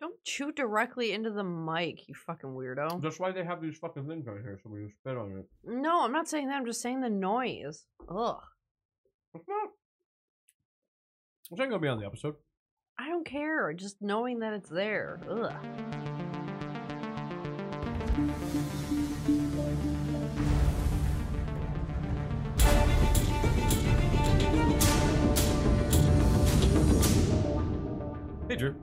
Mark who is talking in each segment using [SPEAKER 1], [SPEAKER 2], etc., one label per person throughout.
[SPEAKER 1] Don't chew directly into the mic, you fucking weirdo.
[SPEAKER 2] That's why they have these fucking things right here, so when you spit on it,
[SPEAKER 1] No, I'm not saying that. I'm just saying the noise. Ugh.
[SPEAKER 2] it's not. This ain't gonna be on the episode.
[SPEAKER 1] I don't care. Just knowing that it's there. Ugh.
[SPEAKER 2] Hey, Drew.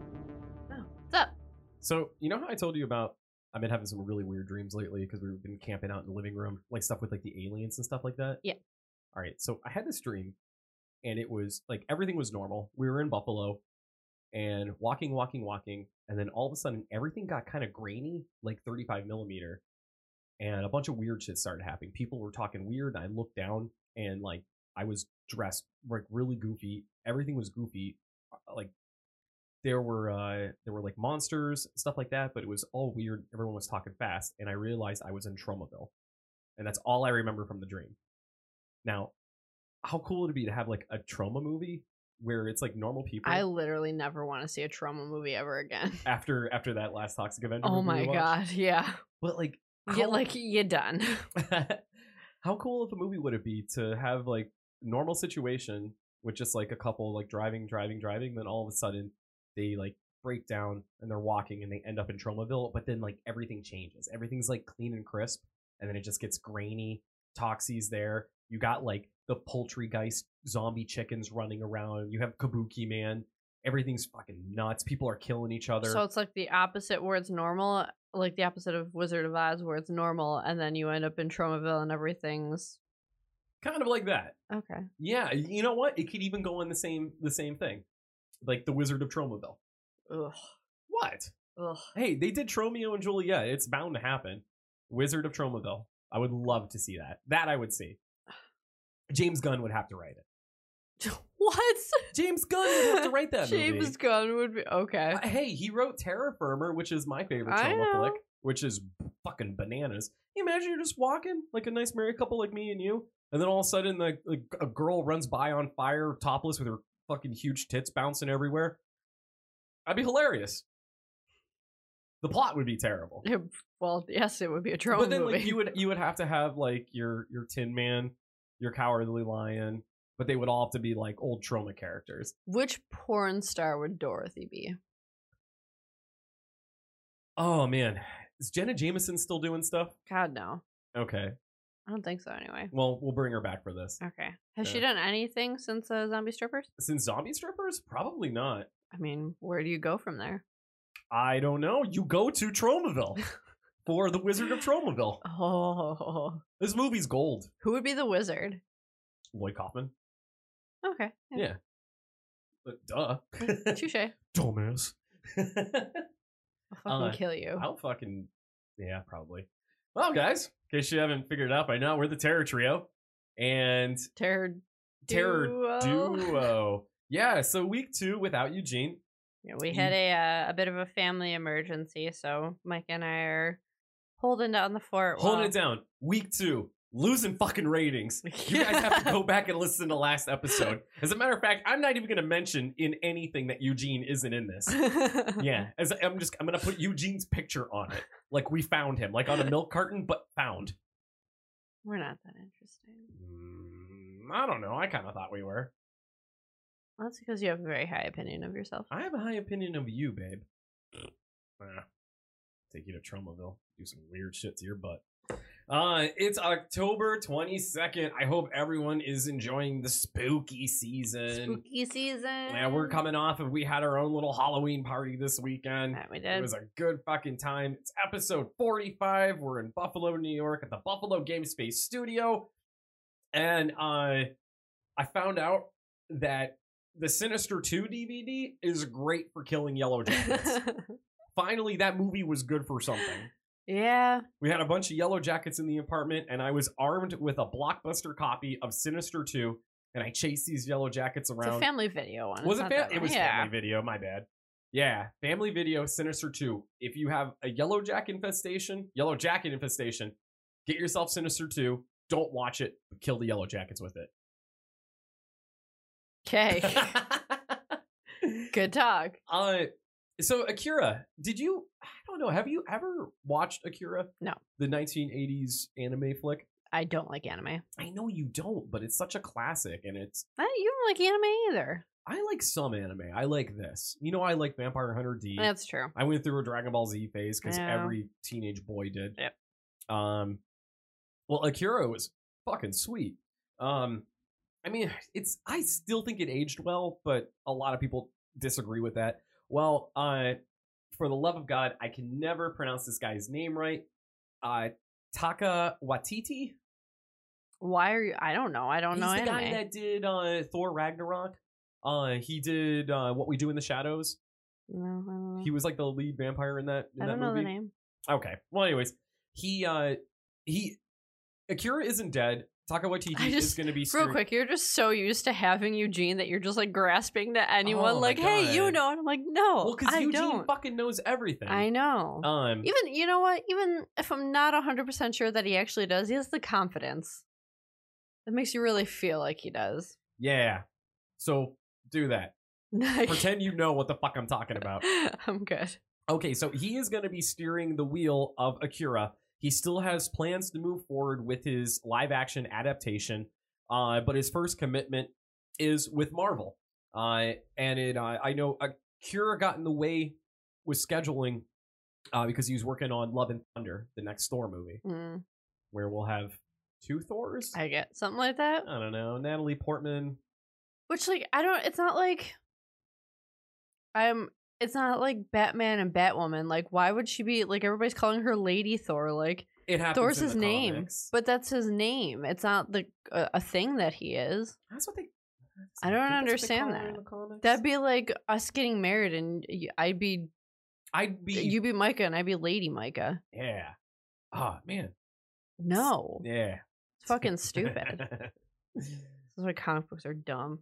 [SPEAKER 1] What's up?
[SPEAKER 2] So you know how I told you about? I've been having some really weird dreams lately because we've been camping out in the living room, like stuff with like the aliens and stuff like that.
[SPEAKER 1] Yeah.
[SPEAKER 2] All right. So I had this dream, and it was like everything was normal. We were in Buffalo, and walking, walking, walking, and then all of a sudden everything got kind of grainy, like 35 millimeter, and a bunch of weird shit started happening. People were talking weird. I looked down, and like I was dressed like really goofy. Everything was goofy. uh, Like there were uh there were like monsters stuff like that but it was all weird everyone was talking fast and i realized i was in tromaville and that's all i remember from the dream now how cool would it be to have like a trauma movie where it's like normal people
[SPEAKER 1] I literally never want to see a trauma movie ever again.
[SPEAKER 2] after after that last toxic avenger
[SPEAKER 1] Oh
[SPEAKER 2] movie we
[SPEAKER 1] my god,
[SPEAKER 2] watched?
[SPEAKER 1] yeah.
[SPEAKER 2] but like
[SPEAKER 1] Yeah,
[SPEAKER 2] how-
[SPEAKER 1] like you're done.
[SPEAKER 2] how cool of a movie would it be to have like normal situation with just like a couple like driving, driving, driving, then all of a sudden they like break down and they're walking and they end up in Tromaville, but then like everything changes. Everything's like clean and crisp, and then it just gets grainy. Toxie's there. You got like the poultry geist zombie chickens running around. You have Kabuki man. Everything's fucking nuts. People are killing each other.
[SPEAKER 1] So it's like the opposite where it's normal, like the opposite of Wizard of Oz where it's normal, and then you end up in Tromaville and everything's
[SPEAKER 2] kind of like that.
[SPEAKER 1] okay.
[SPEAKER 2] Yeah, you know what? It could even go in the same the same thing, like the Wizard of Tromaville.
[SPEAKER 1] Ugh.
[SPEAKER 2] What?
[SPEAKER 1] Ugh.
[SPEAKER 2] Hey, they did Tromeo and Juliet. It's bound to happen. Wizard of Tromaville. I would love to see that. That I would see. James Gunn would have to write it.
[SPEAKER 1] What?
[SPEAKER 2] James Gunn would have to write that
[SPEAKER 1] James
[SPEAKER 2] movie.
[SPEAKER 1] Gunn would be okay.
[SPEAKER 2] Uh, hey, he wrote Terra Firma, which is my favorite
[SPEAKER 1] I
[SPEAKER 2] trauma
[SPEAKER 1] know.
[SPEAKER 2] flick, which is fucking bananas. Can you imagine you're just walking like a nice married couple like me and you, and then all of a sudden like, like a girl runs by on fire, topless with her fucking huge tits bouncing everywhere. I'd be hilarious. The plot would be terrible.
[SPEAKER 1] Well, yes, it would be a trauma
[SPEAKER 2] but then
[SPEAKER 1] movie.
[SPEAKER 2] like you would you would have to have like your your Tin Man, your Cowardly Lion, but they would all have to be like old trauma characters.
[SPEAKER 1] Which porn star would Dorothy be?
[SPEAKER 2] Oh man, is Jenna Jameson still doing stuff?
[SPEAKER 1] God no.
[SPEAKER 2] Okay,
[SPEAKER 1] I don't think so anyway.
[SPEAKER 2] well we'll bring her back for this.
[SPEAKER 1] Okay. Has she
[SPEAKER 2] Yeah.
[SPEAKER 1] done anything since uh, Zombie Strippers?
[SPEAKER 2] Since zombie strippers, probably not.
[SPEAKER 1] I mean, where do you go from there?
[SPEAKER 2] I don't know. You go to Tromaville for the Wizard of Tromaville.
[SPEAKER 1] Oh.
[SPEAKER 2] This movie's gold.
[SPEAKER 1] Who would be the wizard?
[SPEAKER 2] Lloyd Kaufman,
[SPEAKER 1] Okay.
[SPEAKER 2] Yeah. but duh,
[SPEAKER 1] Touche. I'll
[SPEAKER 2] dumbass.
[SPEAKER 1] fucking
[SPEAKER 2] Uh,
[SPEAKER 1] kill you.
[SPEAKER 2] I'll fucking yeah, probably. Well, guys, in case you haven't figured it out by now, we're the Terror Trio and
[SPEAKER 1] Terror.
[SPEAKER 2] Terror
[SPEAKER 1] duo.
[SPEAKER 2] Duo. Yeah, so week two without Eugene.
[SPEAKER 1] Yeah, we had a uh, a bit of a family emergency, so Mike and I are holding down the fort.
[SPEAKER 2] Holding
[SPEAKER 1] while-
[SPEAKER 2] it down. Week two, losing fucking ratings. You guys have to go back and listen to last episode. As a matter of fact, I'm not even going to mention in anything that Eugene isn't in this. Yeah, as I'm just I'm gonna put Eugene's picture on it, like we found him, like on a milk carton, but found.
[SPEAKER 1] We're not that interesting.
[SPEAKER 2] Mm, I don't know. I kind of thought we were.
[SPEAKER 1] That's because you have a very high opinion of yourself.
[SPEAKER 2] I have a high opinion of you, babe. Ah, take you to Trumaville, do some weird shit to your butt. Uh, it's October 22nd. I hope everyone is enjoying the spooky season.
[SPEAKER 1] Spooky season.
[SPEAKER 2] Yeah, we're coming off of we had our own little Halloween party this weekend.
[SPEAKER 1] That we
[SPEAKER 2] It
[SPEAKER 1] did.
[SPEAKER 2] was a good fucking time. It's episode 45. We're in Buffalo, New York at the Buffalo Game Space Studio. And uh, I found out that the Sinister 2 DVD is great for killing yellow jackets. Finally, that movie was good for something.
[SPEAKER 1] yeah.
[SPEAKER 2] We had a bunch of yellow jackets in the apartment, and I was armed with a blockbuster copy of Sinister 2, and I chased these yellow jackets
[SPEAKER 1] It's a
[SPEAKER 2] around.
[SPEAKER 1] family video one.
[SPEAKER 2] Was
[SPEAKER 1] it's
[SPEAKER 2] it
[SPEAKER 1] not
[SPEAKER 2] fam-
[SPEAKER 1] that
[SPEAKER 2] It
[SPEAKER 1] one.
[SPEAKER 2] was
[SPEAKER 1] yeah.
[SPEAKER 2] Family Video. My bad. Yeah, Family Video, Sinister Two. If you have a yellow jack infestation, yellow jacket infestation, get yourself Sinister Two. Don't watch it, but kill the yellow jackets with it.
[SPEAKER 1] Okay. Good talk.
[SPEAKER 2] uh, So Akira, did you? I don't know. Have you ever watched Akira?
[SPEAKER 1] No.
[SPEAKER 2] The 1980s anime flick.
[SPEAKER 1] I don't like anime.
[SPEAKER 2] I know you don't, but it's such a classic, and it's.
[SPEAKER 1] Eh, you don't like anime either.
[SPEAKER 2] I like some anime. I like this. You know, I like Vampire Hunter D. I
[SPEAKER 1] That's true.
[SPEAKER 2] went through a Dragon Ball Z phase because
[SPEAKER 1] Yeah.
[SPEAKER 2] every teenage boy did.
[SPEAKER 1] Yep.
[SPEAKER 2] Um, well, Akira was fucking sweet. Um, I mean, it's. I still think it aged well, but a lot of people disagree with that. Well, uh, for the love of God, I can never pronounce this guy's name right. Uh, Taka Watiti.
[SPEAKER 1] Why are you? I don't know. I don't
[SPEAKER 2] He's
[SPEAKER 1] know
[SPEAKER 2] the
[SPEAKER 1] Oh, anime.
[SPEAKER 2] guy that did uh, Thor Ragnarok. Uh, he did uh, What We Do in the Shadows.
[SPEAKER 1] no, I don't know.
[SPEAKER 2] He was like the lead vampire in that. In
[SPEAKER 1] Mm. I
[SPEAKER 2] that
[SPEAKER 1] don't know
[SPEAKER 2] movie.
[SPEAKER 1] the name.
[SPEAKER 2] Okay. Well, anyways, he uh, he Akira isn't dead. Taka
[SPEAKER 1] I
[SPEAKER 2] Waititi is
[SPEAKER 1] just-
[SPEAKER 2] going to be
[SPEAKER 1] Real
[SPEAKER 2] screwed.
[SPEAKER 1] quick, you're just so used to having Eugene that you're just like grasping to anyone,
[SPEAKER 2] Oh my
[SPEAKER 1] like, "Hey, you
[SPEAKER 2] God.
[SPEAKER 1] know?" And I'm like, "No,
[SPEAKER 2] Well, because
[SPEAKER 1] I
[SPEAKER 2] Eugene
[SPEAKER 1] don't.
[SPEAKER 2] fucking knows everything.
[SPEAKER 1] I know."
[SPEAKER 2] Um,
[SPEAKER 1] Even you know what? Even if I'm not 100 percent sure that he actually does, he has the confidence. That makes you really feel like he does.
[SPEAKER 2] yeah. So do that. Pretend you know what the fuck I'm talking about.
[SPEAKER 1] I'm good.
[SPEAKER 2] Okay, so he is going to be steering the wheel of Akira. He still has plans to move forward with his live action adaptation, uh, but his first commitment is with Marvel. Uh, and it, uh, I know Akira got in the way with scheduling uh, because he was working on Love and Thunder, the next Thor movie,
[SPEAKER 1] Mm,
[SPEAKER 2] where we'll have two Thors. I,
[SPEAKER 1] I get something like that.
[SPEAKER 2] don't know, Natalie Portman.
[SPEAKER 1] Which like I don't it's not like I'm it's not like Batman and Batwoman. Like why would she be like everybody's calling her Lady Thor like
[SPEAKER 2] It happens.
[SPEAKER 1] Thor's
[SPEAKER 2] in the
[SPEAKER 1] his name,
[SPEAKER 2] comics.
[SPEAKER 1] but that's his name. It's not the a, a thing that he is.
[SPEAKER 2] that's what they.
[SPEAKER 1] I don't
[SPEAKER 2] think that's what they
[SPEAKER 1] understand
[SPEAKER 2] call her in
[SPEAKER 1] that.
[SPEAKER 2] the comics.
[SPEAKER 1] That'd be like us getting married and y- I'd be
[SPEAKER 2] I'd be
[SPEAKER 1] you'd be Micah and I'd be Lady Micah.
[SPEAKER 2] Yeah. Ah, man.
[SPEAKER 1] No.
[SPEAKER 2] Yeah.
[SPEAKER 1] It's fucking stupid. this is why comic books are dumb.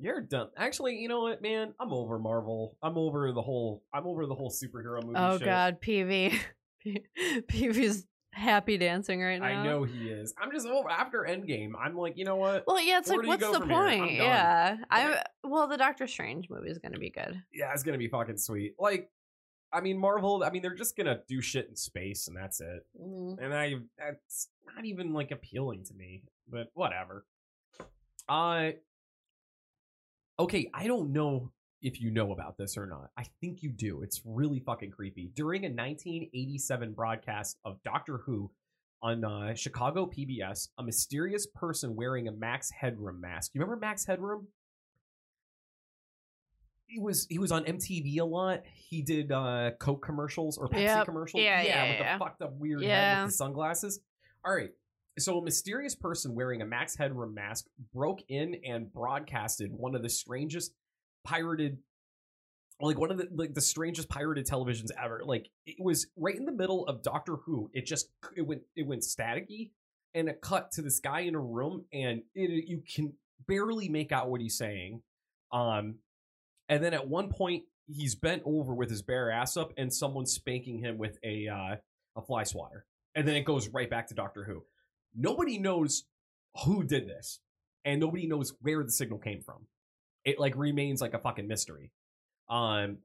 [SPEAKER 2] You're dumb. Actually, you know what, man? I'm over Marvel. I'm over the whole. I'm over the whole superhero movie.
[SPEAKER 1] Oh
[SPEAKER 2] shit.
[SPEAKER 1] god, PV. PV's happy dancing right now.
[SPEAKER 2] I know he is. I'm just over after Endgame. I'm like, you know what?
[SPEAKER 1] Well, yeah, it's
[SPEAKER 2] Where
[SPEAKER 1] like,
[SPEAKER 2] do you
[SPEAKER 1] what's
[SPEAKER 2] go
[SPEAKER 1] the
[SPEAKER 2] from here? I'm
[SPEAKER 1] point?
[SPEAKER 2] done.
[SPEAKER 1] Yeah,
[SPEAKER 2] Okay.
[SPEAKER 1] I well, the Doctor Strange movie is gonna be good.
[SPEAKER 2] Yeah, it's gonna be fucking sweet. Like, I mean, Marvel. I mean, they're just gonna do shit in space, and that's it.
[SPEAKER 1] Mm-hmm.
[SPEAKER 2] And I, that's not even like appealing to me. But whatever. I. Okay, I don't know if you know about this or not. I think you do. It's really fucking creepy. During a 1987 broadcast of Doctor Who on uh, Chicago PBS, a mysterious person wearing a Max Headroom mask. You remember Max Headroom? He was he was on MTV a lot. He did uh, Coke commercials or Pepsi
[SPEAKER 1] Yep.
[SPEAKER 2] commercials.
[SPEAKER 1] Yeah, yeah,
[SPEAKER 2] with
[SPEAKER 1] yeah.
[SPEAKER 2] the fucked up weird head
[SPEAKER 1] Yeah.
[SPEAKER 2] with the sunglasses. All right. So a mysterious person wearing a Max Headroom mask broke in and broadcasted one of the strangest pirated like one of the like the strangest pirated televisions ever. Like it was right in the middle of Doctor Who. It just it went it went staticky and it cut to this guy in a room and it you can barely make out what he's saying. Um and then at one point he's bent over with his bare ass up and someone's spanking him with a uh a fly swatter. And then it goes right back to Doctor Who. Nobody knows who did this and nobody knows where the signal came from. It like remains like a fucking mystery. Um,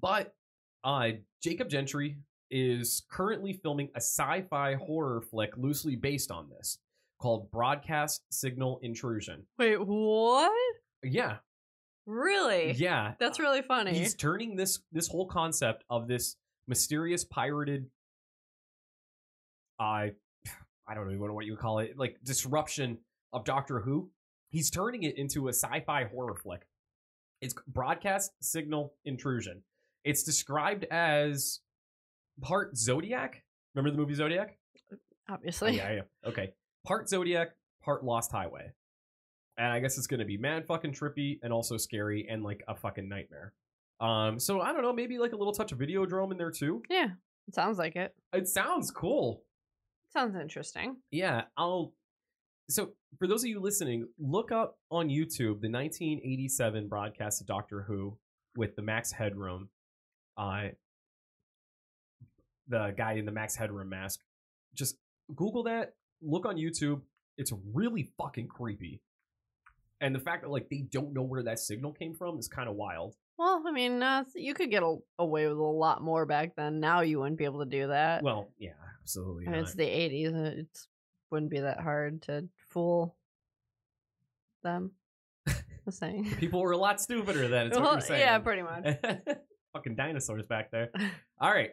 [SPEAKER 2] but uh, Jacob Gentry is currently filming a sci-fi horror flick loosely based on this called Broadcast Signal Intrusion.
[SPEAKER 1] Wait, what?
[SPEAKER 2] Yeah,
[SPEAKER 1] Really?
[SPEAKER 2] yeah,
[SPEAKER 1] That's really funny.
[SPEAKER 2] He's turning this this whole concept of this mysterious pirated, I, I don't even know what you would call it, like disruption of Doctor Who. He's turning it into a sci-fi horror flick. It's broadcast signal intrusion. It's described as part Zodiac. Remember the movie Zodiac? Oh,
[SPEAKER 1] Obviously.
[SPEAKER 2] yeah, yeah. Okay, part Zodiac, part Lost Highway. And I guess it's gonna be mad fucking trippy and also scary and like a fucking nightmare. Um, so I don't know, maybe like a little touch of Videodrome in there too.
[SPEAKER 1] Yeah, it sounds like it.
[SPEAKER 2] It sounds cool.
[SPEAKER 1] Sounds interesting.
[SPEAKER 2] Yeah, I'll. So for those of you listening, look up on YouTube the 1987 broadcast of Doctor Who with the Max Headroom, uh, the guy in the Max Headroom mask. Just Google that. Look on YouTube. It's really fucking creepy. And the fact that like they don't know where that signal came from is kind of wild.
[SPEAKER 1] Well, I mean, uh, you could get a- away with a lot more back then. Now you wouldn't be able to do that.
[SPEAKER 2] Well, yeah, absolutely.
[SPEAKER 1] Uh, I mean,
[SPEAKER 2] not.
[SPEAKER 1] it's the 80s. and It wouldn't be that hard to fool them. Just saying.
[SPEAKER 2] People were a lot stupider then. Is what
[SPEAKER 1] Well,
[SPEAKER 2] you're saying.
[SPEAKER 1] yeah, pretty much.
[SPEAKER 2] Fucking dinosaurs back there. All right.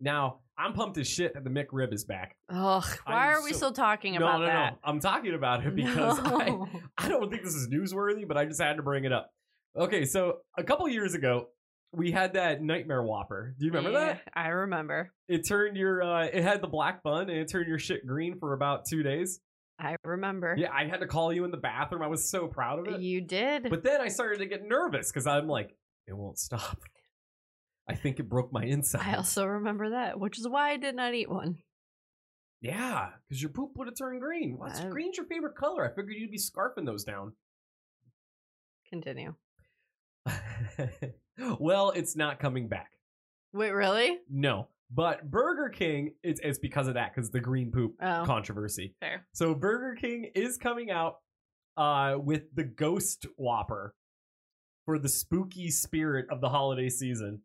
[SPEAKER 2] Now, I'm pumped as shit that the McRib is back.
[SPEAKER 1] Ugh, why
[SPEAKER 2] I'm
[SPEAKER 1] are we
[SPEAKER 2] so-
[SPEAKER 1] still talking
[SPEAKER 2] No,
[SPEAKER 1] about
[SPEAKER 2] no,
[SPEAKER 1] that?
[SPEAKER 2] no. I'm talking about it because I,
[SPEAKER 1] No.
[SPEAKER 2] I don't think this is newsworthy, but I just had to bring it up. Okay, so a couple years ago, we had that Nightmare Whopper. Do you remember
[SPEAKER 1] Yeah,
[SPEAKER 2] that?
[SPEAKER 1] I remember.
[SPEAKER 2] It turned your, uh, it had the black bun and it turned your shit green for about two days.
[SPEAKER 1] I remember.
[SPEAKER 2] Yeah, I had to call you in the bathroom. I was so proud of it.
[SPEAKER 1] You did.
[SPEAKER 2] But then I started to get nervous because I'm like, it won't stop. I think it broke my
[SPEAKER 1] I
[SPEAKER 2] insides.
[SPEAKER 1] also remember that, which is why I did not eat one.
[SPEAKER 2] Yeah, because your poop would have turned green. What's
[SPEAKER 1] I-
[SPEAKER 2] green's your favorite color? I figured you'd be scarfing those down.
[SPEAKER 1] Continue.
[SPEAKER 2] well, it's not coming back.
[SPEAKER 1] Wait, really?
[SPEAKER 2] No. But Burger King, it's, it's because of that, because the green poop
[SPEAKER 1] Oh,
[SPEAKER 2] controversy.
[SPEAKER 1] fair.
[SPEAKER 2] So Burger King is coming out uh, with the Ghost Whopper for the spooky spirit of the holiday season.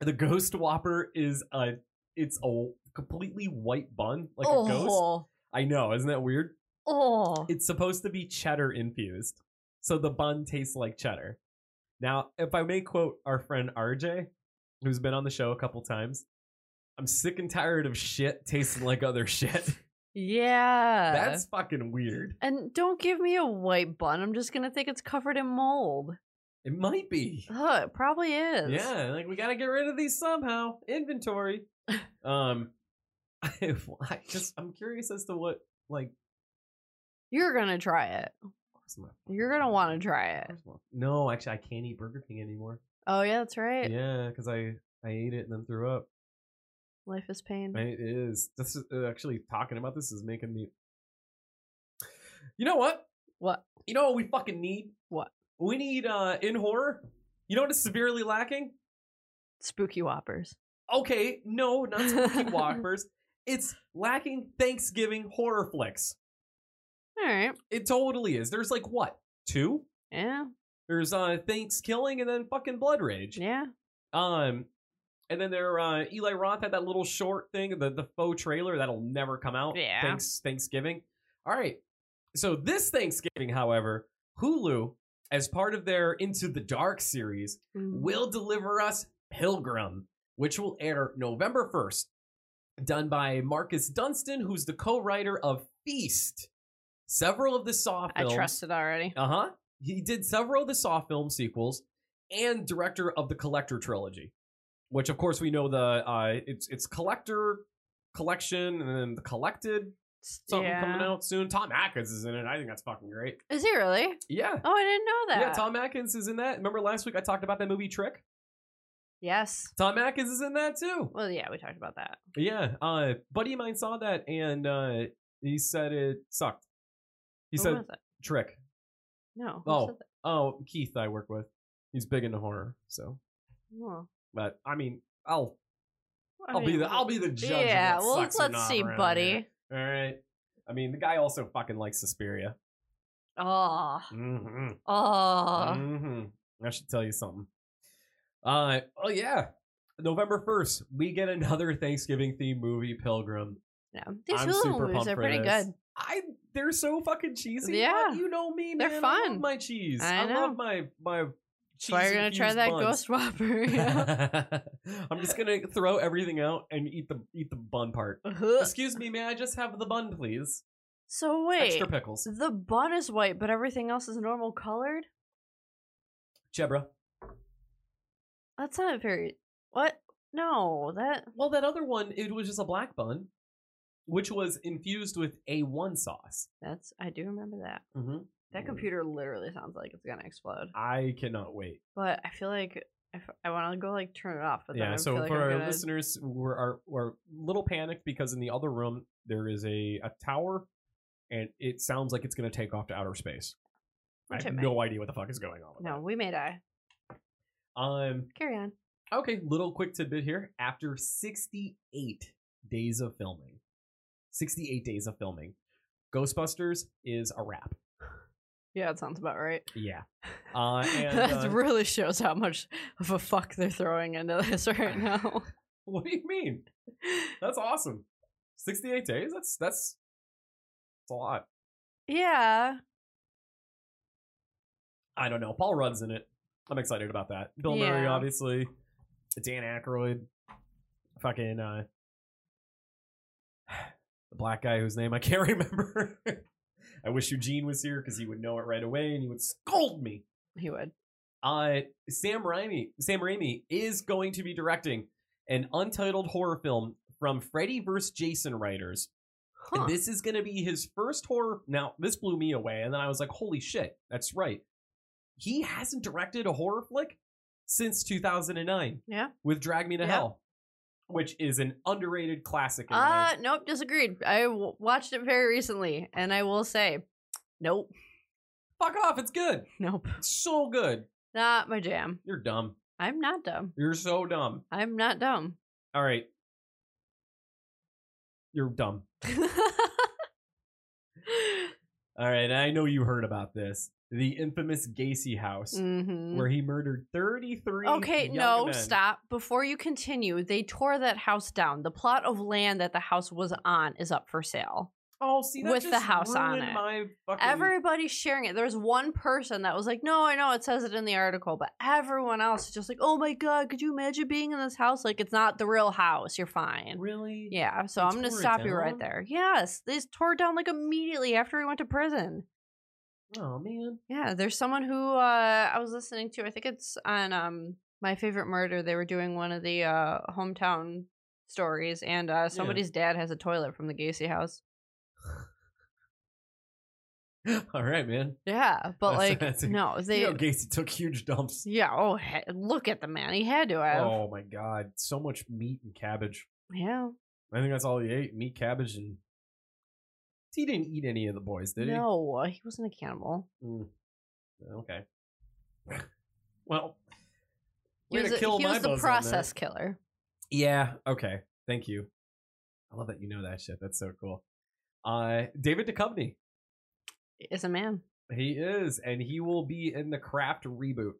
[SPEAKER 2] The Ghost Whopper is a it's a completely white bun like
[SPEAKER 1] oh,
[SPEAKER 2] a ghost. I know, isn't that weird?
[SPEAKER 1] oh.
[SPEAKER 2] It's supposed to be cheddar infused, so the bun tastes like cheddar. Now, if I may quote our friend RJ, who's been on the show a couple times, I'm sick and tired of shit tasting like other shit.
[SPEAKER 1] yeah.
[SPEAKER 2] That's fucking weird.
[SPEAKER 1] And don't give me a white bun. I'm just gonna think it's covered in mold.
[SPEAKER 2] It might be.
[SPEAKER 1] Ugh, it probably is.
[SPEAKER 2] Yeah, like we gotta get rid of these somehow. Inventory. um, I, I just I'm curious as to what like.
[SPEAKER 1] You're gonna try it.
[SPEAKER 2] where's my-
[SPEAKER 1] You're gonna want to try it.
[SPEAKER 2] where's my- No, actually, I can't eat Burger King anymore.
[SPEAKER 1] Oh yeah, that's right.
[SPEAKER 2] Yeah, because I I ate it and then threw up.
[SPEAKER 1] Life is pain.
[SPEAKER 2] And it is. This is uh, actually talking about this is making me. You know what?
[SPEAKER 1] What?
[SPEAKER 2] You know what we fucking need?
[SPEAKER 1] What?
[SPEAKER 2] We need uh in horror. You know what is severely lacking?
[SPEAKER 1] Spooky whoppers.
[SPEAKER 2] okay, no, not spooky whoppers. It's lacking Thanksgiving horror flicks.
[SPEAKER 1] All right.
[SPEAKER 2] It totally is. There's like what two?
[SPEAKER 1] Yeah.
[SPEAKER 2] There's uh Thanksgiving and then fucking Blood Rage.
[SPEAKER 1] Yeah.
[SPEAKER 2] Um, and then there uh Eli Roth had that little short thing, the the faux trailer that'll never come out.
[SPEAKER 1] Yeah.
[SPEAKER 2] Thanks Thanksgiving. All right. So this Thanksgiving, however, Hulu, as part of their Into the Dark series,
[SPEAKER 1] Mm,
[SPEAKER 2] will deliver us Pilgrim, which will air November 1st. Done by Marcus Dunstan, who's the co writer of Feast. Several of the Saw
[SPEAKER 1] I
[SPEAKER 2] films.
[SPEAKER 1] trust it already.
[SPEAKER 2] Uh huh. He did several of the Saw film sequels and director of the Collector trilogy, which, of course, we know the uh, it's it's Collector, Collection, and then the Collected. Something
[SPEAKER 1] yeah.
[SPEAKER 2] coming out soon. Tom Atkins is in it. I think that's fucking great.
[SPEAKER 1] Is he really?
[SPEAKER 2] Yeah.
[SPEAKER 1] Oh, I didn't know that.
[SPEAKER 2] Yeah, Tom Atkins is in that. Remember last week I talked about that movie Trick?
[SPEAKER 1] Yes.
[SPEAKER 2] Tom Atkins is in that too.
[SPEAKER 1] Well, yeah, we talked about that.
[SPEAKER 2] Yeah, uh, buddy of mine saw that and uh, he said it sucked. He
[SPEAKER 1] Who
[SPEAKER 2] said
[SPEAKER 1] was it?
[SPEAKER 2] trick.
[SPEAKER 1] No. who
[SPEAKER 2] Oh,
[SPEAKER 1] said that?
[SPEAKER 2] oh, Keith I work with. He's big into horror, so.
[SPEAKER 1] Well,
[SPEAKER 2] But I mean, I'll
[SPEAKER 1] I
[SPEAKER 2] I'll be
[SPEAKER 1] mean,
[SPEAKER 2] the I'll be the judge. of
[SPEAKER 1] Yeah.
[SPEAKER 2] what
[SPEAKER 1] Well,
[SPEAKER 2] sucks
[SPEAKER 1] let's, let's
[SPEAKER 2] or not
[SPEAKER 1] see,
[SPEAKER 2] around
[SPEAKER 1] buddy.
[SPEAKER 2] here. All right. I mean, the guy also fucking likes Suspiria.
[SPEAKER 1] Oh.
[SPEAKER 2] Mm-hmm.
[SPEAKER 1] Oh.
[SPEAKER 2] hmm I should tell you something. Uh oh yeah, November first we get another Thanksgiving themed movie, Pilgrim.
[SPEAKER 1] No. These
[SPEAKER 2] I'm
[SPEAKER 1] Hulu
[SPEAKER 2] super
[SPEAKER 1] movies
[SPEAKER 2] pumped
[SPEAKER 1] are
[SPEAKER 2] for
[SPEAKER 1] pretty
[SPEAKER 2] this.
[SPEAKER 1] good.
[SPEAKER 2] I they're so fucking cheesy.
[SPEAKER 1] Yeah.
[SPEAKER 2] Yeah, you know me.
[SPEAKER 1] They're
[SPEAKER 2] man. I
[SPEAKER 1] fun.
[SPEAKER 2] love my cheese.
[SPEAKER 1] I
[SPEAKER 2] I,
[SPEAKER 1] know.
[SPEAKER 2] love my my.
[SPEAKER 1] That's why you're gonna try
[SPEAKER 2] cheese-infused
[SPEAKER 1] that
[SPEAKER 2] buns.
[SPEAKER 1] ghost whopper. Yeah.
[SPEAKER 2] I'm just gonna throw everything out and eat the eat the bun part.
[SPEAKER 1] Ugh.
[SPEAKER 2] Excuse me, may I just have the bun, please?
[SPEAKER 1] so wait,
[SPEAKER 2] Extra pickles,
[SPEAKER 1] the bun is white, but everything else is normal colored.
[SPEAKER 2] Chebra.
[SPEAKER 1] That's not very. What? No, that.
[SPEAKER 2] Well, that other one, it was just a black bun, which was infused with A1 sauce.
[SPEAKER 1] That's. I do remember that.
[SPEAKER 2] Mm-hmm.
[SPEAKER 1] That computer literally sounds like it's gonna explode.
[SPEAKER 2] I cannot wait.
[SPEAKER 1] But I feel like if I want to go like turn it off. But then
[SPEAKER 2] yeah
[SPEAKER 1] I
[SPEAKER 2] so
[SPEAKER 1] feel like
[SPEAKER 2] for
[SPEAKER 1] I'm
[SPEAKER 2] our
[SPEAKER 1] gonna-
[SPEAKER 2] listeners we're, are, we're a little panicked because in the other room there is a, a tower and it sounds like it's going to take off to outer space i
[SPEAKER 1] Which
[SPEAKER 2] have
[SPEAKER 1] it may.
[SPEAKER 2] no idea what the fuck is going on with
[SPEAKER 1] No, we may die.
[SPEAKER 2] that. um
[SPEAKER 1] Carry on.
[SPEAKER 2] okay little quick tidbit here after 68 days of filming 68 days of filming ghostbusters is a wrap
[SPEAKER 1] Yeah, it sounds about right.
[SPEAKER 2] Yeah. Uh, and,
[SPEAKER 1] that
[SPEAKER 2] uh,
[SPEAKER 1] really shows how much of a fuck they're throwing into this right now.
[SPEAKER 2] what do you mean? That's awesome. 68 days? That's that's, that's a lot.
[SPEAKER 1] yeah.
[SPEAKER 2] I don't know. Paul Rudd's in it. I'm excited about that. Bill Murray,
[SPEAKER 1] Yeah.
[SPEAKER 2] obviously. Dan Aykroyd. Fucking uh the black guy whose name I can't remember. I wish Eugene was here because he would know it right away and he would scold me.
[SPEAKER 1] He would.
[SPEAKER 2] Uh Sam Raimi Sam Raimi is going to be directing an untitled horror film from Freddy vs. Jason writers.
[SPEAKER 1] Huh.
[SPEAKER 2] This is going to be his first horror. Now, this blew me away, and then I was like, "Holy shit, that's right." He hasn't directed a horror flick since 2009.
[SPEAKER 1] Yeah.
[SPEAKER 2] with Drag Me to
[SPEAKER 1] Yeah.
[SPEAKER 2] Hell, which is an underrated classic. In my-
[SPEAKER 1] Uh, nope, disagreed. I w- watched it very recently, and I will say, nope,
[SPEAKER 2] Fuck off! It's good.
[SPEAKER 1] nope,
[SPEAKER 2] It's so good.
[SPEAKER 1] not my jam.
[SPEAKER 2] You're dumb.
[SPEAKER 1] I'm not dumb.
[SPEAKER 2] You're so dumb.
[SPEAKER 1] I'm not dumb.
[SPEAKER 2] All right. You're dumb. All right. I know you heard about this. The infamous Gacy house,
[SPEAKER 1] Mhm.
[SPEAKER 2] where he murdered 33.
[SPEAKER 1] Okay,
[SPEAKER 2] young
[SPEAKER 1] no,
[SPEAKER 2] men.
[SPEAKER 1] stop. Before you continue, they tore that house down. The plot of land that the house was on is up for sale.
[SPEAKER 2] Oh, see, that
[SPEAKER 1] with the
[SPEAKER 2] just
[SPEAKER 1] house on
[SPEAKER 2] ruined
[SPEAKER 1] it.
[SPEAKER 2] My fucking...
[SPEAKER 1] Everybody's sharing it. There was one person that was like, "No, I know it says it in the article," but everyone else is just like, "Oh my god, could you imagine being in this house? Like, it's not the real house. You're fine."
[SPEAKER 2] really,
[SPEAKER 1] Yeah, so
[SPEAKER 2] They
[SPEAKER 1] I'm gonna
[SPEAKER 2] tore it
[SPEAKER 1] stop you right
[SPEAKER 2] down?
[SPEAKER 1] there. Yes, they just tore it down like immediately after he went to prison.
[SPEAKER 2] Oh man,
[SPEAKER 1] Yeah, there's someone who uh, I was listening to. I think it's on um my favorite murder. They were doing one of the uh, hometown stories, and uh, somebody's dad has a toilet from the Gacy house.
[SPEAKER 2] all right, man.
[SPEAKER 1] Yeah, but
[SPEAKER 2] That's-
[SPEAKER 1] like
[SPEAKER 2] that's-
[SPEAKER 1] no, they.
[SPEAKER 2] you know, Gacy took huge dumps.
[SPEAKER 1] yeah. Oh, he- look at the man. He had to have.
[SPEAKER 2] Oh my god, so much meat and cabbage.
[SPEAKER 1] Yeah.
[SPEAKER 2] I think that's all he ate: meat, cabbage, and he didn't eat any of the boys, did he?
[SPEAKER 1] no, he wasn't a cannibal.
[SPEAKER 2] Mm. Okay. well,
[SPEAKER 1] He
[SPEAKER 2] way
[SPEAKER 1] was,
[SPEAKER 2] to
[SPEAKER 1] a-
[SPEAKER 2] kill
[SPEAKER 1] he
[SPEAKER 2] my
[SPEAKER 1] was the
[SPEAKER 2] buzz on that.
[SPEAKER 1] process killer.
[SPEAKER 2] Yeah. Okay. Thank you. I love that you know that shit. That's so cool. Uh, David Duchovny,
[SPEAKER 1] Is a man.
[SPEAKER 2] he is, and he will be in the Craft reboot.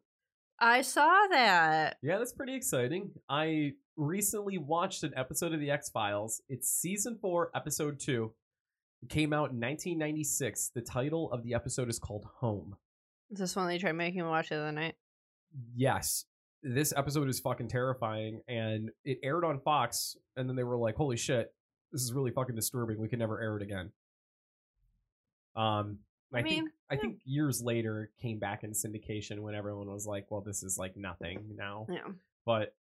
[SPEAKER 1] I saw that.
[SPEAKER 2] Yeah, that's pretty exciting. I recently watched an episode of The X Files. It's season four, episode two. It came out in 1996. The title of the episode is called Home.
[SPEAKER 1] Is this one they tried making me watch the other night?
[SPEAKER 2] Yes, this episode is fucking terrifying, and it aired on Fox, and then they were like, holy shit, this is really fucking disturbing. We can never air it again. Um, I,
[SPEAKER 1] I
[SPEAKER 2] think
[SPEAKER 1] mean,
[SPEAKER 2] I
[SPEAKER 1] yeah.
[SPEAKER 2] think years later it came back in syndication when everyone was like, well, this is like nothing now.
[SPEAKER 1] Yeah.
[SPEAKER 2] but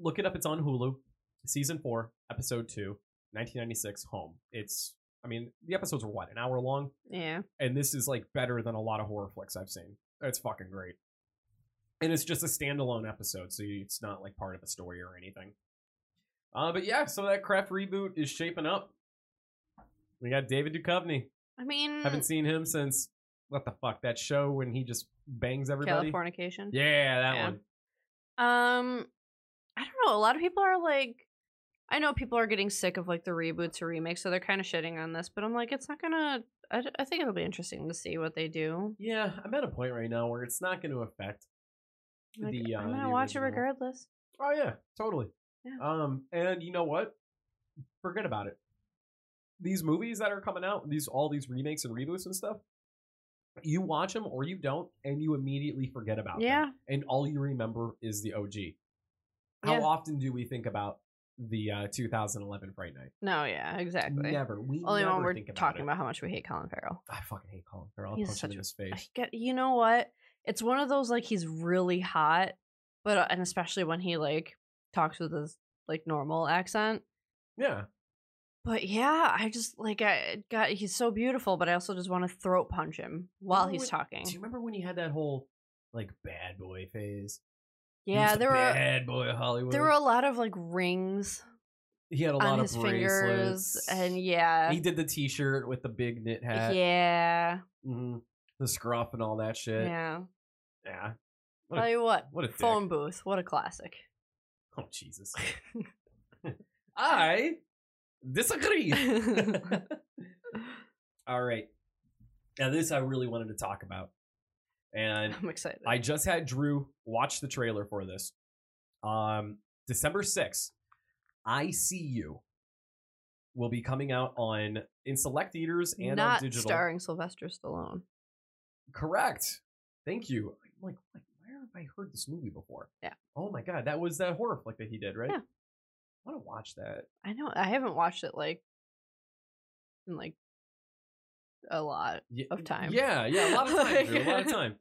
[SPEAKER 2] look it up. It's on Hulu, season four, episode two, 1996, home. It's, I mean, the episodes are what, an hour long?
[SPEAKER 1] Yeah.
[SPEAKER 2] And this is like better than a lot of horror flicks I've seen. It's fucking great. And it's just a standalone episode, so you, it's not like part of a story or anything. Uh, but yeah, so that craft reboot is shaping up. We got David Duchovny.
[SPEAKER 1] I mean,
[SPEAKER 2] Haven't seen him since what the fuck that show when he just bangs everybody.
[SPEAKER 1] Californication.
[SPEAKER 2] Yeah, that
[SPEAKER 1] Yeah.
[SPEAKER 2] one.
[SPEAKER 1] Um, I don't know. A lot of people are like, I know people are getting sick of like the reboots or remakes, so they're kind of shitting on this. But I'm like, it's not gonna. I, d- I think it'll be interesting to see what they do.
[SPEAKER 2] Yeah, I'm at a point right now where it's not going to affect.
[SPEAKER 1] Like,
[SPEAKER 2] The, uh,
[SPEAKER 1] I'm gonna
[SPEAKER 2] the
[SPEAKER 1] watch it
[SPEAKER 2] original.
[SPEAKER 1] regardless.
[SPEAKER 2] Oh yeah, totally.
[SPEAKER 1] Yeah.
[SPEAKER 2] Um, and you know what? Forget about it. These movies that are coming out, these all these remakes and reboots and stuff. You watch them or you don't, and you immediately forget about
[SPEAKER 1] Yeah.
[SPEAKER 2] them. And all you remember is the OG. How
[SPEAKER 1] Yeah.
[SPEAKER 2] often do we think about the uh, 2011 Fright Night?
[SPEAKER 1] No, yeah, exactly.
[SPEAKER 2] Never. We
[SPEAKER 1] Only
[SPEAKER 2] never
[SPEAKER 1] when we're
[SPEAKER 2] think about
[SPEAKER 1] talking
[SPEAKER 2] it.
[SPEAKER 1] about how much we hate Colin Farrell.
[SPEAKER 2] I fucking hate Colin Farrell. I'll
[SPEAKER 1] He's
[SPEAKER 2] punch him
[SPEAKER 1] such
[SPEAKER 2] in his
[SPEAKER 1] I
[SPEAKER 2] face.
[SPEAKER 1] get, you know what? It's one of those like he's really hot, but uh, and especially when he like talks with his like normal accent.
[SPEAKER 2] Yeah.
[SPEAKER 1] But yeah, I just like I got he's so beautiful, but I also just want to throat punch him while
[SPEAKER 2] Remember
[SPEAKER 1] he's
[SPEAKER 2] when-
[SPEAKER 1] talking.
[SPEAKER 2] Do you remember when he had that whole like bad boy phase? He was
[SPEAKER 1] Yeah,
[SPEAKER 2] the
[SPEAKER 1] there were
[SPEAKER 2] bad boy of Hollywood.
[SPEAKER 1] there were a lot of like rings
[SPEAKER 2] he had a lot
[SPEAKER 1] on
[SPEAKER 2] of
[SPEAKER 1] his fingers,
[SPEAKER 2] bracelets.
[SPEAKER 1] and yeah,
[SPEAKER 2] he did the T-shirt with the big knit hat,
[SPEAKER 1] yeah,
[SPEAKER 2] Mhm. the scruff, and all that shit.
[SPEAKER 1] yeah.
[SPEAKER 2] Yeah. What a-
[SPEAKER 1] Tell you what,
[SPEAKER 2] what a dick.
[SPEAKER 1] phone booth, what a classic.
[SPEAKER 2] Oh Jesus. I disagree. all right. Now, this I really wanted to talk about. And
[SPEAKER 1] I'm excited.
[SPEAKER 2] I just had Drew watch the trailer for this. Um, December 6th, I See You will be coming out on in select theaters and
[SPEAKER 1] Not
[SPEAKER 2] on digital.
[SPEAKER 1] starring Sylvester Stallone.
[SPEAKER 2] Correct. Thank you. I'm like, like, where have I heard this movie before?
[SPEAKER 1] Yeah.
[SPEAKER 2] Oh my god, that was that horror flick that he did, right?
[SPEAKER 1] Yeah.
[SPEAKER 2] I want to watch that.
[SPEAKER 1] I know. I haven't watched it like in like a lot.
[SPEAKER 2] Yeah,
[SPEAKER 1] Of time.
[SPEAKER 2] Yeah, yeah, a lot of time.
[SPEAKER 1] Like-
[SPEAKER 2] Drew, a lot of time.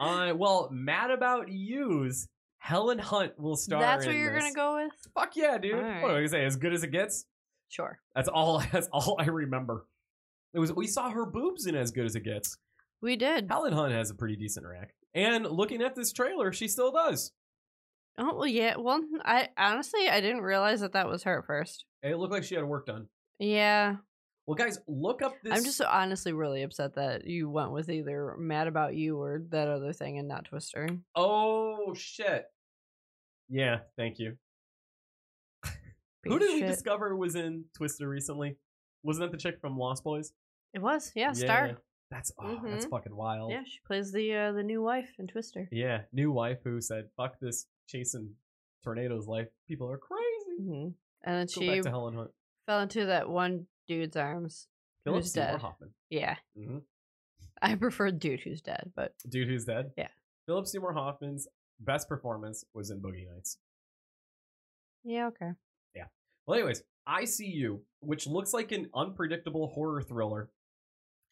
[SPEAKER 2] Uh, well, Mad About You's Helen Hunt will star.
[SPEAKER 1] That's what
[SPEAKER 2] in
[SPEAKER 1] you're gonna
[SPEAKER 2] this.
[SPEAKER 1] go with?
[SPEAKER 2] Fuck yeah, dude.
[SPEAKER 1] All
[SPEAKER 2] What am I
[SPEAKER 1] right.
[SPEAKER 2] gonna say? As good as it gets.
[SPEAKER 1] Sure.
[SPEAKER 2] That's all. That's all I remember. It was we saw her boobs in As Good as It Gets.
[SPEAKER 1] We did.
[SPEAKER 2] Helen Hunt has a pretty decent rack, and looking at this trailer, she still does.
[SPEAKER 1] Oh well, yeah. Well, I honestly I didn't realize that that was her at first.
[SPEAKER 2] It looked like she had work done.
[SPEAKER 1] Yeah,
[SPEAKER 2] Well, guys, look up this.
[SPEAKER 1] I'm just honestly really upset that you went with either "Mad About You" or that other thing and not Twister.
[SPEAKER 2] Oh shit. Yeah, thank you. Who
[SPEAKER 1] Piece
[SPEAKER 2] did
[SPEAKER 1] of
[SPEAKER 2] we
[SPEAKER 1] shit.
[SPEAKER 2] discover was in Twister recently? Wasn't that the chick from Lost Boys?
[SPEAKER 1] It was yeah, Star.
[SPEAKER 2] That's oh, that's
[SPEAKER 1] Mhm.
[SPEAKER 2] fucking wild.
[SPEAKER 1] Yeah, she plays the uh, the new wife in Twister.
[SPEAKER 2] Yeah, new wife who said, "Fuck this chasing tornadoes life. People are crazy."
[SPEAKER 1] hmm And then
[SPEAKER 2] Go
[SPEAKER 1] she
[SPEAKER 2] back to Helen Hunt.
[SPEAKER 1] fell into that one dude's arms.
[SPEAKER 2] Philip
[SPEAKER 1] who's
[SPEAKER 2] Seymour
[SPEAKER 1] dead?
[SPEAKER 2] Hoffman.
[SPEAKER 1] Yeah,
[SPEAKER 2] hmm
[SPEAKER 1] I prefer dude who's dead, but
[SPEAKER 2] Dude who's dead?
[SPEAKER 1] Yeah.
[SPEAKER 2] Philip Seymour Hoffman's best performance was in Boogie Nights.
[SPEAKER 1] yeah, okay.
[SPEAKER 2] Well, anyways, I See You, which looks like an unpredictable horror thriller,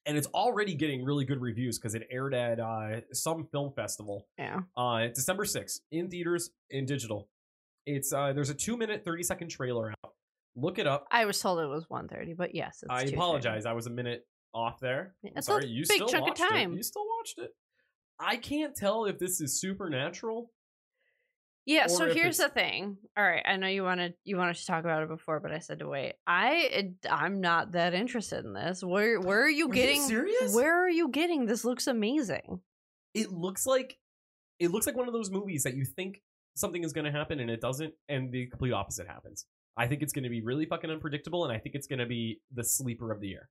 [SPEAKER 2] and it's already getting really good reviews because it aired at uh, some film festival
[SPEAKER 1] Yeah,
[SPEAKER 2] uh, December 6th in theaters and digital. It's uh, there's a two minute thirty second trailer out. Look it up.
[SPEAKER 1] I was told it was 1.30, but yes, it's
[SPEAKER 2] I
[SPEAKER 1] 2:30.
[SPEAKER 2] apologize. I was a minute off there. I'm
[SPEAKER 1] That's a
[SPEAKER 2] sorry. You
[SPEAKER 1] big
[SPEAKER 2] still
[SPEAKER 1] chunk of
[SPEAKER 2] watched it.
[SPEAKER 1] time.
[SPEAKER 2] You still watched it. I can't tell if this is supernatural.
[SPEAKER 1] Yeah,
[SPEAKER 2] or
[SPEAKER 1] so
[SPEAKER 2] if
[SPEAKER 1] here's the
[SPEAKER 2] it's-
[SPEAKER 1] thing. All right, I know you wanted you wanted to talk about it before, but I said to wait. I it- I'm not that interested in this. Where where are you
[SPEAKER 2] Are you
[SPEAKER 1] getting
[SPEAKER 2] serious?
[SPEAKER 1] Where are you getting this looks amazing.
[SPEAKER 2] It looks like it looks like one of those movies that you think something is going to happen and it doesn't, and the complete opposite happens. I think it's going to be really fucking unpredictable, and I think it's going to be the sleeper of the year.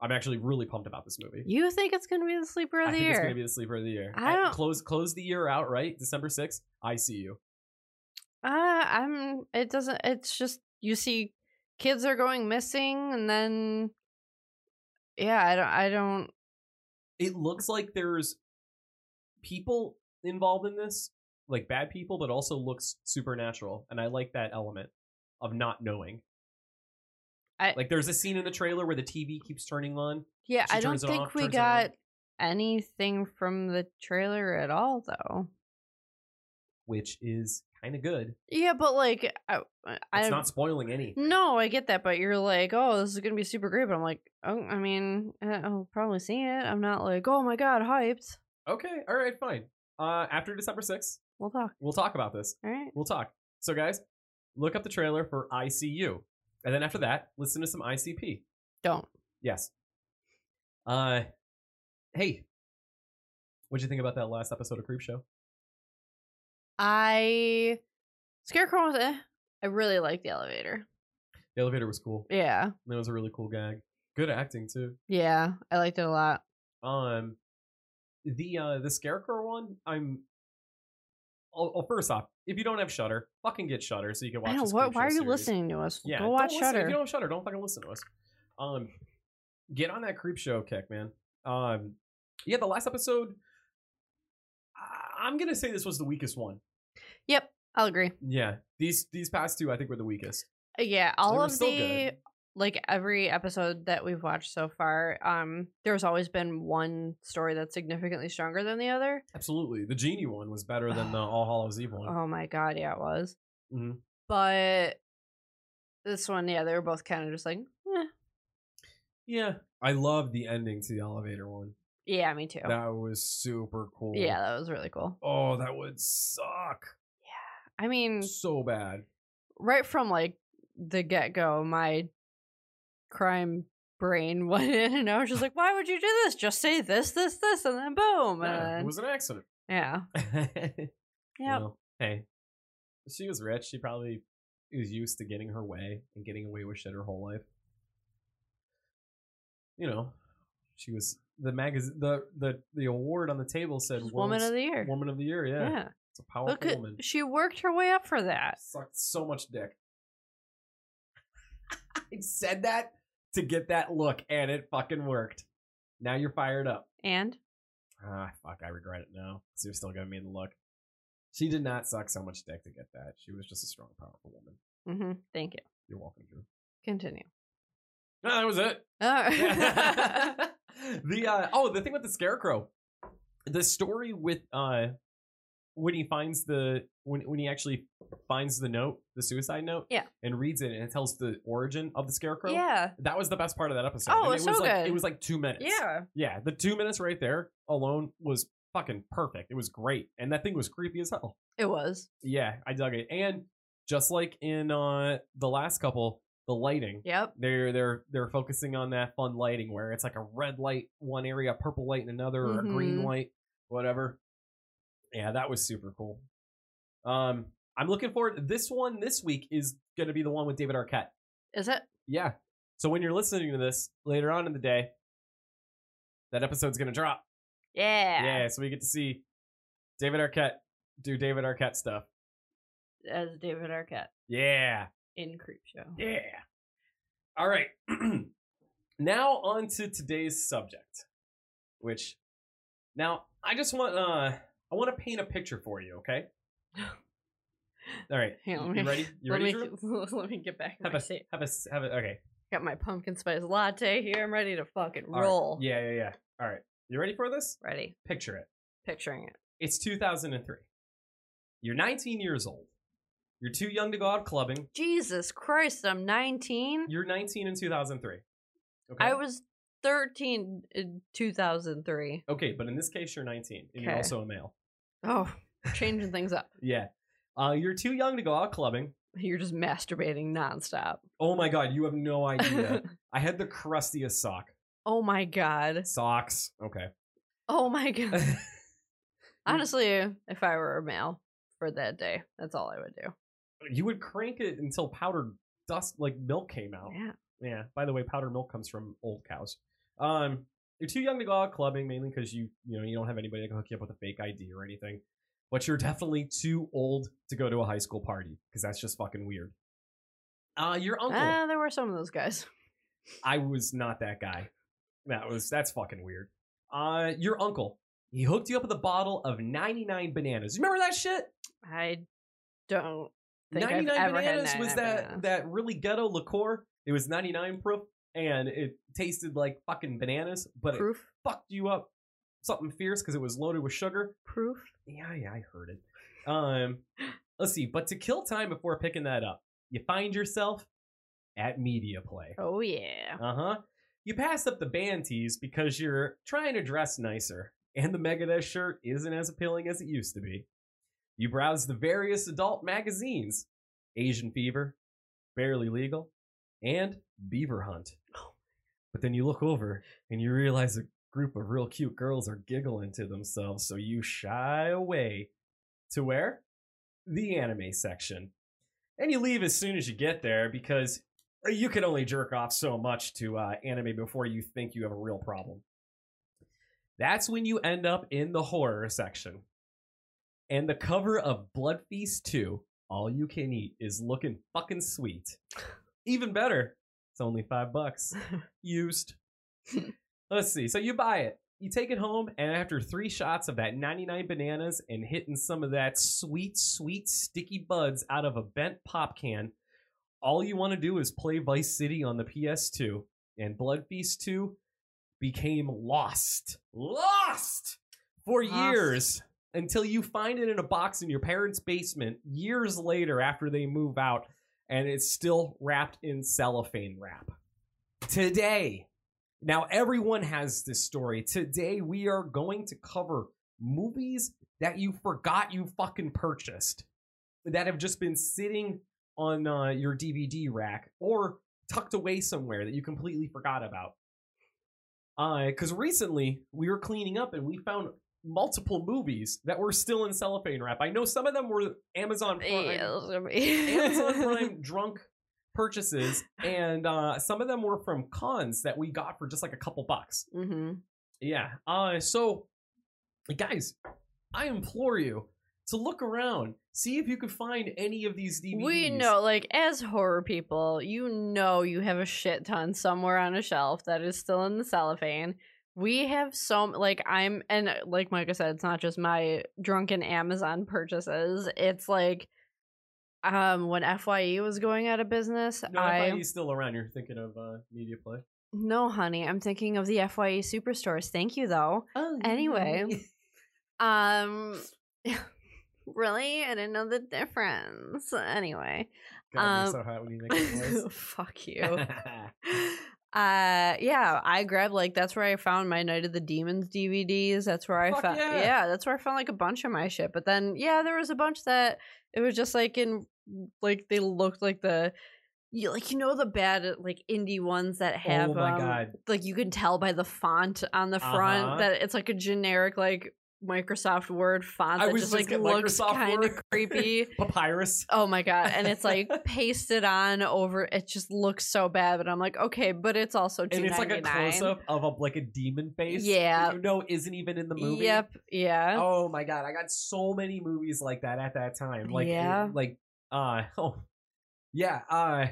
[SPEAKER 2] I'm actually really pumped about this movie.
[SPEAKER 1] You think it's going to be the sleeper of
[SPEAKER 2] I
[SPEAKER 1] the
[SPEAKER 2] think it's gonna
[SPEAKER 1] year?
[SPEAKER 2] be the sleeper of the year.
[SPEAKER 1] I
[SPEAKER 2] Uh,
[SPEAKER 1] don't-
[SPEAKER 2] close close the year out right, December sixth. I see you.
[SPEAKER 1] uh, I'm it doesn't it's just you see kids are going missing and then yeah, I don't I don't
[SPEAKER 2] It looks like there's people involved in this, like bad people, but also looks supernatural, and I like that element of not knowing.
[SPEAKER 1] I-
[SPEAKER 2] like there's a scene in the trailer where the TV keeps turning on.
[SPEAKER 1] Yeah,
[SPEAKER 2] She
[SPEAKER 1] I don't
[SPEAKER 2] turns it
[SPEAKER 1] think
[SPEAKER 2] off,
[SPEAKER 1] we
[SPEAKER 2] turns it on.
[SPEAKER 1] got anything from the trailer at all though.
[SPEAKER 2] Which is kind of good.
[SPEAKER 1] Yeah, but like I,
[SPEAKER 2] It's
[SPEAKER 1] I
[SPEAKER 2] not spoiling any.
[SPEAKER 1] No, I get that, but you're like, oh, this is gonna be super great. But I'm like, oh, I mean, uh, I'll probably see it. I'm not like, oh my god, hyped.
[SPEAKER 2] Okay, all right, fine. Uh, after December sixth,
[SPEAKER 1] We'll talk.
[SPEAKER 2] we'll talk about this.
[SPEAKER 1] All right.
[SPEAKER 2] We'll talk. So, guys, look up the trailer for ICU. And then after that, listen to some ICP.
[SPEAKER 1] Don't.
[SPEAKER 2] Yes. Uh, hey, what'd you think about that last episode of Creep Show?
[SPEAKER 1] I Scarecrow was eh. I really like the elevator.
[SPEAKER 2] The elevator was cool.
[SPEAKER 1] Yeah,
[SPEAKER 2] That was a really cool gag. Good acting too.
[SPEAKER 1] yeah, I liked it a lot.
[SPEAKER 2] Um, the uh the scarecrow one. I'm. Oh, oh, first off, if you don't have Shutter, fucking get Shutter so you can watch.
[SPEAKER 1] I know
[SPEAKER 2] this
[SPEAKER 1] what.
[SPEAKER 2] Creep
[SPEAKER 1] Why
[SPEAKER 2] Show
[SPEAKER 1] are you
[SPEAKER 2] series.
[SPEAKER 1] listening to us?
[SPEAKER 2] Yeah,
[SPEAKER 1] Go watch
[SPEAKER 2] don't listen- If
[SPEAKER 1] Shutter.
[SPEAKER 2] you don't have Shutter, don't fucking listen to us. Um, get on that creep show kick, man. Um, yeah, the last episode. I- I'm gonna say this was the weakest one.
[SPEAKER 1] Yep, I'll agree.
[SPEAKER 2] Yeah, these these past two I think were the weakest.
[SPEAKER 1] Uh, Yeah, all
[SPEAKER 2] were
[SPEAKER 1] of the
[SPEAKER 2] still good.
[SPEAKER 1] like every episode that we've watched so far, um, there's always been one story that's significantly stronger than the other.
[SPEAKER 2] Absolutely, the genie one was better than the All Hallows Eve one.
[SPEAKER 1] Oh my god, yeah, it was.
[SPEAKER 2] Mhm.
[SPEAKER 1] But this one, yeah, they were both kind of just like, eh.
[SPEAKER 2] Yeah, I love the ending to the elevator one.
[SPEAKER 1] yeah, me too.
[SPEAKER 2] That was super cool.
[SPEAKER 1] yeah, that was really cool.
[SPEAKER 2] Oh, that would suck
[SPEAKER 1] I mean,
[SPEAKER 2] so bad.
[SPEAKER 1] right from like the get go, my crime brain went in, and I was just like, why would you do this? Just say this, this, this, and then boom,
[SPEAKER 2] Yeah, it
[SPEAKER 1] and
[SPEAKER 2] was an accident.
[SPEAKER 1] yeah, yeah,
[SPEAKER 2] Well, hey, she was rich. She probably was used to getting her way and getting away with shit her whole life. You know, She was the magazine. The the the award on the table said
[SPEAKER 1] She's woman of
[SPEAKER 2] world's-
[SPEAKER 1] the year.
[SPEAKER 2] Woman of the year. Yeah,
[SPEAKER 1] yeah.
[SPEAKER 2] it's a powerful
[SPEAKER 1] Look, at,
[SPEAKER 2] woman.
[SPEAKER 1] she worked her way up for that.
[SPEAKER 2] Sucked so much dick. I said that to get that look, and it fucking worked. Now you're fired up.
[SPEAKER 1] And
[SPEAKER 2] Ah, fuck, I regret it now. 'cause You're still giving me the look. She did not suck so much dick to get that. She was just a strong, powerful woman.
[SPEAKER 1] hmm thank you.
[SPEAKER 2] You're welcome, Drew.
[SPEAKER 1] Continue.
[SPEAKER 2] No, that was it.
[SPEAKER 1] All right.
[SPEAKER 2] the uh, oh, the thing with the scarecrow, the story with uh, when he finds the when when he actually finds the note, the suicide note,
[SPEAKER 1] Yeah.
[SPEAKER 2] and reads it, and it tells the origin of the scarecrow.
[SPEAKER 1] yeah.
[SPEAKER 2] That was the best part of that episode.
[SPEAKER 1] Oh,
[SPEAKER 2] and
[SPEAKER 1] it's
[SPEAKER 2] it was
[SPEAKER 1] so
[SPEAKER 2] like,
[SPEAKER 1] good.
[SPEAKER 2] It was like two minutes.
[SPEAKER 1] Yeah.
[SPEAKER 2] Yeah, the two minutes right there alone was fucking perfect. It was great. And that thing was creepy as hell.
[SPEAKER 1] It was.
[SPEAKER 2] Yeah, I dug it. And just like in uh the last couple, the lighting.
[SPEAKER 1] Yep.
[SPEAKER 2] They're they're they're focusing on that fun lighting where it's like a red light one area, purple light in another, or a green
[SPEAKER 1] Mhm.
[SPEAKER 2] light, whatever. Yeah, that was super cool. Um I'm looking forward this one this week is gonna be the one with David Arquette.
[SPEAKER 1] Is it?
[SPEAKER 2] Yeah. So when you're listening to this later on in the day, that episode's gonna drop.
[SPEAKER 1] Yeah.
[SPEAKER 2] Yeah, so we get to see David Arquette do David Arquette stuff.
[SPEAKER 1] As David Arquette
[SPEAKER 2] Yeah.
[SPEAKER 1] in Creepshow.
[SPEAKER 2] Yeah. All right. now on to today's subject, which now I just want uh I want to paint a picture for you, okay? All right.
[SPEAKER 1] Hang on,
[SPEAKER 2] you,
[SPEAKER 1] let me-
[SPEAKER 2] you ready? You
[SPEAKER 1] let
[SPEAKER 2] ready?
[SPEAKER 1] me
[SPEAKER 2] Drew?
[SPEAKER 1] let me get back. to
[SPEAKER 2] Have
[SPEAKER 1] my
[SPEAKER 2] a
[SPEAKER 1] seat.
[SPEAKER 2] have a s- have a okay.
[SPEAKER 1] Got my pumpkin spice latte here. I'm ready to fucking
[SPEAKER 2] All right.
[SPEAKER 1] roll.
[SPEAKER 2] Yeah, yeah, yeah. All right. You ready for this?
[SPEAKER 1] Ready.
[SPEAKER 2] Picture it.
[SPEAKER 1] Picturing it.
[SPEAKER 2] It's 2003. You're 19 years old. You're too young to go out clubbing.
[SPEAKER 1] Jesus Christ, I'm 19.
[SPEAKER 2] You're 19 in 2003. Okay.
[SPEAKER 1] I was 13 in 2003.
[SPEAKER 2] okay, but in this case, you're 19 and you're
[SPEAKER 1] Okay.
[SPEAKER 2] also a male.
[SPEAKER 1] Oh, changing things up.
[SPEAKER 2] Yeah. Uh, you're too young to go out clubbing.
[SPEAKER 1] You're just masturbating nonstop.
[SPEAKER 2] Oh my God, you have no idea. I had the crustiest sock.
[SPEAKER 1] oh my god.
[SPEAKER 2] Socks. Okay.
[SPEAKER 1] Oh my god. Honestly, if I were a male for that day, that's all I would do.
[SPEAKER 2] you would crank it until powdered dust, like milk, came out.
[SPEAKER 1] Yeah.
[SPEAKER 2] Yeah. By the way, powdered milk comes from old cows. Um, you're too young to go out clubbing mainly because you you know you don't have anybody to hook you up with a fake ID or anything. But you're definitely too old to go to a high school party because that's just fucking weird. Uh, your uncle.
[SPEAKER 1] Ah, there were some of those guys.
[SPEAKER 2] I was not that guy. That was that's fucking weird. Uh, your uncle. He hooked you up with a bottle of 99 bananas. You remember that shit?
[SPEAKER 1] I don't think I've
[SPEAKER 2] 99
[SPEAKER 1] ever had
[SPEAKER 2] bananas was
[SPEAKER 1] 99
[SPEAKER 2] that
[SPEAKER 1] bananas.
[SPEAKER 2] that really ghetto liqueur. It was 99 proof and it tasted like fucking bananas, but it
[SPEAKER 1] proof.
[SPEAKER 2] fucked you up something fierce because it was loaded with sugar.
[SPEAKER 1] Proof.
[SPEAKER 2] Yeah, yeah, I heard it. Um, let's see. But to kill time before picking that up, you find yourself at media play.
[SPEAKER 1] Oh yeah.
[SPEAKER 2] Uh huh. You pass up the band tees because you're trying to dress nicer, and the Megadeth shirt isn't as appealing as it used to be. You browse the various adult magazines Asian Fever, Barely Legal, and Beaver Hunt. But then you look over and you realize a group of real cute girls are giggling to themselves, so you shy away to where? The anime section. And you leave as soon as you get there because you can only jerk off so much to uh, anime before you think you have a real problem. That's when you end up in the horror section. And the cover of Blood Feast 2, All You Can Eat, is looking fucking sweet. Even better, it's only five bucks. Used. Let's see. So you buy it, you take it home, and after three shots of that 99 bananas and hitting some of that sweet, sweet sticky buds out of a bent pop can, all you want to do is play Vice City on the PS2. And Blood Feast 2 became lost. Lost! For
[SPEAKER 1] Lost.
[SPEAKER 2] years until you find it in a box in your parents' basement years later after they move out and it's still wrapped in cellophane wrap. Today, now everyone has this story. Today we are going to cover movies that you forgot you fucking purchased that have just been sitting on uh, your DVD rack or tucked away somewhere that you completely forgot about. Because recently we were cleaning up and we found multiple movies that were still in cellophane wrap. I know some of them were Amazon Prime,
[SPEAKER 1] Yeah, those are me.
[SPEAKER 2] Amazon Prime drunk purchases, and uh, some of them were from cons that we got for just like a couple bucks.
[SPEAKER 1] Mm-hmm.
[SPEAKER 2] Yeah. Uh, so, guys, I implore you to look around, see if you can find any of these DVDs.
[SPEAKER 1] We know, like, as horror people, you know you have a shit ton somewhere on a shelf that is still in the cellophane. We have so like I'm and uh, like Micah said, it's not just my drunken Amazon purchases. It's like um when FYE was going out of business,
[SPEAKER 2] No,
[SPEAKER 1] I
[SPEAKER 2] FIE's still around. You're thinking of uh, Media Play.
[SPEAKER 1] no honey, I'm thinking of the FYE superstores. Thank you though.
[SPEAKER 2] Oh.
[SPEAKER 1] Anyway. Um really? I didn't know the difference. Anyway.
[SPEAKER 2] God,
[SPEAKER 1] Um,
[SPEAKER 2] you're so hot when you make that noise.
[SPEAKER 1] Fuck you. uh yeah i grabbed like that's where i found my night of the demons dvds that's where i
[SPEAKER 2] Fuck
[SPEAKER 1] found
[SPEAKER 2] yeah.
[SPEAKER 1] yeah. that's where i found like a bunch of my shit but then yeah there was a bunch that it was just like in like they looked like the you, like you know the bad uh, like indie ones that have
[SPEAKER 2] oh my
[SPEAKER 1] um,
[SPEAKER 2] god.
[SPEAKER 1] like you can tell by the font on the front
[SPEAKER 2] Uh-huh.
[SPEAKER 1] that it's like a generic like microsoft word font
[SPEAKER 2] I
[SPEAKER 1] that
[SPEAKER 2] was
[SPEAKER 1] just,
[SPEAKER 2] just
[SPEAKER 1] like
[SPEAKER 2] at
[SPEAKER 1] looks
[SPEAKER 2] Microsoft
[SPEAKER 1] kind of
[SPEAKER 2] Word.
[SPEAKER 1] creepy
[SPEAKER 2] Papyrus.
[SPEAKER 1] Oh my god! And it's like pasted on over. It just looks so bad, but I'm like, okay, but it's also two
[SPEAKER 2] And it's
[SPEAKER 1] ninety
[SPEAKER 2] like
[SPEAKER 1] nine.
[SPEAKER 2] a close up of a like a demon face. that
[SPEAKER 1] Yeah.
[SPEAKER 2] You know isn't even in the movie.
[SPEAKER 1] Yep. Yeah.
[SPEAKER 2] Oh my god, I got so many movies like that at that time. Like it-
[SPEAKER 1] Yeah.
[SPEAKER 2] like uh oh. Yeah, uh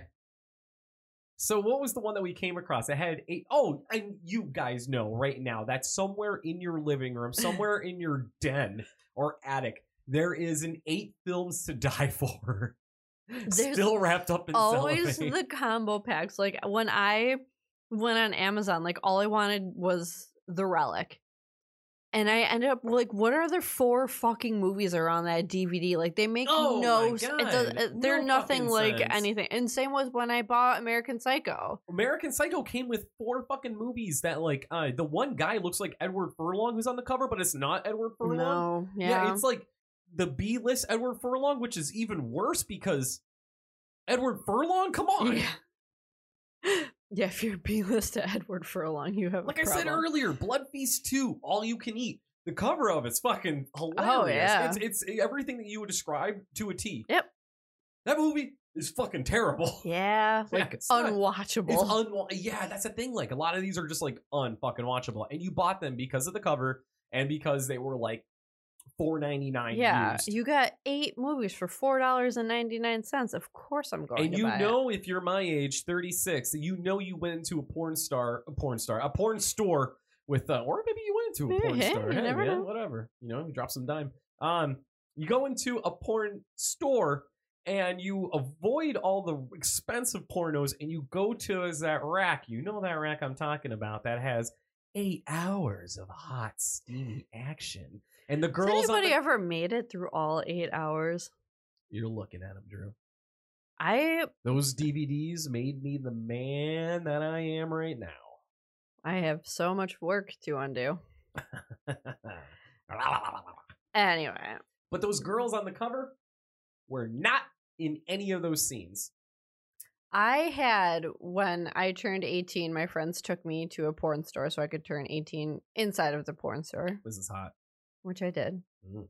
[SPEAKER 2] so what was the one that we came across? It had eight oh, and you guys know right now that somewhere in your living room, somewhere in your den or attic, there is an eight films to die for.
[SPEAKER 1] There's
[SPEAKER 2] Still wrapped up in
[SPEAKER 1] Always
[SPEAKER 2] cellophane.
[SPEAKER 1] the combo packs. Like when I went on Amazon, like all I wanted was the relic. And I ended up like, what are the four fucking movies that are on that DVD? Like they make
[SPEAKER 2] Oh my
[SPEAKER 1] no, s- it does,
[SPEAKER 2] God.
[SPEAKER 1] it, they're
[SPEAKER 2] No
[SPEAKER 1] nothing
[SPEAKER 2] fucking
[SPEAKER 1] like
[SPEAKER 2] sense.
[SPEAKER 1] anything. And same with when I bought American Psycho.
[SPEAKER 2] American Psycho came with four fucking movies that like uh the one guy looks like Edward Furlong who's on the cover, but it's not Edward Furlong.
[SPEAKER 1] No, yeah,
[SPEAKER 2] Yeah, it's like the B list Edward Furlong, which is even worse because Edward Furlong, come on.
[SPEAKER 1] Yeah. Yeah, if you're B list to Edward Furlong, you have
[SPEAKER 2] Like
[SPEAKER 1] a
[SPEAKER 2] I said
[SPEAKER 1] problem.
[SPEAKER 2] earlier, Blood Feast 2, all you can eat. The cover of it's fucking hilarious.
[SPEAKER 1] Oh, yeah.
[SPEAKER 2] It's it's everything that you would describe to a T.
[SPEAKER 1] Yep.
[SPEAKER 2] That movie is fucking terrible.
[SPEAKER 1] Yeah,
[SPEAKER 2] Yeah,
[SPEAKER 1] like
[SPEAKER 2] it's not-
[SPEAKER 1] unwatchable.
[SPEAKER 2] It's unwa- yeah, that's the thing. Like a lot of these are just like unfucking watchable, and you bought them because of the cover and because they were like four ninety nine.
[SPEAKER 1] yeah,
[SPEAKER 2] used.
[SPEAKER 1] you got eight movies for four dollars and ninety nine cents. Of course, I'm going.
[SPEAKER 2] and
[SPEAKER 1] to
[SPEAKER 2] you
[SPEAKER 1] buy it.
[SPEAKER 2] know if you're my age 36 you know you went into a porn star a porn star a porn store with uh, or maybe you went into a
[SPEAKER 1] Yeah,
[SPEAKER 2] porn
[SPEAKER 1] Mm, hey,
[SPEAKER 2] store
[SPEAKER 1] you never
[SPEAKER 2] yeah,
[SPEAKER 1] know.
[SPEAKER 2] whatever you know you drop some dime um you go into a porn store and you avoid all the expensive pornos and you go to is that rack you know that rack i'm talking about that has eight hours of hot steamy action and the
[SPEAKER 1] Has
[SPEAKER 2] girls on
[SPEAKER 1] anybody
[SPEAKER 2] the-
[SPEAKER 1] ever made it through all eight hours?
[SPEAKER 2] you're looking at them drew
[SPEAKER 1] I
[SPEAKER 2] Those DVDs made me the man that I am right now.
[SPEAKER 1] I have so much work to undo. Anyway,
[SPEAKER 2] but those girls on the cover were not in any of those scenes.
[SPEAKER 1] I had when I turned eighteen, my friends took me to a porn store so I could turn eighteen inside of the porn store.
[SPEAKER 2] This is hot.
[SPEAKER 1] which I did.
[SPEAKER 2] Mm.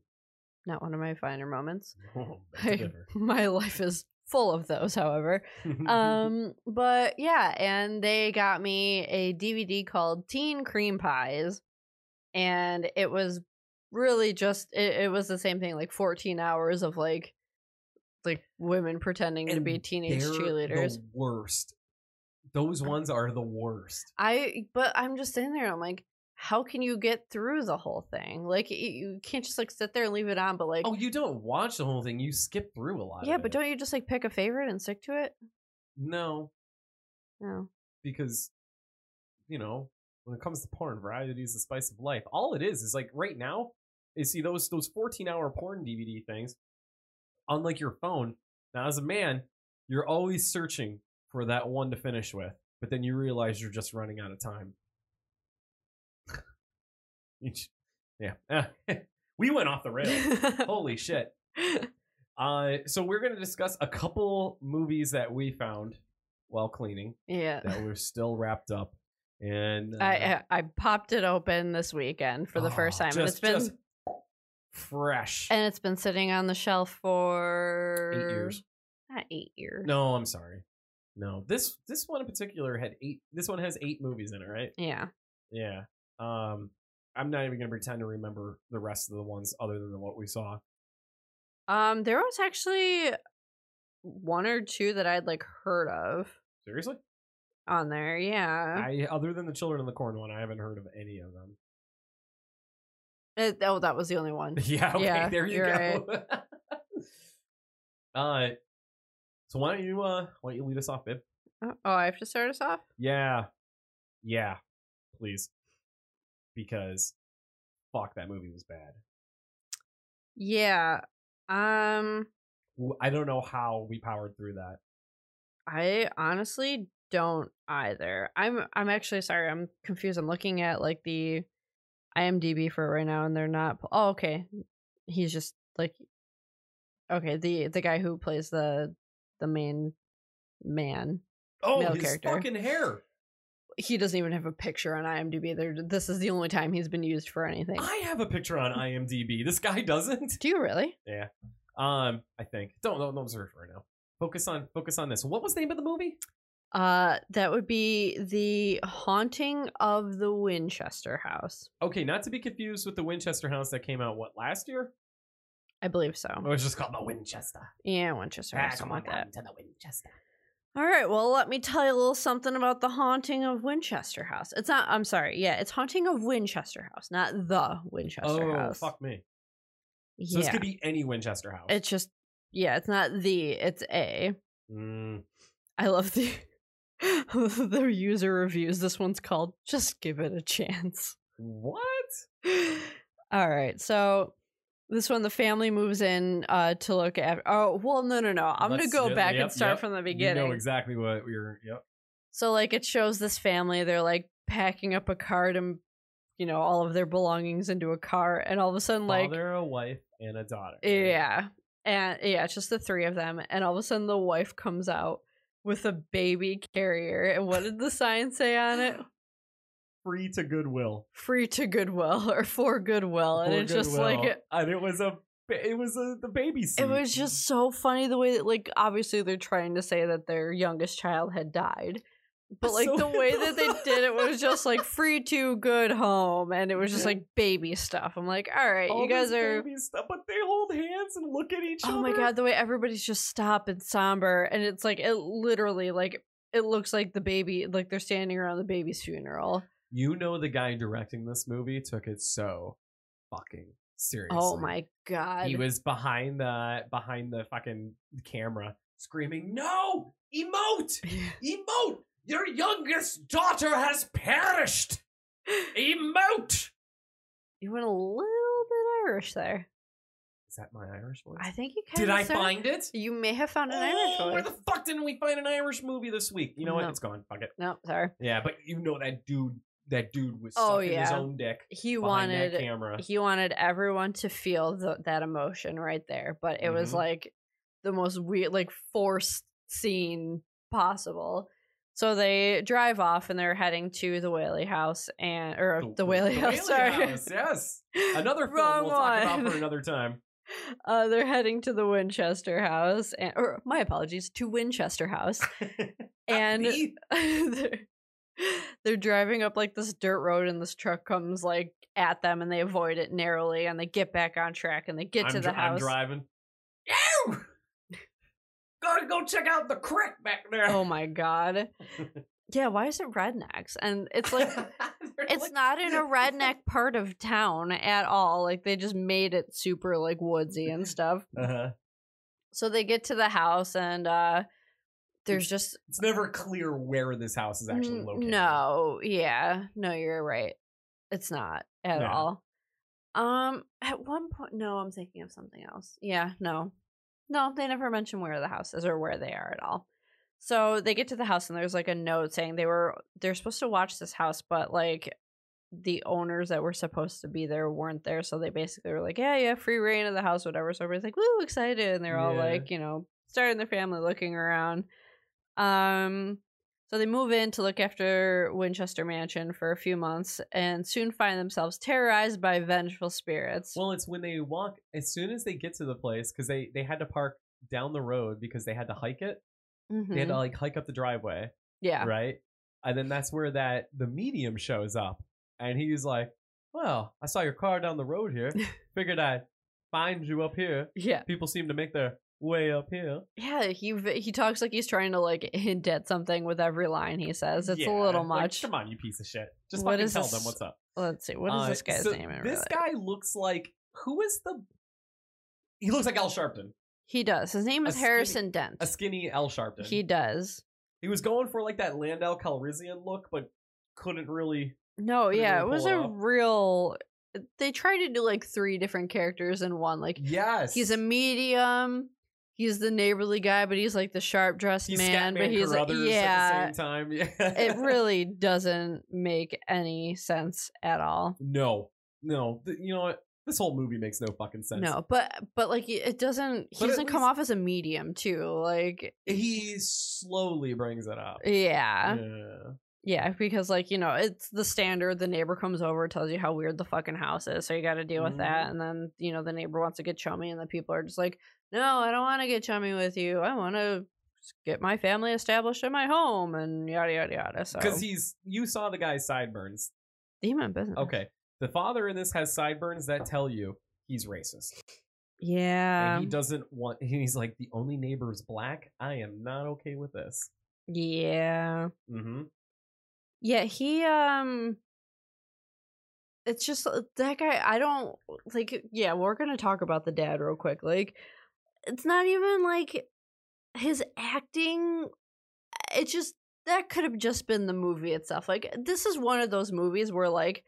[SPEAKER 1] Not one of my finer moments.
[SPEAKER 2] Oh, that's a giver.
[SPEAKER 1] my life is full of those, however.
[SPEAKER 2] Mm-hmm.
[SPEAKER 1] Um, but yeah, and they got me a DVD called Teen Cream Pies, and it was really just it, it was the same thing, like 14 hours of like like women pretending to
[SPEAKER 2] And
[SPEAKER 1] be teenage
[SPEAKER 2] They're
[SPEAKER 1] cheerleaders.
[SPEAKER 2] The worst. Those ones are the worst.
[SPEAKER 1] I but I'm just sitting there. I'm like, how can you get through the whole thing? Like, you- you can't just like sit there and leave it on. But like,
[SPEAKER 2] Oh, you don't watch the whole thing. You skip through a lot.
[SPEAKER 1] Yeah,
[SPEAKER 2] of
[SPEAKER 1] but
[SPEAKER 2] it.
[SPEAKER 1] don't you just like pick a favorite and stick to it?
[SPEAKER 2] No,
[SPEAKER 1] No.
[SPEAKER 2] because you know when it comes to porn variety is the spice of life all it is is like right now you see those those 14 hour porn dvd things unlike your phone now as a man you're always searching for that one to finish with but then you realize you're just running out of time You j- yeah we went off the rails holy shit uh so we're gonna discuss a couple movies that we found while cleaning
[SPEAKER 1] yeah.
[SPEAKER 2] that were still wrapped up. And uh,
[SPEAKER 1] I, I I popped it open this weekend for the first
[SPEAKER 2] oh,
[SPEAKER 1] time.
[SPEAKER 2] just-
[SPEAKER 1] and it's
[SPEAKER 2] just
[SPEAKER 1] been
[SPEAKER 2] fresh.
[SPEAKER 1] and it's been sitting on the shelf for
[SPEAKER 2] Eight years.
[SPEAKER 1] Not eight years.
[SPEAKER 2] No, I'm sorry. No, this this one in particular had eight. This one has eight movies in it, right?
[SPEAKER 1] Yeah.
[SPEAKER 2] Yeah. Um, I'm not even gonna pretend to remember the rest of the ones other than what we saw.
[SPEAKER 1] Um, there was actually one or two that I'd like heard of
[SPEAKER 2] Seriously,
[SPEAKER 1] on there. Yeah.
[SPEAKER 2] I other than the Children of the Corn one, I haven't heard of any of them.
[SPEAKER 1] Uh, oh, that was the only one.
[SPEAKER 2] Yeah. Okay.
[SPEAKER 1] Yeah,
[SPEAKER 2] there you
[SPEAKER 1] you're
[SPEAKER 2] go. uh, so why don't you uh why don't you lead us off, Bib?
[SPEAKER 1] Oh, I have to start us off.
[SPEAKER 2] Yeah. Yeah. Please. Because fuck that movie was bad.
[SPEAKER 1] Yeah. Um,
[SPEAKER 2] W- I don't know how we powered through that.
[SPEAKER 1] I honestly don't either. I'm I'm actually sorry. I'm confused. I'm looking at like the IMDb for it right now, and they're not. Oh, okay. He's just like, okay the the guy who plays the the main man.
[SPEAKER 2] Oh,
[SPEAKER 1] Male
[SPEAKER 2] his
[SPEAKER 1] character.
[SPEAKER 2] fucking hair.
[SPEAKER 1] He doesn't even have a picture on IMDb. There, this is the only time he's been used for anything.
[SPEAKER 2] I have a picture on IMDb. This guy doesn't.
[SPEAKER 1] Do you really?
[SPEAKER 2] Um, I think. Don't don't, don't search right now. Focus on focus on this. What was the name of the movie?
[SPEAKER 1] Uh, that would be the haunting of the Winchester House.
[SPEAKER 2] Okay, not to be confused with the Winchester House that came out what last year?
[SPEAKER 1] I believe so.
[SPEAKER 2] Oh, it's just called the Winchester.
[SPEAKER 1] Yeah, Winchester
[SPEAKER 2] Ah,
[SPEAKER 1] House.
[SPEAKER 2] come
[SPEAKER 1] something
[SPEAKER 2] on
[SPEAKER 1] like that.
[SPEAKER 2] down to the Winchester.
[SPEAKER 1] All right, well, let me tell you a little something about the haunting of Winchester House. It's not, I'm sorry, yeah, it's haunting of Winchester House, not the Winchester
[SPEAKER 2] oh,
[SPEAKER 1] House.
[SPEAKER 2] fuck me.
[SPEAKER 1] Yeah.
[SPEAKER 2] So this could be any Winchester house.
[SPEAKER 1] it's just, yeah, it's not the, it's a.
[SPEAKER 2] Mm.
[SPEAKER 1] I love the, the user reviews. This one's called Just Give It a Chance.
[SPEAKER 2] What?
[SPEAKER 1] All right, so this one, the family moves in uh to look at, oh, well, no, no, no. I'm going to
[SPEAKER 2] Let's-
[SPEAKER 1] go
[SPEAKER 2] yeah,
[SPEAKER 1] back
[SPEAKER 2] yep,
[SPEAKER 1] and start
[SPEAKER 2] yep.
[SPEAKER 1] from the beginning.
[SPEAKER 2] You know exactly what we were. Yep.
[SPEAKER 1] So like it shows this family, they're like packing up a cart and you know, all of their belongings into a car and all of a sudden like
[SPEAKER 2] Father, a wife, and a daughter.
[SPEAKER 1] Yeah. And yeah, it's just the three of them. And all of a sudden the wife comes out with a baby carrier. And what did the sign say on it?
[SPEAKER 2] Free to Goodwill.
[SPEAKER 1] Free to Goodwill or for Goodwill. And
[SPEAKER 2] For
[SPEAKER 1] it's just like
[SPEAKER 2] Goodwill.
[SPEAKER 1] it,
[SPEAKER 2] and it was a it was a the baby seat.
[SPEAKER 1] it was just so funny the way that like obviously they're trying to say that their youngest child had died. But like
[SPEAKER 2] So-
[SPEAKER 1] the way that they did it was just like free to good home and it was just like baby stuff. I'm like, all right,
[SPEAKER 2] All
[SPEAKER 1] you guys
[SPEAKER 2] this
[SPEAKER 1] are
[SPEAKER 2] baby stuff, but they hold hands and look at each other.
[SPEAKER 1] Oh my god, the way everybody's just stop and somber and it's like it literally like it looks like the baby like they're standing around the baby's funeral.
[SPEAKER 2] You know the guy directing this movie took it so fucking seriously.
[SPEAKER 1] Oh my god.
[SPEAKER 2] He was behind the behind the fucking camera screaming, "No! Emote! Emote! Your youngest daughter has perished! Emote!"
[SPEAKER 1] you went a little bit Irish there.
[SPEAKER 2] Is that my Irish voice?
[SPEAKER 1] I think you kind
[SPEAKER 2] Did
[SPEAKER 1] of
[SPEAKER 2] I find it?
[SPEAKER 1] you may have found an Irish
[SPEAKER 2] Oh, where
[SPEAKER 1] voice.
[SPEAKER 2] the fuck didn't we find an Irish movie this week? You know what?
[SPEAKER 1] No.
[SPEAKER 2] It's gone. Fuck it.
[SPEAKER 1] no, sorry.
[SPEAKER 2] Yeah, but you know that dude. That dude was
[SPEAKER 1] Oh,
[SPEAKER 2] sucking his
[SPEAKER 1] yeah.
[SPEAKER 2] own dick
[SPEAKER 1] He
[SPEAKER 2] behind
[SPEAKER 1] wanted
[SPEAKER 2] that camera.
[SPEAKER 1] he wanted everyone to feel th- that emotion right there but it was
[SPEAKER 2] Mhm.
[SPEAKER 1] like the most weird like forced scene possible so they drive off and they're heading to the Whaley house and or the, Whaley house
[SPEAKER 2] Whaley
[SPEAKER 1] sorry
[SPEAKER 2] House, yes, another film
[SPEAKER 1] Wrong
[SPEAKER 2] we'll talk about
[SPEAKER 1] one.
[SPEAKER 2] for another time.
[SPEAKER 1] uh, they're heading to the Winchester house and or my apologies to Winchester house and
[SPEAKER 2] The-
[SPEAKER 1] they're, they're driving up like this dirt road and this truck comes like at them and they avoid it narrowly and they get back on track and they get
[SPEAKER 2] I'm
[SPEAKER 1] to the
[SPEAKER 2] dri- I'm
[SPEAKER 1] house
[SPEAKER 2] driving. You gotta go check out the creek back there.
[SPEAKER 1] oh my god yeah why is it rednecks and it's like it's not in a redneck part of town at all like they just made it super like woodsy and stuff
[SPEAKER 2] Uh-huh.
[SPEAKER 1] so they get to the house and uh there's just
[SPEAKER 2] It's never clear where this house is actually
[SPEAKER 1] n-
[SPEAKER 2] located.
[SPEAKER 1] Mm, no yeah no you're right it's not at
[SPEAKER 2] No.
[SPEAKER 1] all um at one point no i'm thinking of something else yeah no no they never mention where the house is or where they are at all so they get to the house and there's like a note saying they were they're supposed to watch this house but like the owners that were supposed to be there weren't there so they basically were like yeah yeah free reign of the house whatever so everybody's like woo excited and they're all
[SPEAKER 2] Yeah.
[SPEAKER 1] like you know starting their family looking around um so they move in to look after winchester mansion for a few months and soon find themselves terrorized by vengeful spirits
[SPEAKER 2] Well, it's when they walk as soon as they get to the place because they they had to park down the road because they had to hike it. They
[SPEAKER 1] Mhm.
[SPEAKER 2] had to like hike up the driveway,
[SPEAKER 1] yeah.
[SPEAKER 2] right? And then that's where that the medium shows up, and he's like, "Well, I saw your car down the road here. Figured I'd find you up here.
[SPEAKER 1] Yeah.
[SPEAKER 2] People seem to make their way up here."
[SPEAKER 1] Yeah. He v- he talks like he's trying to like hint at something with every line he says. It's
[SPEAKER 2] Yeah,
[SPEAKER 1] a little
[SPEAKER 2] like,
[SPEAKER 1] much.
[SPEAKER 2] come on, you piece of shit. Just
[SPEAKER 1] What
[SPEAKER 2] fucking
[SPEAKER 1] is
[SPEAKER 2] tell
[SPEAKER 1] this-
[SPEAKER 2] them what's up.
[SPEAKER 1] Let's see. What is
[SPEAKER 2] Uh,
[SPEAKER 1] this guy's
[SPEAKER 2] so
[SPEAKER 1] name? in real
[SPEAKER 2] This
[SPEAKER 1] life?
[SPEAKER 2] guy looks like who is the? He looks like Al Sharpton,
[SPEAKER 1] He does. His name
[SPEAKER 2] a
[SPEAKER 1] is
[SPEAKER 2] skinny-
[SPEAKER 1] Harrison Dent.
[SPEAKER 2] a skinny Al Sharpton.
[SPEAKER 1] He does.
[SPEAKER 2] he was going for like that Landau Calrissian look, but couldn't really.
[SPEAKER 1] No,
[SPEAKER 2] Couldn't
[SPEAKER 1] yeah,
[SPEAKER 2] really
[SPEAKER 1] it was
[SPEAKER 2] pull it
[SPEAKER 1] a
[SPEAKER 2] off.
[SPEAKER 1] real. They tried to do like three different characters in one. Like
[SPEAKER 2] Yes,
[SPEAKER 1] he's a medium. He's the neighborly guy, but he's like the sharp dressed
[SPEAKER 2] He's
[SPEAKER 1] man.
[SPEAKER 2] Scatman
[SPEAKER 1] But he's
[SPEAKER 2] Carruthers
[SPEAKER 1] yeah.
[SPEAKER 2] at the same time. Yeah,
[SPEAKER 1] it really doesn't make any sense at all.
[SPEAKER 2] no, no. Th- you know what? This whole movie makes no fucking sense.
[SPEAKER 1] No, but but like it doesn't. He
[SPEAKER 2] But at
[SPEAKER 1] doesn't come
[SPEAKER 2] least-
[SPEAKER 1] off as a medium too. Like
[SPEAKER 2] he slowly brings it up.
[SPEAKER 1] yeah.
[SPEAKER 2] Yeah.
[SPEAKER 1] Yeah, because like you know, it's the standard. The neighbor comes over, tells you how weird the fucking house is, so you got to deal with that. And
[SPEAKER 2] Mm-hmm.
[SPEAKER 1] then you know, the neighbor wants to get chummy, and the people are just like, "No, I don't want to get chummy with you. I want to get my family established in my home." And yada yada yada. So
[SPEAKER 2] Because he's, you saw the guy's sideburns.
[SPEAKER 1] he meant business.
[SPEAKER 2] Okay. The father in this has sideburns that tell you he's racist.
[SPEAKER 1] Yeah.
[SPEAKER 2] and
[SPEAKER 1] Um,
[SPEAKER 2] he doesn't want, he's like, the only neighbor is black. I am not okay with this.
[SPEAKER 1] yeah.
[SPEAKER 2] Mm-hmm.
[SPEAKER 1] Yeah, he um it's just uh, that guy I don't like yeah, we're going to talk about the dad real quick. Like it's not even like his acting it just that could have just been the movie itself. Like this is one of those movies where like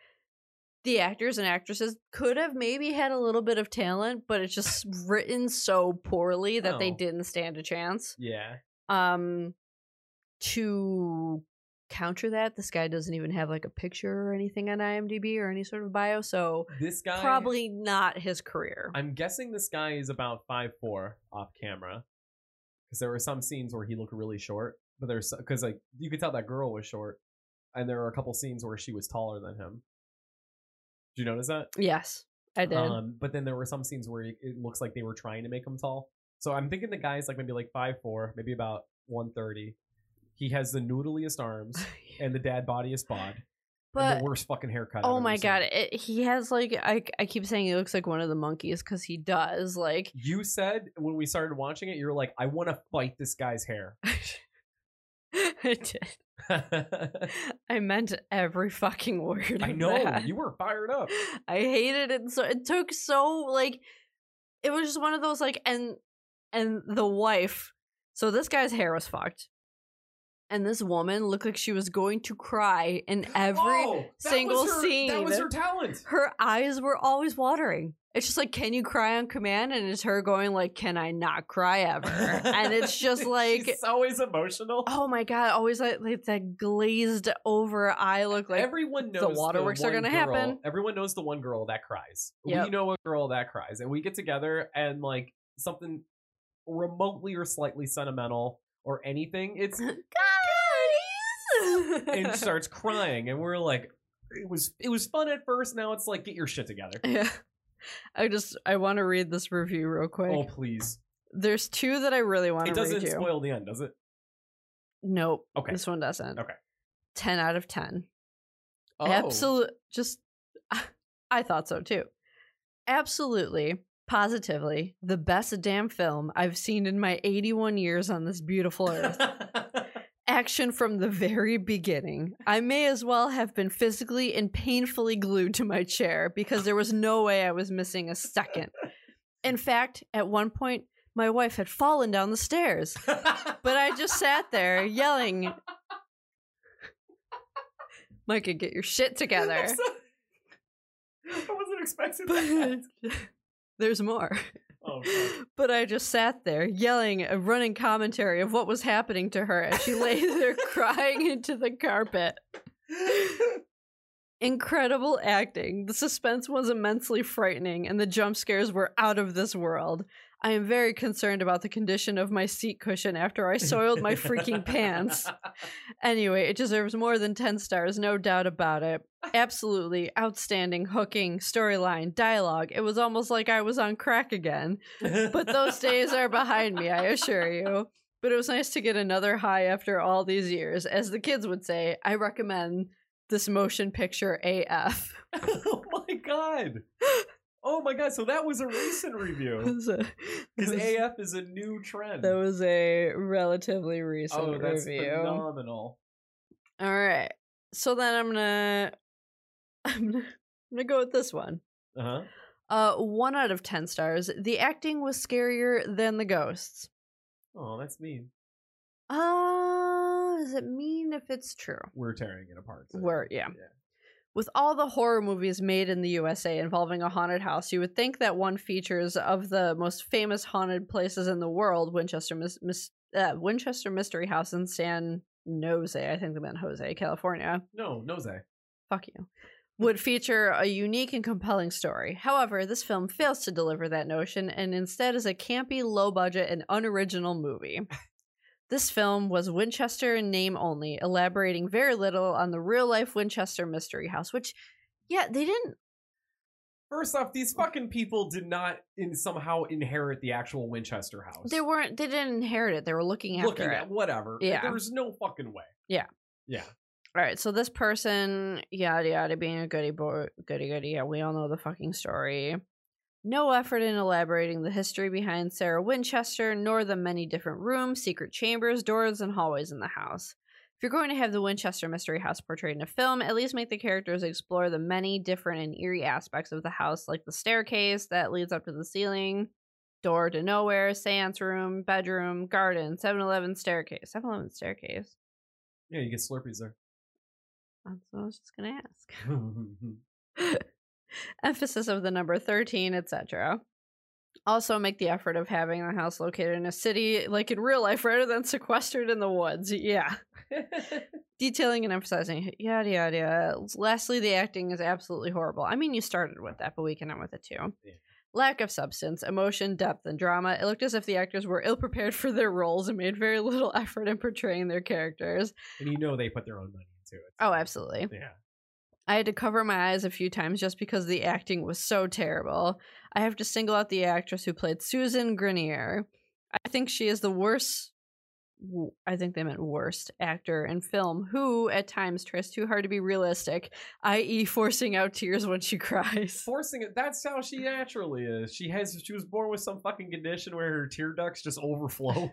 [SPEAKER 1] the actors and actresses could have maybe had a little bit of talent, but it's just written so poorly that they
[SPEAKER 2] Oh.
[SPEAKER 1] didn't stand a chance
[SPEAKER 2] Yeah.
[SPEAKER 1] um to counter that this guy doesn't even have like a picture or anything on imdb or any sort of bio so
[SPEAKER 2] This guy.
[SPEAKER 1] probably not his career
[SPEAKER 2] I'm guessing this guy is about five four off camera, because there were some scenes where he looked really short, but there's because like you could tell that girl was short, and there were a couple scenes where she was taller than him. Did you notice that?
[SPEAKER 1] yes i did
[SPEAKER 2] Um, but then there were some scenes where it it looks like they were trying to make him tall. So I'm thinking the guy's like maybe like five four, maybe about one thirty. He has the noodliest arms and the dad body is bod and
[SPEAKER 1] but
[SPEAKER 2] the worst fucking haircut. I've
[SPEAKER 1] oh
[SPEAKER 2] ever
[SPEAKER 1] my
[SPEAKER 2] seen.
[SPEAKER 1] god it, he has like I, I keep saying he looks like one of the monkeys because he does like
[SPEAKER 2] You said when we started watching it, you were like, "I want to fight this guy's hair."
[SPEAKER 1] I did. I meant every fucking word.
[SPEAKER 2] I
[SPEAKER 1] of
[SPEAKER 2] know
[SPEAKER 1] that.
[SPEAKER 2] you were fired up.
[SPEAKER 1] I hated it so it took so like it was just one of those like and and the wife so this guy's hair was fucked and this woman looked like she was going to cry in every
[SPEAKER 2] Oh, that
[SPEAKER 1] single
[SPEAKER 2] was her- That was
[SPEAKER 1] scene.
[SPEAKER 2] her talent.
[SPEAKER 1] her eyes were always watering it's just like can you cry on command and it's her going like can I not cry ever and it's just like
[SPEAKER 2] she's always emotional.
[SPEAKER 1] oh my god always like, like that glazed over eye look like
[SPEAKER 2] everyone
[SPEAKER 1] the
[SPEAKER 2] knows
[SPEAKER 1] waterworks are
[SPEAKER 2] one
[SPEAKER 1] gonna
[SPEAKER 2] girl-
[SPEAKER 1] happen.
[SPEAKER 2] Everyone knows the one girl that cries.
[SPEAKER 1] Yep.
[SPEAKER 2] We know a girl that cries, and we get together and like something remotely or slightly sentimental or anything. It's
[SPEAKER 1] God, it
[SPEAKER 2] and
[SPEAKER 1] is.
[SPEAKER 2] starts crying, and we're like, it was it was fun at first. Now it's like get your shit together.
[SPEAKER 1] Yeah. I just I want to read this review real quick.
[SPEAKER 2] Oh please!
[SPEAKER 1] There's two that I really want
[SPEAKER 2] It
[SPEAKER 1] to read
[SPEAKER 2] doesn't
[SPEAKER 1] you.
[SPEAKER 2] spoil the end, does it?
[SPEAKER 1] nope.
[SPEAKER 2] Okay.
[SPEAKER 1] This one doesn't.
[SPEAKER 2] Okay.
[SPEAKER 1] 10 out of 10.
[SPEAKER 2] Oh.
[SPEAKER 1] Absolute just I thought so too. Absolutely, positively, the best damn film I've seen in my 81 years on this beautiful earth. Action from the very beginning. I may as well have been physically and painfully glued to my chair because there was no way I was missing a second. In fact, at one point, my wife had fallen down the stairs, but I just sat there yelling, Micah, get your shit together.
[SPEAKER 2] I'm so- I wasn't expecting
[SPEAKER 1] But
[SPEAKER 2] that.
[SPEAKER 1] there's more.
[SPEAKER 2] Oh, fuck.
[SPEAKER 1] But I just sat there yelling a running commentary of what was happening to her as she lay there crying into the carpet. Incredible acting. The suspense was immensely frightening, and the jump scares were out of this world. I am very concerned about the condition of my seat cushion after I soiled my freaking pants. Anyway, it deserves more than 10 stars, no doubt about it. Absolutely outstanding hooking, storyline, dialogue. It was almost like I was on crack again. But those days are behind me, I assure you. But it was nice to get another high after all these years. As the kids would say, I recommend this motion picture AF.
[SPEAKER 2] oh my god. Oh my god. So that was a recent review.
[SPEAKER 1] So,
[SPEAKER 2] Because
[SPEAKER 1] this-
[SPEAKER 2] AF is a new trend.
[SPEAKER 1] that was a relatively recent
[SPEAKER 2] oh, that's
[SPEAKER 1] review.
[SPEAKER 2] phenomenal.
[SPEAKER 1] All right. So then I'm gonna I'm gonna, I'm gonna go with this one.
[SPEAKER 2] Uh huh.
[SPEAKER 1] Uh, one out of ten stars. The acting was scarier than the ghosts.
[SPEAKER 2] Oh, that's mean.
[SPEAKER 1] Uh, does it mean if it's true?
[SPEAKER 2] We're tearing it apart. so-
[SPEAKER 1] We're- yeah. With all the horror movies made in the USA involving a haunted house, you would think that one features of the most famous haunted places in the world, Winchester Mis- Mis- uh, Winchester Mystery House in San Jose, I think they meant Jose, California.
[SPEAKER 2] No, Nose.
[SPEAKER 1] Fuck you. Would feature a unique and compelling story. However, this film fails to deliver that notion and instead is a campy, low budget, and unoriginal movie. This film was Winchester in name only, elaborating very little on the real life Winchester Mystery House, which, yeah, they didn't.
[SPEAKER 2] First off, these fucking people did not in somehow inherit the actual Winchester house.
[SPEAKER 1] They weren't. They didn't inherit it. They were looking after
[SPEAKER 2] looking
[SPEAKER 1] it.
[SPEAKER 2] at whatever. eh,
[SPEAKER 1] Yeah.
[SPEAKER 2] There was no fucking way.
[SPEAKER 1] Yeah.
[SPEAKER 2] Yeah.
[SPEAKER 1] All right, so this person, yada yada, being a goody boy, goody goody, yeah, we all know the fucking story. No effort in elaborating the history behind Sarah Winchester, nor the many different rooms, secret chambers, doors, and hallways in the house. If you're going to have the Winchester Mystery House portrayed in a film, at least make the characters explore the many different and eerie aspects of the house, like the staircase that leads up to the ceiling, door to nowhere, seance room, bedroom, garden, 7 Eleven staircase. 7 Eleven staircase.
[SPEAKER 2] Yeah, you get Slurpees there.
[SPEAKER 1] That's what I was just going to ask. emphasis of the number 13, etc. Also, make the effort of having the house located in a city like in real life rather than sequestered in the woods. Yeah. Detailing and emphasizing, yada, yada, yada. Lastly, the acting is absolutely horrible. I mean, you started with that, but we can end with it too.
[SPEAKER 2] Yeah.
[SPEAKER 1] Lack of substance, emotion, depth, and drama. It looked as if the actors were ill prepared for their roles and made very little effort in portraying their characters.
[SPEAKER 2] and you know they put their own money into it.
[SPEAKER 1] Oh, absolutely.
[SPEAKER 2] Yeah.
[SPEAKER 1] I had to cover my eyes a few times just because the acting was so terrible. I have to single out the actress who played Susan Grenier. I think she is the worst. w- I think they meant worst actor in film who at times tries too hard to be realistic, i.e., forcing out tears when she cries.
[SPEAKER 2] Forcing it. That's how she naturally is. She has. She was born with some fucking condition where her tear ducts just overflow.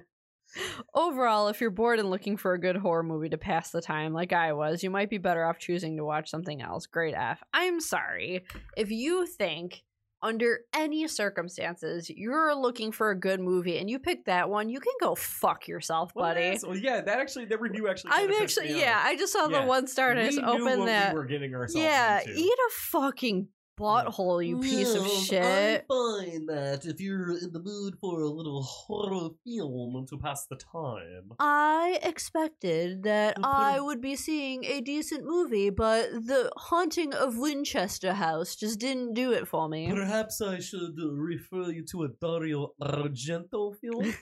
[SPEAKER 1] Overall, if you're bored and looking for a good horror movie to pass the time, like I was, you might be better off choosing to watch something else. Great F. I'm sorry. If you think, under any circumstances, you're looking for a good movie and you pick that one, you can go fuck yourself,
[SPEAKER 2] Well,
[SPEAKER 1] buddy.
[SPEAKER 2] yes. Well, yeah. That actually, that review actually.
[SPEAKER 1] I'm
[SPEAKER 2] kinda pissed
[SPEAKER 1] actually,
[SPEAKER 2] me
[SPEAKER 1] yeah,
[SPEAKER 2] off.
[SPEAKER 1] I just saw
[SPEAKER 2] Yeah.
[SPEAKER 1] the one star and I
[SPEAKER 2] We
[SPEAKER 1] just
[SPEAKER 2] knew what
[SPEAKER 1] opened that.
[SPEAKER 2] we were getting ourselves
[SPEAKER 1] yeah,
[SPEAKER 2] into.
[SPEAKER 1] eat a fucking butthole, you piece of shit.
[SPEAKER 2] I Mm, find that if you're in the mood for a little horror film to pass the time,
[SPEAKER 1] I expected that
[SPEAKER 2] Well, put
[SPEAKER 1] I
[SPEAKER 2] it-
[SPEAKER 1] would be seeing a decent movie, but The Haunting of Winchester House just didn't do it for me.
[SPEAKER 2] perhaps I should refer you to a Dario Argento film.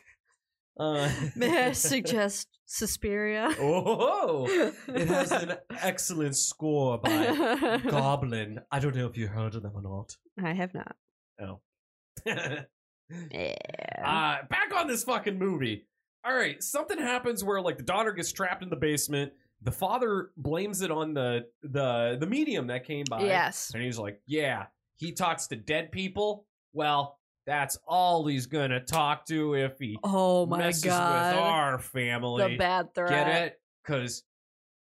[SPEAKER 2] uh,
[SPEAKER 1] May I suggest Suspiria?
[SPEAKER 2] Oh, it has an excellent score by Goblin. I don't know if you heard of them or not.
[SPEAKER 1] I have not.
[SPEAKER 2] Oh.
[SPEAKER 1] Yeah.
[SPEAKER 2] Uh, back on this fucking movie. All right, something happens where like the daughter gets trapped in the basement. The father blames it on the the the medium that came by.
[SPEAKER 1] yes.
[SPEAKER 2] and he's like, "Yeah, he talks to dead people. Well, that's all he's gonna talk to if he
[SPEAKER 1] Oh my
[SPEAKER 2] messes with
[SPEAKER 1] god.
[SPEAKER 2] our
[SPEAKER 1] The
[SPEAKER 2] family.
[SPEAKER 1] bad threat.
[SPEAKER 2] Get it? Because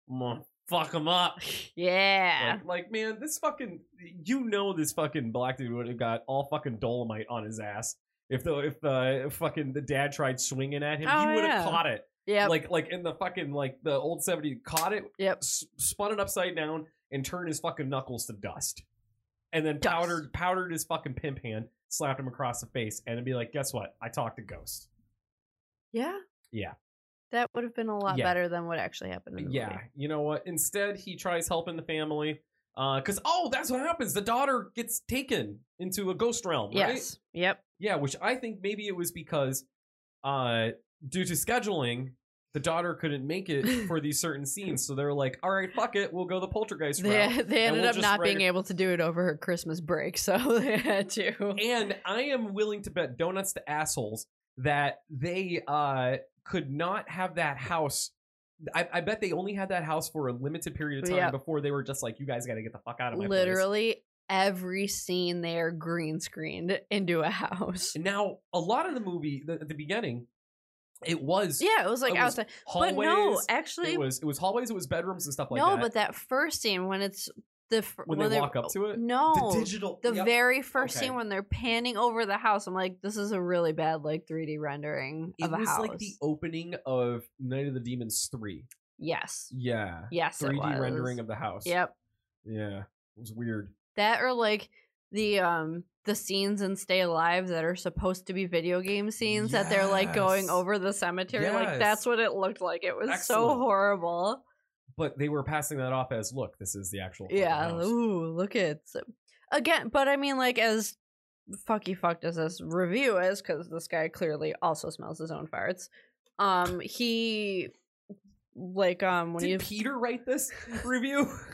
[SPEAKER 2] I'm gonna fuck him up."
[SPEAKER 1] Yeah.
[SPEAKER 2] Like, like, man, this fucking you know this fucking black dude would have got all fucking dolomite on his ass if the if the if fucking the dad tried swinging at him,
[SPEAKER 1] Oh,
[SPEAKER 2] he would have
[SPEAKER 1] yeah.
[SPEAKER 2] caught it.
[SPEAKER 1] yep.
[SPEAKER 2] Like like in the fucking like the old seventy caught it,
[SPEAKER 1] Yep.
[SPEAKER 2] s- spun it upside down and turned his fucking knuckles to dust, and then
[SPEAKER 1] Dust.
[SPEAKER 2] powdered powdered his fucking pimp hand, slapped him across the face, and it'd be like, guess what? I talked to ghosts.
[SPEAKER 1] yeah.
[SPEAKER 2] Yeah.
[SPEAKER 1] That would have been a lot
[SPEAKER 2] Yeah.
[SPEAKER 1] better than what actually happened in the
[SPEAKER 2] Yeah,
[SPEAKER 1] movie.
[SPEAKER 2] you know what? Instead, he tries helping the family. Uh, cause oh, that's what happens. The daughter gets taken into a ghost realm, right?
[SPEAKER 1] Yes. Yep.
[SPEAKER 2] Yeah, which I think maybe it was because, uh, due to scheduling, the daughter couldn't make it for these certain scenes. So they're like, all right, fuck it, we'll go the poltergeist route.
[SPEAKER 1] They, they
[SPEAKER 2] and
[SPEAKER 1] ended
[SPEAKER 2] we'll
[SPEAKER 1] up
[SPEAKER 2] just
[SPEAKER 1] not
[SPEAKER 2] write
[SPEAKER 1] being
[SPEAKER 2] a-
[SPEAKER 1] able to do it over her Christmas break, so they had to.
[SPEAKER 2] And I am willing to bet donuts to assholes that they uh could not have that house. I, I bet they only had that house for a limited period of time
[SPEAKER 1] Yep.
[SPEAKER 2] before they were just like, you guys got to get the fuck out of my place."
[SPEAKER 1] Literally every scene they are green screened into a house.
[SPEAKER 2] Now, a lot of the movie the, at the beginning, it was
[SPEAKER 1] Yeah, it was like
[SPEAKER 2] It was
[SPEAKER 1] outside.
[SPEAKER 2] hallways.
[SPEAKER 1] but no, actually,
[SPEAKER 2] it was it was hallways. It was bedrooms and stuff like
[SPEAKER 1] no.
[SPEAKER 2] that.
[SPEAKER 1] But that first scene when it's the fir-
[SPEAKER 2] when they
[SPEAKER 1] they're-
[SPEAKER 2] walk up to it,
[SPEAKER 1] no,
[SPEAKER 2] the digital,
[SPEAKER 1] Oh, the
[SPEAKER 2] yep.
[SPEAKER 1] very first
[SPEAKER 2] Okay.
[SPEAKER 1] scene when they're panning over the house, I'm like, this is a really bad like 3D rendering
[SPEAKER 2] it
[SPEAKER 1] of a
[SPEAKER 2] was
[SPEAKER 1] house.
[SPEAKER 2] like the opening of Night of the Demons three.
[SPEAKER 1] yes,
[SPEAKER 2] Yeah,
[SPEAKER 1] yes, it
[SPEAKER 2] three D rendering
[SPEAKER 1] was.
[SPEAKER 2] of the house.
[SPEAKER 1] Yep,
[SPEAKER 2] yeah, it was weird.
[SPEAKER 1] that or like the um the scenes in Stay Alive that are supposed to be video game scenes that they're like going
[SPEAKER 2] Yes.
[SPEAKER 1] over the cemetery. Like
[SPEAKER 2] Yes.
[SPEAKER 1] that's what it looked like. It was so
[SPEAKER 2] Excellent. Oh
[SPEAKER 1] horrible.
[SPEAKER 2] But they were passing that off as, look, this is the actual. fucking
[SPEAKER 1] Yeah.
[SPEAKER 2] house."
[SPEAKER 1] Ooh, look at again. But I mean, like as fucky fucked as this review is, because this guy clearly also smells his own farts. Um, he like um when
[SPEAKER 2] Did
[SPEAKER 1] you
[SPEAKER 2] Peter write this review?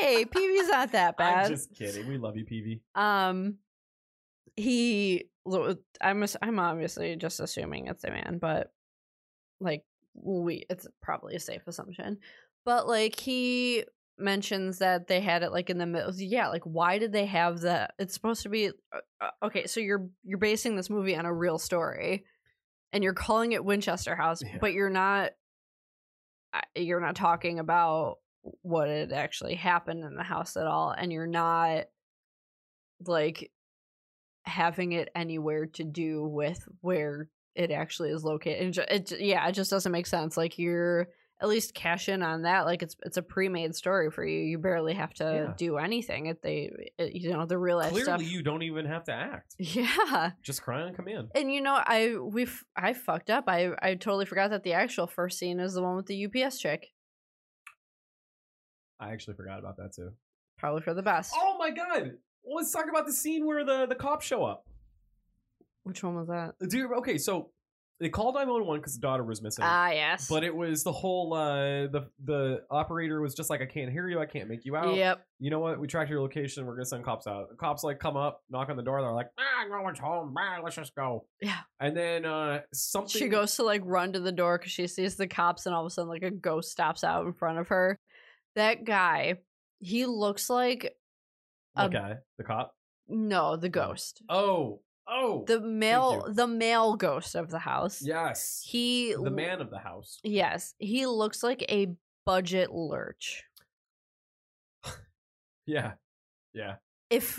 [SPEAKER 1] hey PV's not that bad.
[SPEAKER 2] I'm just kidding. We love you, PV.
[SPEAKER 1] Um, he. lo- I'm. ass- I'm obviously just assuming it's a man, but like we, it's probably a safe assumption. But like he mentions that they had it like in the middle. Yeah, like why did they have that? It's supposed to be uh, uh, okay. So you're you're basing this movie on a real story, and you're calling it Winchester House,
[SPEAKER 2] Yeah.
[SPEAKER 1] but you're not. I- You're not talking about what had actually happened in the house at all, and you're not like having it anywhere to do with where it actually is located. It, ju- it ju- yeah, it just doesn't make sense. Like you're at least cash in on that. Like it's it's a pre-made story for you. You barely have to
[SPEAKER 2] Yeah.
[SPEAKER 1] do anything. If they it, you don't have to realize
[SPEAKER 2] Clearly,
[SPEAKER 1] stuff.
[SPEAKER 2] you don't even have to act.
[SPEAKER 1] yeah,
[SPEAKER 2] Just cry on command.
[SPEAKER 1] and you know I we f- I fucked up. I I totally forgot that the actual first scene is the one with the UPS chick.
[SPEAKER 2] I actually forgot about that too.
[SPEAKER 1] Probably for the best.
[SPEAKER 2] Oh my god! Well, let's talk about the scene where the the cops show up.
[SPEAKER 1] Which one was that?
[SPEAKER 2] Dude, okay, so they called 911 because the daughter was missing.
[SPEAKER 1] Ah, yes.
[SPEAKER 2] but it was the whole uh the the operator was just like, I can't hear you, I can't make you out.
[SPEAKER 1] yep.
[SPEAKER 2] You know what? We tracked your location. We're gonna send cops out. The cops like come up, knock on the door. They're like, Ah, no one's home. Ah, let's just go.
[SPEAKER 1] Yeah.
[SPEAKER 2] And then uh something.
[SPEAKER 1] She goes to like run to the door because she sees the cops, and all of a sudden, like a ghost stops out in front of her. That guy, he looks like um,
[SPEAKER 2] Okay, the cop.
[SPEAKER 1] no, the ghost,
[SPEAKER 2] Oh, oh.
[SPEAKER 1] the male,
[SPEAKER 2] you.
[SPEAKER 1] the male ghost of the house.
[SPEAKER 2] yes.
[SPEAKER 1] he
[SPEAKER 2] the
[SPEAKER 1] l-
[SPEAKER 2] man of the house.
[SPEAKER 1] Yes, he looks like a budget lurch.
[SPEAKER 2] Yeah. Yeah.
[SPEAKER 1] If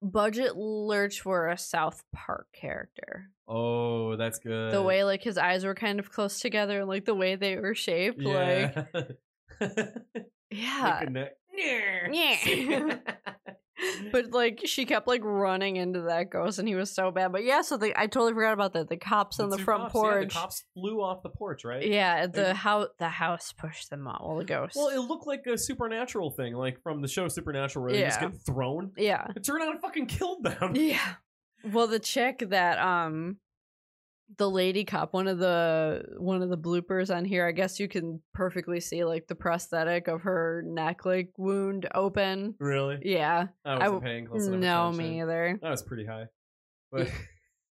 [SPEAKER 1] budget lurch were a South Park character,
[SPEAKER 2] Oh, that's good.
[SPEAKER 1] the way like his eyes were kind of close together, and like the way they were shaped, like
[SPEAKER 2] yeah.
[SPEAKER 1] yeah,
[SPEAKER 2] Like a neck.
[SPEAKER 1] Yeah. but like she kept like running into that ghost and he was so bad but yeah so the, i totally forgot about that the cops on the
[SPEAKER 2] two
[SPEAKER 1] front
[SPEAKER 2] cops, yeah,
[SPEAKER 1] porch
[SPEAKER 2] the cops flew off the porch, right?
[SPEAKER 1] yeah the
[SPEAKER 2] They-
[SPEAKER 1] house the house pushed them out well the ghost
[SPEAKER 2] Well, it looked like a supernatural thing, like from the show Supernatural, where they just
[SPEAKER 1] Yeah.
[SPEAKER 2] get thrown.
[SPEAKER 1] yeah
[SPEAKER 2] It turned out it fucking killed them.
[SPEAKER 1] yeah well the chick that um the lady cop one of the one of the bloopers on here i guess you can perfectly see like the prosthetic of her neck like wound open
[SPEAKER 2] Really?
[SPEAKER 1] yeah
[SPEAKER 2] I wasn't
[SPEAKER 1] w-
[SPEAKER 2] paying close enough
[SPEAKER 1] no
[SPEAKER 2] attention.
[SPEAKER 1] me either
[SPEAKER 2] That was pretty high. But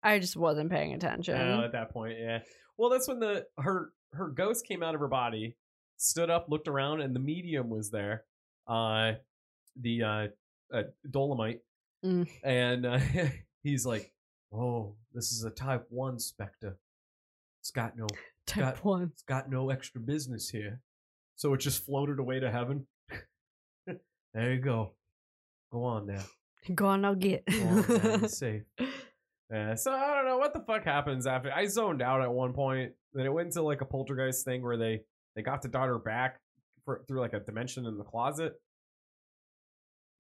[SPEAKER 1] i just wasn't paying attention
[SPEAKER 2] no, at that point, yeah. Well, that's when the her her ghost came out of her body, stood up, looked around, and the medium was there. Uh, the uh, uh Dolomite,
[SPEAKER 1] Mm.
[SPEAKER 2] and uh, he's like, "Oh, this is a Type One specter. It's got no, it's
[SPEAKER 1] type
[SPEAKER 2] got-
[SPEAKER 1] one
[SPEAKER 2] got no extra business here. So it just floated away to heaven. there you go. Go on now.
[SPEAKER 1] gone i'll get
[SPEAKER 2] Go on now. Be safe." Yeah, so I don't know what the fuck happens after. I zoned out at one point. Then it went to like a poltergeist thing where they they got the daughter back for, through like a dimension in the closet.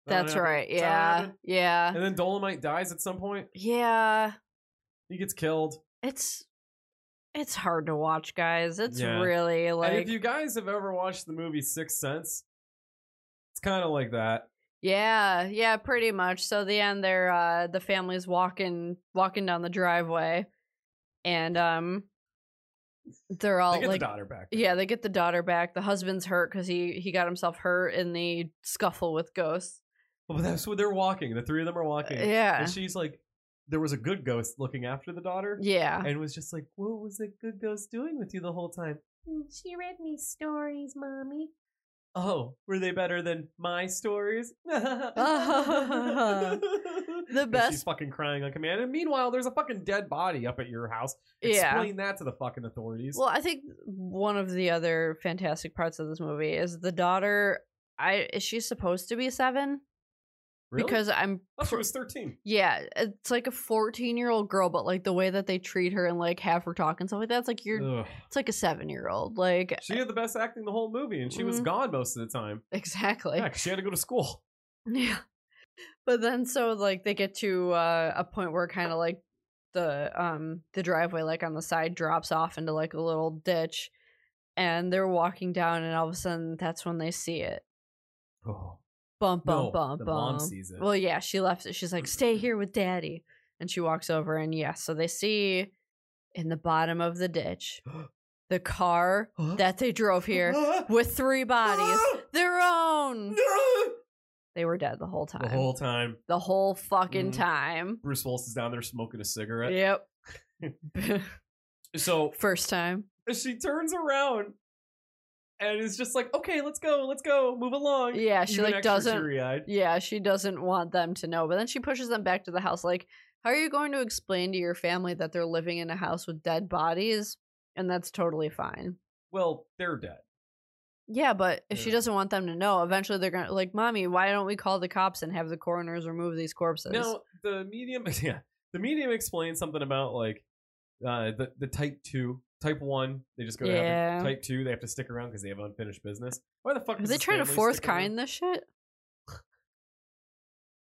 [SPEAKER 2] That one
[SPEAKER 1] That's
[SPEAKER 2] happened.
[SPEAKER 1] right.
[SPEAKER 2] Is that what
[SPEAKER 1] Yeah.
[SPEAKER 2] happened?
[SPEAKER 1] Yeah.
[SPEAKER 2] And then Dolomite dies at some point.
[SPEAKER 1] Yeah.
[SPEAKER 2] He gets killed.
[SPEAKER 1] It's it's hard to watch, guys. It's
[SPEAKER 2] Yeah.
[SPEAKER 1] really
[SPEAKER 2] and
[SPEAKER 1] like
[SPEAKER 2] if you guys have ever watched the movie Sixth Sense, it's kind of like that.
[SPEAKER 1] Yeah, yeah, pretty much. So the end they're uh the family's walking walking down the driveway and um they're all
[SPEAKER 2] they get
[SPEAKER 1] like
[SPEAKER 2] the daughter back.
[SPEAKER 1] Yeah, they get the daughter back. The husband's hurt because he he got himself hurt in the scuffle with ghosts.
[SPEAKER 2] Well, but that's what they're walking. The three of them are walking.
[SPEAKER 1] Yeah.
[SPEAKER 2] And she's like, there was a good ghost looking after the daughter
[SPEAKER 1] Yeah.
[SPEAKER 2] and was just like, "What was the good ghost doing with you the whole time?"
[SPEAKER 1] Mm,
[SPEAKER 2] She read me stories, mommy. Oh, were they better than my stories? the She's
[SPEAKER 1] best-
[SPEAKER 2] fucking crying like a man. And meanwhile, there's a fucking dead body up at your house.
[SPEAKER 1] Yeah.
[SPEAKER 2] Explain that to the fucking authorities.
[SPEAKER 1] Well, I think one of the other fantastic parts of this movie is the daughter. I is she supposed to be seven?
[SPEAKER 2] Really?
[SPEAKER 1] Because I'm
[SPEAKER 2] oh, she
[SPEAKER 1] pr-
[SPEAKER 2] was 13.
[SPEAKER 1] yeah, it's like a fourteen year old girl, but like the way that they treat her and like have her talk and stuff like that, it's like you're
[SPEAKER 2] Ugh.
[SPEAKER 1] it's like a seven year old. Like
[SPEAKER 2] She had the best acting the whole movie, and she was
[SPEAKER 1] Mhm.
[SPEAKER 2] gone most of the time.
[SPEAKER 1] exactly.
[SPEAKER 2] yeah, 'cause she had to go to school.
[SPEAKER 1] Yeah. But then so like they get to uh, a point where kind of like the um the driveway like on the side drops off into like a little ditch and they're walking down and all of a sudden that's when they see it.
[SPEAKER 2] Oh,
[SPEAKER 1] Bum bum
[SPEAKER 2] no,
[SPEAKER 1] bum
[SPEAKER 2] the
[SPEAKER 1] bum.
[SPEAKER 2] mom sees it.
[SPEAKER 1] Well, yeah, she left it. She's like, "Stay here with daddy." And she walks over and yes, so they see in the bottom of the ditch the car that they drove here with three bodies, their own.
[SPEAKER 2] No!
[SPEAKER 1] They were dead the whole time.
[SPEAKER 2] The whole time,
[SPEAKER 1] the whole fucking
[SPEAKER 2] Mhm.
[SPEAKER 1] time.
[SPEAKER 2] Bruce Willis is down there smoking a cigarette.
[SPEAKER 1] Yep.
[SPEAKER 2] So
[SPEAKER 1] First time.
[SPEAKER 2] she turns around and is just like, "Okay, let's go, let's go, move along."
[SPEAKER 1] Yeah, she
[SPEAKER 2] Even
[SPEAKER 1] like
[SPEAKER 2] extra
[SPEAKER 1] doesn't.
[SPEAKER 2] teary-eyed.
[SPEAKER 1] Yeah, she doesn't want them to know. But then she pushes them back to the house. Like, how are you going to explain to your family that they're living in a house with dead bodies? And that's totally fine.
[SPEAKER 2] Well, they're dead.
[SPEAKER 1] Yeah, but if she
[SPEAKER 2] Yeah.
[SPEAKER 1] doesn't want them to know, eventually they're gonna like, "Mommy, why don't we call the cops and have the coroners remove these corpses?"
[SPEAKER 2] Now the medium, yeah, the medium explains something about like uh, the the type two, type one. They just go to
[SPEAKER 1] Yeah.
[SPEAKER 2] heaven. Type two, they have to stick around because they have unfinished business. Why the fuck
[SPEAKER 1] are
[SPEAKER 2] does
[SPEAKER 1] they
[SPEAKER 2] this
[SPEAKER 1] trying to
[SPEAKER 2] family
[SPEAKER 1] fourth
[SPEAKER 2] stick around?
[SPEAKER 1] kind this shit?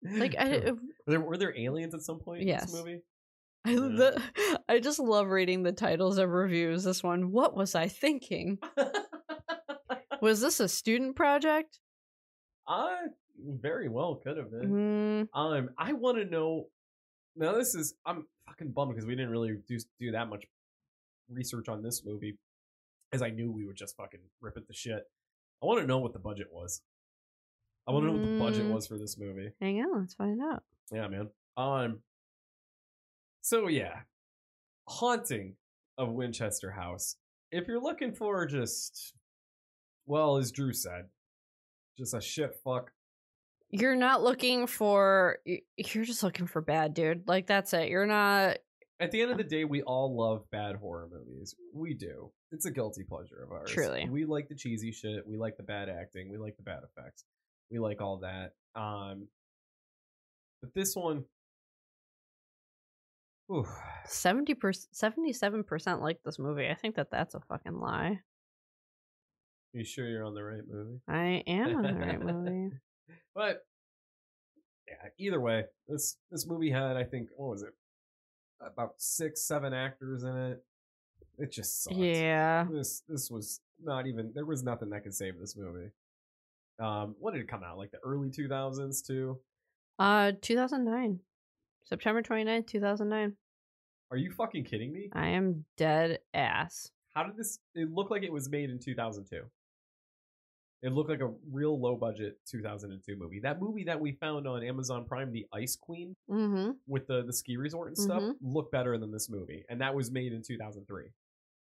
[SPEAKER 1] Like, I,
[SPEAKER 2] were there, were there aliens at some point in
[SPEAKER 1] Yes.
[SPEAKER 2] this movie?
[SPEAKER 1] I,
[SPEAKER 2] Yeah.
[SPEAKER 1] the, I just love reading the titles of reviews. This one, what was I thinking? was this a student project?
[SPEAKER 2] I very well could have been.
[SPEAKER 1] Mm,
[SPEAKER 2] Um, I want to know. Now this is I'm fucking bummed because we didn't really do do that much research on this movie, as I knew we would just fucking rip it to shit. I want to know what the budget was. I want to know what the budget
[SPEAKER 1] Mm.
[SPEAKER 2] was for this movie.
[SPEAKER 1] hang on, let's find out.
[SPEAKER 2] Yeah, man. Um. So yeah, haunting of Winchester House. If you're looking for just, well, as Drew said, just a shit fuck.
[SPEAKER 1] You're not looking for. y- You're just looking for bad, dude. Like that's it. You're not.
[SPEAKER 2] At the end of the day, we all love bad horror movies. We do. It's a guilty pleasure of ours.
[SPEAKER 1] Truly.
[SPEAKER 2] we like the cheesy shit. We like the bad acting. We like the bad effects. We like all that. Um, but this one, Ooh.
[SPEAKER 1] Seventy percent, seventy-seven percent like this movie. I think that that's a fucking lie.
[SPEAKER 2] you sure you're on the right movie?
[SPEAKER 1] I am on the right movie.
[SPEAKER 2] But yeah, either way, this this movie had I think what was it about six seven actors in it. It just sucked.
[SPEAKER 1] Yeah,
[SPEAKER 2] This this was not even there was nothing that could save this movie. Um, when did it come out? Like the early two thousands too.
[SPEAKER 1] uh, two thousand nine, September 29th, two thousand nine.
[SPEAKER 2] Are you fucking kidding me?
[SPEAKER 1] I am dead ass.
[SPEAKER 2] How did this? It looked like it was made in two thousand two. It looked like a real low budget two thousand and two movie. That movie that we found on Amazon Prime, The Ice Queen.
[SPEAKER 1] Mm-hmm.
[SPEAKER 2] with the the ski resort and stuff look better than this movie, and that was made in 2003.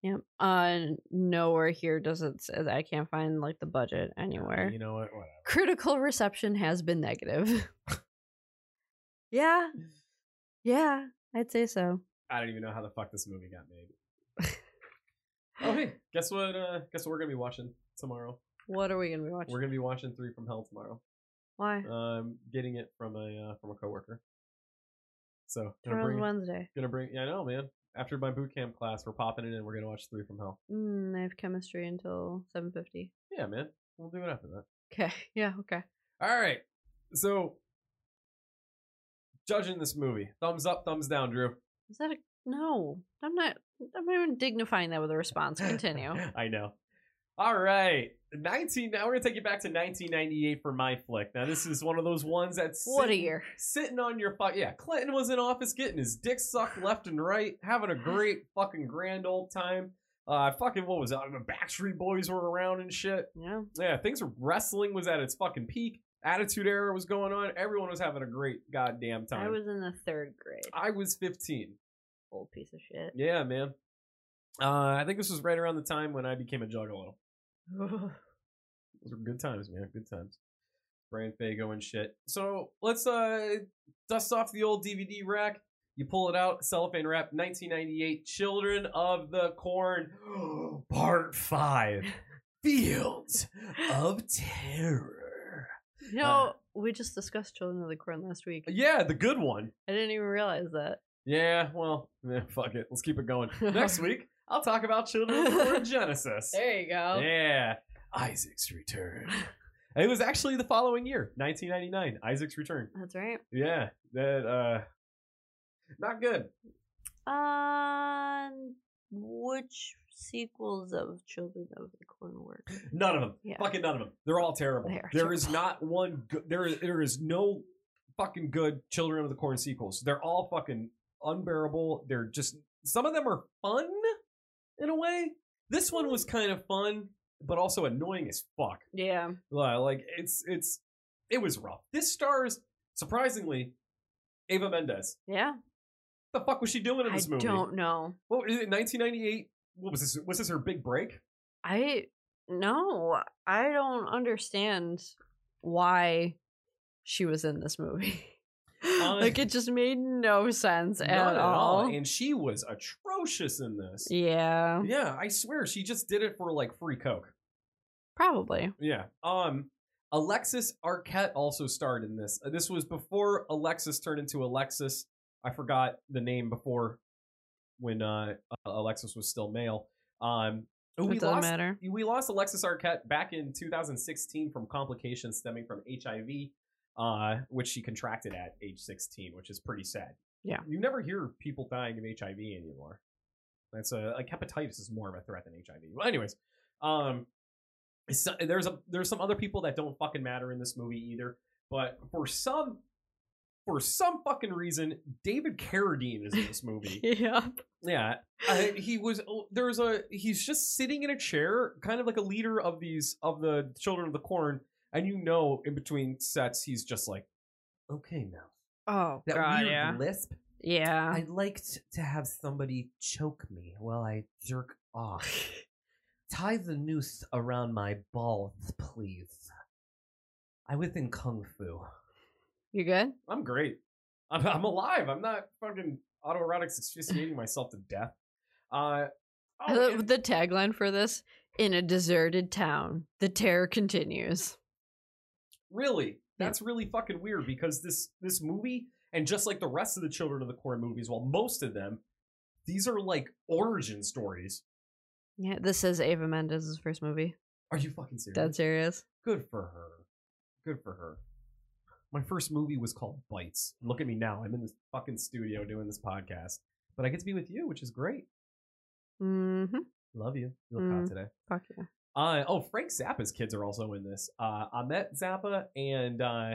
[SPEAKER 1] Yep. Uh, nowhere here does it. Say that. I can't find like the budget anywhere.
[SPEAKER 2] You know what? Whatever.
[SPEAKER 1] Critical reception has been negative. yeah,
[SPEAKER 2] Mm.
[SPEAKER 1] yeah, I'd say so.
[SPEAKER 2] I don't even know how the fuck this movie got made. Oh hey, guess what? Uh, guess what we're gonna be watching tomorrow?
[SPEAKER 1] What are we gonna be watching?
[SPEAKER 2] We're gonna be watching Three from Hell tomorrow.
[SPEAKER 1] Why?
[SPEAKER 2] Um, getting it from a uh, from a coworker. So gonna
[SPEAKER 1] Tomorrow's
[SPEAKER 2] bring
[SPEAKER 1] Wednesday.
[SPEAKER 2] gonna bring. Yeah, I know, man. After my boot camp class, we're popping it in. We're gonna watch Three from Hell.
[SPEAKER 1] Mm, I have chemistry until seven fifty.
[SPEAKER 2] Yeah, man. We'll do it after that.
[SPEAKER 1] Okay. Yeah. Okay.
[SPEAKER 2] All right. So, judging this movie, thumbs up, thumbs down, Drew.
[SPEAKER 1] Is that a no? I'm not. I'm not even dignifying that with a response. Continue.
[SPEAKER 2] I know. All right. 19 now we're going to take you back to 1998 for my flick. Now this is one of those ones that's
[SPEAKER 1] what a
[SPEAKER 2] sitting-
[SPEAKER 1] year.
[SPEAKER 2] Sitting on your fuck yeah, Clinton was in office getting his dick sucked left and right, having a great fucking grand old time. Uh fucking what was that? The Backstreet Boys were around and shit.
[SPEAKER 1] Yeah.
[SPEAKER 2] Yeah, things were wrestling was at its fucking peak. Attitude Era was going on. Everyone was having a great goddamn time.
[SPEAKER 1] I was in the third grade.
[SPEAKER 2] I was 15.
[SPEAKER 1] Old piece of shit.
[SPEAKER 2] Yeah, man. Uh, I think this was right around the time when I became a juggalo. Those were good times, man. Good times. Brian Fago and shit. So let's uh dust off the old DVD rack. You pull it out, cellophane wrap, 1998, Children of the Corn, Part 5, Fields of Terror.
[SPEAKER 1] You know, we just discussed Children of the Corn last week.
[SPEAKER 2] Uh. Yeah, the good one.
[SPEAKER 1] I didn't even realize that.
[SPEAKER 2] Yeah, well, eh, fuck it. Let's keep it going. Next week, I'll talk about Children of the Corn Genesis.
[SPEAKER 1] There you go.
[SPEAKER 2] Yeah. Isaac's Return. It was actually the following year, 1999, Isaac's Return.
[SPEAKER 1] That's right.
[SPEAKER 2] Yeah, that uh, not good.
[SPEAKER 1] Um, which sequels of Children of the Corn work?
[SPEAKER 2] None of them.
[SPEAKER 1] Yeah.
[SPEAKER 2] Fucking none of them. They're all terrible.
[SPEAKER 1] They are
[SPEAKER 2] There is
[SPEAKER 1] terrible.
[SPEAKER 2] not one. Go- there is there is no fucking good Children of the Corn sequels. They're all fucking unbearable. They're just some of them are fun in a way. This one was kind of fun, but also annoying as fuck.
[SPEAKER 1] Yeah.
[SPEAKER 2] Li- Like it's it's it was rough. This stars surprisingly Ava Mendez.
[SPEAKER 1] Yeah.
[SPEAKER 2] What the fuck was she doing in
[SPEAKER 1] I
[SPEAKER 2] this movie?
[SPEAKER 1] don't know.
[SPEAKER 2] What was it? 1998. What was this? Was this her big break?
[SPEAKER 1] I no, I don't understand why she was in this movie.
[SPEAKER 2] Hon-
[SPEAKER 1] like it just made no sense at,
[SPEAKER 2] Not
[SPEAKER 1] all.
[SPEAKER 2] And she was atrocious in this.
[SPEAKER 1] yeah,
[SPEAKER 2] Yeah, I swear she just did it for like free coke.
[SPEAKER 1] probably.
[SPEAKER 2] Yeah. Um, Alexis Arquette also starred in this. Uh, This was before Alexis turned into Alexis. I forgot the name before when uh Alexis was still male. Um,
[SPEAKER 1] It
[SPEAKER 2] we
[SPEAKER 1] doesn't
[SPEAKER 2] lost
[SPEAKER 1] matter.
[SPEAKER 2] we lost Alexis Arquette back in 2016 from complications stemming from HIV, uh, which she contracted at age 16, which is pretty sad.
[SPEAKER 1] Yeah.
[SPEAKER 2] you never hear people dying of HIV anymore. That's a like hepatitis is more of a threat than HIV. Well, anyways, um, it's, there's a there's some other people that don't fucking matter in this movie either. But for some for some fucking reason, David Carradine is in this movie.
[SPEAKER 1] Yeah,
[SPEAKER 2] Yeah, I, he was. oh, There's a. He's just sitting in a chair, kind of like a leader of these of the children of the corn, and you know, in between sets, he's just like, "Okay, now
[SPEAKER 1] Oh
[SPEAKER 2] that
[SPEAKER 1] god,
[SPEAKER 2] weird
[SPEAKER 1] yeah,
[SPEAKER 2] lisp.
[SPEAKER 1] yeah.
[SPEAKER 2] I'd like t- to have somebody choke me while I jerk off. Tie the noose around my balls, please. I was in kung fu.
[SPEAKER 1] You good?
[SPEAKER 2] I'm great. I'm, I'm alive. I'm not fucking autoerotic asphyxiating myself to death. Uh,
[SPEAKER 1] I
[SPEAKER 2] oh,
[SPEAKER 1] love
[SPEAKER 2] and-
[SPEAKER 1] the tagline for this: "In a deserted town, the terror continues."
[SPEAKER 2] really, that's really fucking weird because this this movie and just like the rest of the Children of the Corn movies, well, most of them, these are like origin stories.
[SPEAKER 1] Yeah, this is Ava Mendez's first movie.
[SPEAKER 2] Are you fucking serious?
[SPEAKER 1] Dead serious.
[SPEAKER 2] Good for her. Good for her. My first movie was called Bites. Look at me now. I'm in this fucking studio doing this podcast, but I get to be with you, which is great.
[SPEAKER 1] hmm
[SPEAKER 2] Love you. You look hot
[SPEAKER 1] Mm.
[SPEAKER 2] today.
[SPEAKER 1] Fuck yeah.
[SPEAKER 2] Uh, oh, Frank Zappa's kids are also in this. Uh, Ahmet Zappa and uh,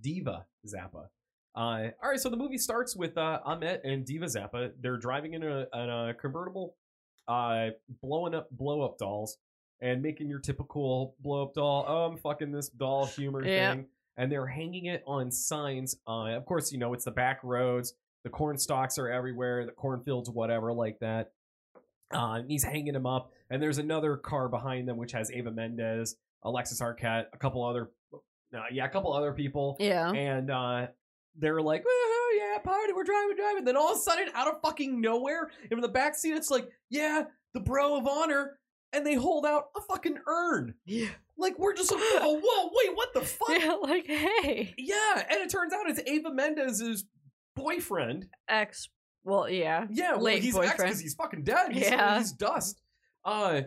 [SPEAKER 2] Diva Zappa. Uh, all right, so the movie starts with uh, Ahmet and Diva Zappa. They're driving in a, in a convertible, uh, blowing up blow up dolls and making your typical blow up doll. Oh, I'm fucking this doll humor
[SPEAKER 1] Yeah.
[SPEAKER 2] thing. And they're hanging it on signs. Uh, of course, you know it's the back roads. The corn stalks are everywhere. The cornfields, whatever, like that. Uh, and he's hanging him up, and there's another car behind them which has Ava Mendez, Alexis Arquette, a couple other, uh, yeah, a couple other people,
[SPEAKER 1] Yeah.
[SPEAKER 2] and uh, they're like, "Woohoo, yeah, party, we're driving, driving." Then all of a sudden, out of fucking nowhere, and from the back seat, it's like, "Yeah, the bro of honor," and they hold out a fucking urn.
[SPEAKER 1] Yeah.
[SPEAKER 2] Like we're just like, "Whoa, whoa, wait, what the fuck?" Yeah.
[SPEAKER 1] Yeah, like hey,
[SPEAKER 2] and it turns out it's Ava Mendez's boyfriend.
[SPEAKER 1] ex. Well, yeah,
[SPEAKER 2] Yeah, well,
[SPEAKER 1] Late
[SPEAKER 2] he's ex
[SPEAKER 1] boyfriend.
[SPEAKER 2] because he's fucking dead. He's,
[SPEAKER 1] Yeah.
[SPEAKER 2] he's dust. Uh,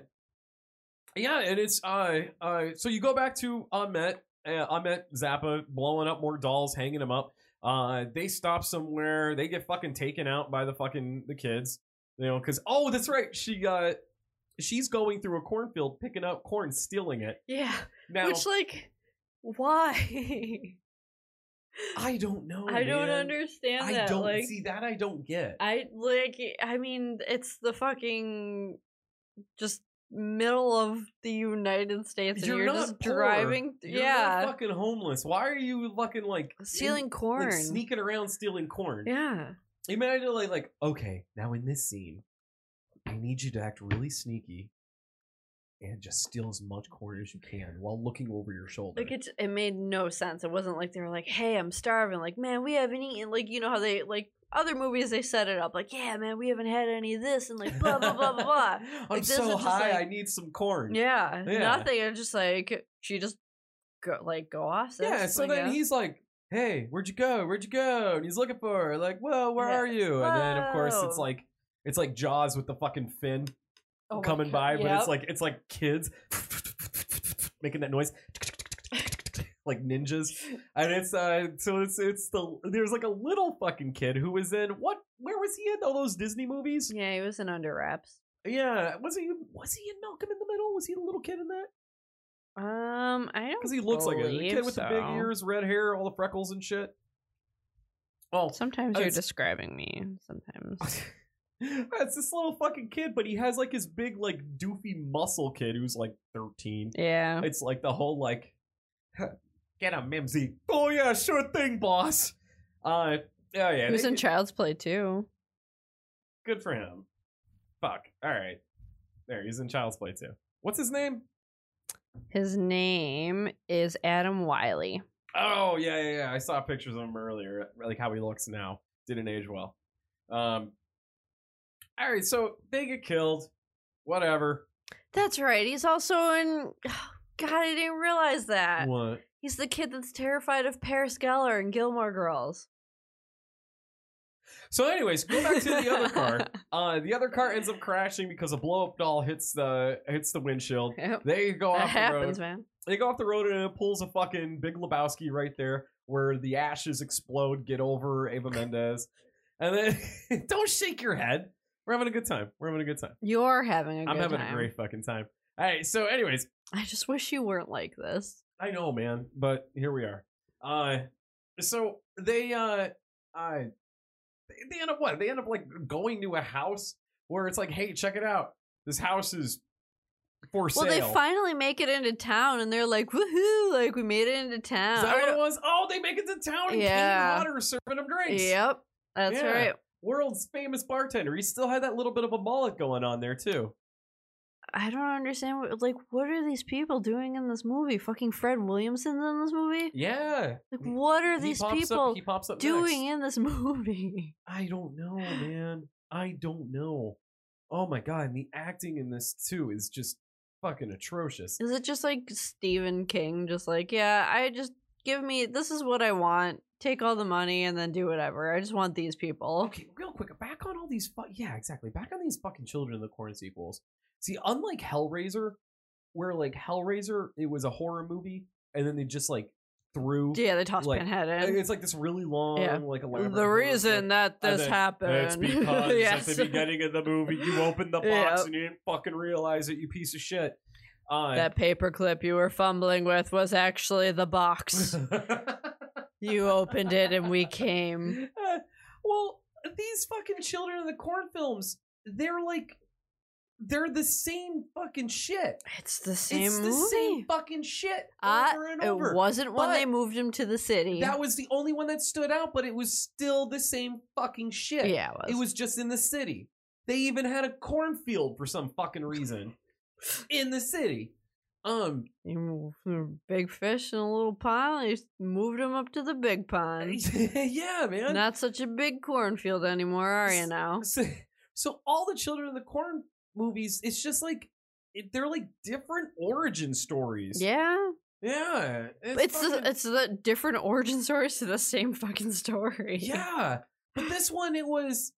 [SPEAKER 2] yeah, and it's uh, uh, so you go back to Ahmet, uh, Ahmet Zappa blowing up more dolls, hanging them up. Uh, they stop somewhere. They get fucking taken out by the fucking the kids, you know. Because oh, that's right, she uh, she's going through a cornfield, picking up corn, stealing it.
[SPEAKER 1] yeah.
[SPEAKER 2] Now
[SPEAKER 1] Which like, why?
[SPEAKER 2] I don't know.
[SPEAKER 1] I don't
[SPEAKER 2] man.
[SPEAKER 1] understand
[SPEAKER 2] I
[SPEAKER 1] that.
[SPEAKER 2] don't
[SPEAKER 1] like,
[SPEAKER 2] see that. I don't get.
[SPEAKER 1] I like. I mean, it's the fucking just middle of the United States and
[SPEAKER 2] You're
[SPEAKER 1] you're,
[SPEAKER 2] not
[SPEAKER 1] just
[SPEAKER 2] poor.
[SPEAKER 1] driving. th-
[SPEAKER 2] You're
[SPEAKER 1] yeah.
[SPEAKER 2] not fucking homeless. Why are you fucking like in-
[SPEAKER 1] Stealing corn.
[SPEAKER 2] like, sneaking around stealing corn?
[SPEAKER 1] yeah.
[SPEAKER 2] Imagine like like okay, now in this scene, I need you to act really sneaky and just steal as much corn as you can while looking over your shoulder.
[SPEAKER 1] Like it, j- it made no sense. It wasn't like they were like, "Hey, I'm starving." Like, man, we haven't eaten. Like, you know how they like other movies they set it up. Like, yeah, man, we haven't had any of this, and like blah blah blah blah blah.
[SPEAKER 2] I'm
[SPEAKER 1] Like, this is
[SPEAKER 2] so
[SPEAKER 1] just
[SPEAKER 2] high, I
[SPEAKER 1] like-
[SPEAKER 2] need some corn.
[SPEAKER 1] Yeah,
[SPEAKER 2] Yeah.
[SPEAKER 1] nothing. It's just like she just go like go off.
[SPEAKER 2] Yeah,
[SPEAKER 1] this,
[SPEAKER 2] so
[SPEAKER 1] like,
[SPEAKER 2] then he's like, "Hey, where'd you go? Where'd you go?" And he's looking for her, like, "Well, where
[SPEAKER 1] Yeah.
[SPEAKER 2] are you?" And then of course it's
[SPEAKER 1] Whoa.
[SPEAKER 2] like it's like Jaws with the fucking fin
[SPEAKER 1] Oh my
[SPEAKER 2] coming
[SPEAKER 1] God,
[SPEAKER 2] by, but
[SPEAKER 1] yep.
[SPEAKER 2] it's like it's like kids making that noise, like ninjas, and it's uh so it's it's the there's like a little fucking kid who was in what where was he in all those Disney movies?
[SPEAKER 1] yeah, he was in under wraps.
[SPEAKER 2] Yeah, was he was he in Malcolm in the Middle? Was he a little kid in that?
[SPEAKER 1] Um, I don't
[SPEAKER 2] Because he looks like it. The kid
[SPEAKER 1] believe
[SPEAKER 2] with the big
[SPEAKER 1] so.
[SPEAKER 2] ears, red hair, all the freckles and shit. Oh,
[SPEAKER 1] Sometimes
[SPEAKER 2] Oh,
[SPEAKER 1] you're
[SPEAKER 2] it's-
[SPEAKER 1] describing me. Sometimes.
[SPEAKER 2] it's this little fucking kid, but he has like his big, like doofy muscle kid who's like thirteen.
[SPEAKER 1] Yeah.
[SPEAKER 2] It's like the whole like, get him, Mimsy. Oh yeah, sure thing, boss. Uh, yeah, yeah.
[SPEAKER 1] He was
[SPEAKER 2] they-
[SPEAKER 1] in Child's Play too.
[SPEAKER 2] good for him. Fuck. All right. There, he's in Child's Play too. What's his name?
[SPEAKER 1] His name is Adam Wiley.
[SPEAKER 2] Oh yeah, yeah, yeah. I saw pictures of him earlier, like how he looks now. Didn't age well. Um. All right, so they get killed. Whatever.
[SPEAKER 1] That's right. He's also in. God, I didn't realize that.
[SPEAKER 2] What?
[SPEAKER 1] He's the kid that's terrified of Paris Geller and Gilmore Girls.
[SPEAKER 2] So, anyways, go back to the other car. Uh, the other car ends up crashing because a blow up doll hits the hits the windshield.
[SPEAKER 1] Yep.
[SPEAKER 2] They go
[SPEAKER 1] That
[SPEAKER 2] off the road.
[SPEAKER 1] happens, man.
[SPEAKER 2] They go off the road and it pulls a fucking Big Lebowski right there, where the ashes explode. Get over Ava Mendez, and then don't shake your head. We're having a good time. We're having a good time.
[SPEAKER 1] You're having a good
[SPEAKER 2] I'm having
[SPEAKER 1] time.
[SPEAKER 2] a great fucking time. All right. So, anyways,
[SPEAKER 1] I just wish you weren't like this.
[SPEAKER 2] I know, man, but here we are. Uh, so they uh, uh, they, they end up what? They end up like going to a house where it's like, hey, check it out. This house is for sale.
[SPEAKER 1] Well, they finally make it into town, and they're like, "Woohoo! Like we made it into town."
[SPEAKER 2] Is that what it was? Oh, they make it to town and
[SPEAKER 1] Uh, Yeah.
[SPEAKER 2] Kane Hodder is serving them drinks.
[SPEAKER 1] Yep, that's
[SPEAKER 2] Yeah.
[SPEAKER 1] right.
[SPEAKER 2] World's famous bartender. He still had that little bit of a mullet going on there too.
[SPEAKER 1] I don't understand. What, like, what are these people doing in this movie? Fucking Fred Williamson's in this movie.
[SPEAKER 2] Yeah.
[SPEAKER 1] Like, what are
[SPEAKER 2] He
[SPEAKER 1] these
[SPEAKER 2] pops up-
[SPEAKER 1] people
[SPEAKER 2] he pops up next.
[SPEAKER 1] doing in this movie?
[SPEAKER 2] I don't know, man. I don't know. Oh my god, and the acting in this too is just fucking atrocious.
[SPEAKER 1] Is it just like Stephen King? Just like, yeah, I just give me this is what I want. Take all the money and then do whatever. I just want these people.
[SPEAKER 2] Okay, real quick, back on all these fu- yeah, exactly. Back on these fucking children of the corn sequels. See, unlike Hellraiser, where like Hellraiser, it was a horror movie, and then they just like threw
[SPEAKER 1] Yeah, they toss
[SPEAKER 2] Like,
[SPEAKER 1] Pinhead in.
[SPEAKER 2] it's like this really long,
[SPEAKER 1] Yeah.
[SPEAKER 2] like elaborate.
[SPEAKER 1] The
[SPEAKER 2] horror
[SPEAKER 1] reason
[SPEAKER 2] flick.
[SPEAKER 1] that
[SPEAKER 2] And
[SPEAKER 1] this
[SPEAKER 2] then,
[SPEAKER 1] happened.
[SPEAKER 2] It's because
[SPEAKER 1] Yes.
[SPEAKER 2] at the beginning of the movie, you opened the box
[SPEAKER 1] Yeah.
[SPEAKER 2] and you didn't fucking realize it, you piece of shit. Uh,
[SPEAKER 1] That paperclip you were fumbling with was actually the box. you opened it and we came.
[SPEAKER 2] Uh, well, these fucking children of the corn films, they're like, they're the same fucking shit.
[SPEAKER 1] It's the same
[SPEAKER 2] it's the
[SPEAKER 1] movie.
[SPEAKER 2] same fucking shit
[SPEAKER 1] I-
[SPEAKER 2] over and
[SPEAKER 1] it
[SPEAKER 2] over.
[SPEAKER 1] wasn't when they
[SPEAKER 2] But
[SPEAKER 1] moved him to the city.
[SPEAKER 2] that was the only one that stood out, but it was still the same fucking shit.
[SPEAKER 1] yeah, it was.
[SPEAKER 2] It was just in the city. They even had a cornfield for some fucking reason in the city. Um,
[SPEAKER 1] You move from big fish in a little pond. You s- moved him up to the big pond.
[SPEAKER 2] yeah, man.
[SPEAKER 1] Not such a big cornfield anymore, are you
[SPEAKER 2] S-
[SPEAKER 1] now?
[SPEAKER 2] so, so all the children of the corn movies it's just like it, they're like different origin stories
[SPEAKER 1] Yeah,
[SPEAKER 2] yeah
[SPEAKER 1] it's it's, uh,
[SPEAKER 2] fucking-
[SPEAKER 1] the, it's the different origin stories to the same fucking story.
[SPEAKER 2] yeah but this one it was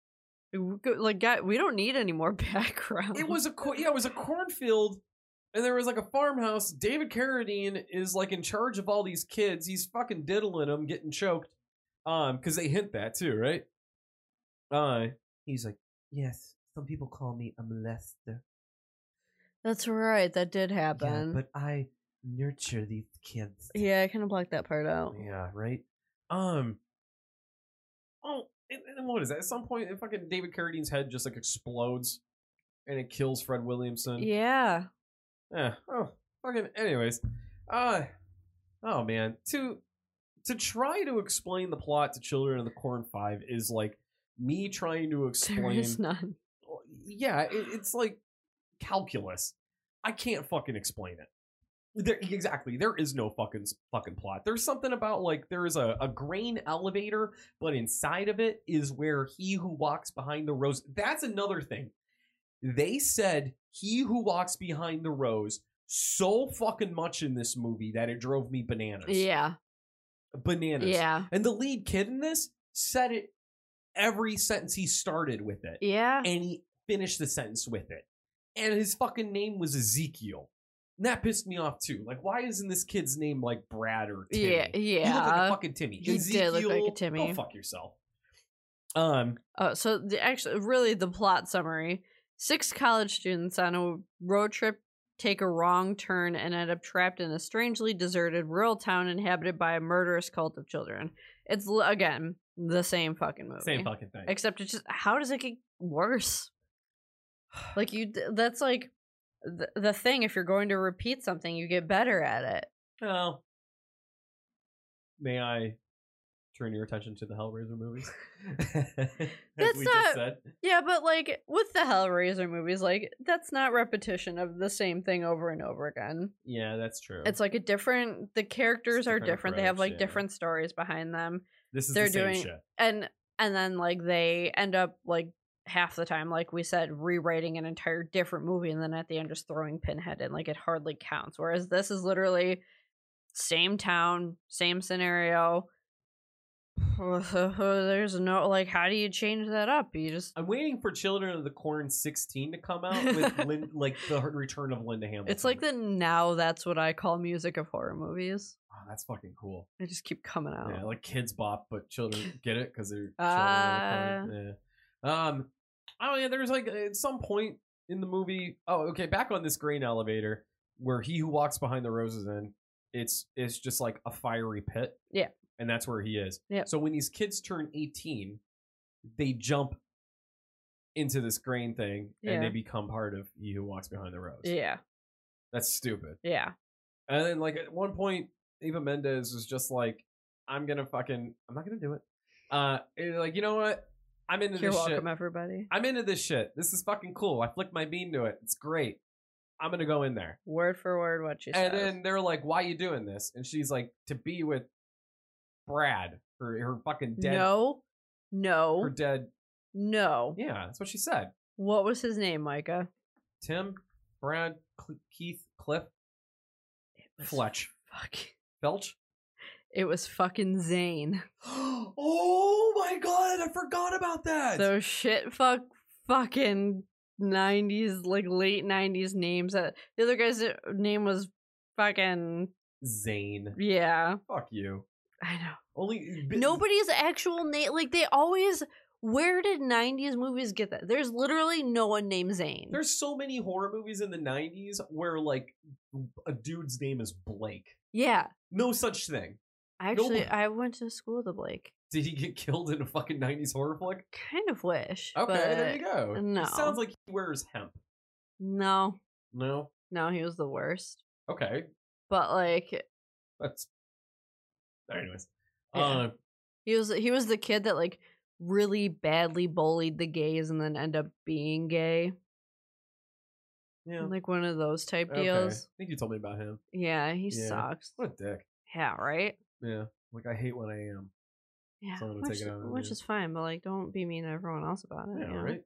[SPEAKER 1] We go- like guy, we don't need any more background.
[SPEAKER 2] it was a cor- yeah it was a cornfield and there was like a farmhouse david carradine is like in charge of all these kids he's fucking diddling them getting choked um because they hint that too right uh he's like yes some people call me a molester
[SPEAKER 1] That's right. That did happen. Yeah,
[SPEAKER 2] I nurture these kids.
[SPEAKER 1] I kind of blocked that part out.
[SPEAKER 2] Yeah, right. Um. Oh, and, and what is that? At some point, fucking David Carradine's head just like explodes, and it kills Fred Williamson.
[SPEAKER 1] Yeah.
[SPEAKER 2] Yeah. Oh, fucking. Anyways, uh, oh man, to to try to explain the plot to children of the Corn Five is like me trying to
[SPEAKER 1] There
[SPEAKER 2] explain.
[SPEAKER 1] is none.
[SPEAKER 2] Yeah, it, it's like calculus. I can't fucking explain it. There, exactly. There is no fucking fucking plot. There's something about like there is a, a grain elevator, but inside of it is where he who walks behind the rose. That's another thing. They said he who walks behind the rose so fucking much in this movie that it drove me bananas.
[SPEAKER 1] Yeah.
[SPEAKER 2] Bananas.
[SPEAKER 1] Yeah.
[SPEAKER 2] And the lead kid in this said it every sentence he started with it
[SPEAKER 1] Yeah.
[SPEAKER 2] and he finished the sentence with it. And his fucking name was Ezekiel. And that pissed me off too. Like, why isn't this kid's name like Brad or Timmy?
[SPEAKER 1] Yeah.
[SPEAKER 2] He looked like a
[SPEAKER 1] Yeah.
[SPEAKER 2] fucking Timmy.
[SPEAKER 1] He did look like a
[SPEAKER 2] Ezekiel,
[SPEAKER 1] Timmy.
[SPEAKER 2] Go fuck yourself. Um,
[SPEAKER 1] Oh, so the, actually, really, the plot summary: six college students on a road trip take a wrong turn and end up trapped in a strangely deserted rural town inhabited by a murderous cult of children. It's l- again the same fucking movie,
[SPEAKER 2] same fucking thing.
[SPEAKER 1] except it's just how does it get worse? Like you, d- that's like the, the thing. If you're going to repeat something, you get better at it.
[SPEAKER 2] Well, may I turn your attention to the Hellraiser movies? As
[SPEAKER 1] That's
[SPEAKER 2] we
[SPEAKER 1] not-
[SPEAKER 2] just said.
[SPEAKER 1] Yeah, but like with the Hellraiser movies, like that's not repetition of the same thing over and over again.
[SPEAKER 2] Yeah, that's true.
[SPEAKER 1] It's like a different the characters
[SPEAKER 2] It's
[SPEAKER 1] are
[SPEAKER 2] different
[SPEAKER 1] different. They have
[SPEAKER 2] approach,
[SPEAKER 1] like
[SPEAKER 2] yeah.
[SPEAKER 1] different stories behind them.
[SPEAKER 2] this is
[SPEAKER 1] they're
[SPEAKER 2] the same
[SPEAKER 1] doing-
[SPEAKER 2] shit.
[SPEAKER 1] And and then like they end up like half the time like we said rewriting an entire different movie and then at the end just throwing pinhead in like it hardly counts whereas this is literally same town same scenario there's no like how do you change that up you just
[SPEAKER 2] I'm waiting for Children of the Corn 16 to come out with Lin- like the return of Linda Hamilton.
[SPEAKER 1] It's like that now that's what I call music of horror movies.
[SPEAKER 2] Oh, that's fucking cool.
[SPEAKER 1] They just keep coming out.
[SPEAKER 2] Yeah, like kids bop, but children get it because they're children.
[SPEAKER 1] Ah.
[SPEAKER 2] yeah. Um, oh yeah, there's like at some point in the movie. Oh, okay, back on this grain elevator where he who walks behind the roses in. It's it's just like a fiery pit.
[SPEAKER 1] Yeah.
[SPEAKER 2] and that's where he is.
[SPEAKER 1] Yep.
[SPEAKER 2] So when these kids turn 18, they jump into this grain thing and they
[SPEAKER 1] Yeah.
[SPEAKER 2] become part of he who walks behind the rose.
[SPEAKER 1] yeah.
[SPEAKER 2] That's stupid.
[SPEAKER 1] Yeah.
[SPEAKER 2] And then like at one point, Eva Mendes was just like, "I'm gonna fucking, I'm not gonna do it." Uh, and like you know what? I'm into
[SPEAKER 1] You're
[SPEAKER 2] this
[SPEAKER 1] welcome,
[SPEAKER 2] shit.
[SPEAKER 1] everybody.
[SPEAKER 2] I'm into this shit. This is fucking cool. I flicked my bean to it. It's great. I'm gonna go in there.
[SPEAKER 1] Word for word what she
[SPEAKER 2] and
[SPEAKER 1] says.
[SPEAKER 2] then they're like, "Why you doing this?" And she's like, "To be with Brad, her her fucking dead,
[SPEAKER 1] no. No.
[SPEAKER 2] her dead."
[SPEAKER 1] no.
[SPEAKER 2] Yeah, that's what she said.
[SPEAKER 1] What was his name, Micah?
[SPEAKER 2] Tim, Brad, Cl- Keith, Cliff,
[SPEAKER 1] It was
[SPEAKER 2] Fletch,
[SPEAKER 1] Fuck.
[SPEAKER 2] Felch.
[SPEAKER 1] It was fucking Zane.
[SPEAKER 2] oh my god, I forgot about that.
[SPEAKER 1] Those shit fuck fucking 90s, like late 90s names. That The other guy's uh, name was fucking.
[SPEAKER 2] Zane.
[SPEAKER 1] Yeah.
[SPEAKER 2] Fuck you.
[SPEAKER 1] I know.
[SPEAKER 2] Only b-
[SPEAKER 1] Nobody's actual name. Like they always. Where did '90s movies get that? There's literally no one named Zane.
[SPEAKER 2] There's so many horror movies in the '90s where like a dude's name is Blake.
[SPEAKER 1] yeah,
[SPEAKER 2] No such thing.
[SPEAKER 1] I actually
[SPEAKER 2] one.
[SPEAKER 1] I went to school with a Blake.
[SPEAKER 2] Did he get killed in a fucking '90s horror flick?
[SPEAKER 1] Kind of wish.
[SPEAKER 2] Okay, there you
[SPEAKER 1] but
[SPEAKER 2] go. It
[SPEAKER 1] no.
[SPEAKER 2] sounds like he wears hemp.
[SPEAKER 1] No,
[SPEAKER 2] No.
[SPEAKER 1] no, he was the worst.
[SPEAKER 2] Okay,
[SPEAKER 1] But like
[SPEAKER 2] that's. Anyways,
[SPEAKER 1] Yeah.
[SPEAKER 2] uh,
[SPEAKER 1] he was he was the kid that like really badly bullied the gays and then end up being gay.
[SPEAKER 2] yeah.
[SPEAKER 1] Like one of those type
[SPEAKER 2] Okay. I
[SPEAKER 1] deals.
[SPEAKER 2] think you told me about him.
[SPEAKER 1] Yeah, he
[SPEAKER 2] Yeah.
[SPEAKER 1] sucks.
[SPEAKER 2] What a dick.
[SPEAKER 1] Yeah, right.
[SPEAKER 2] Yeah. Like I hate what I am.
[SPEAKER 1] Yeah,
[SPEAKER 2] So I'm gonna
[SPEAKER 1] which,
[SPEAKER 2] take it out on
[SPEAKER 1] which
[SPEAKER 2] you.
[SPEAKER 1] is fine, but like, don't be mean to everyone else about it.
[SPEAKER 2] Yeah.
[SPEAKER 1] you know?
[SPEAKER 2] Right.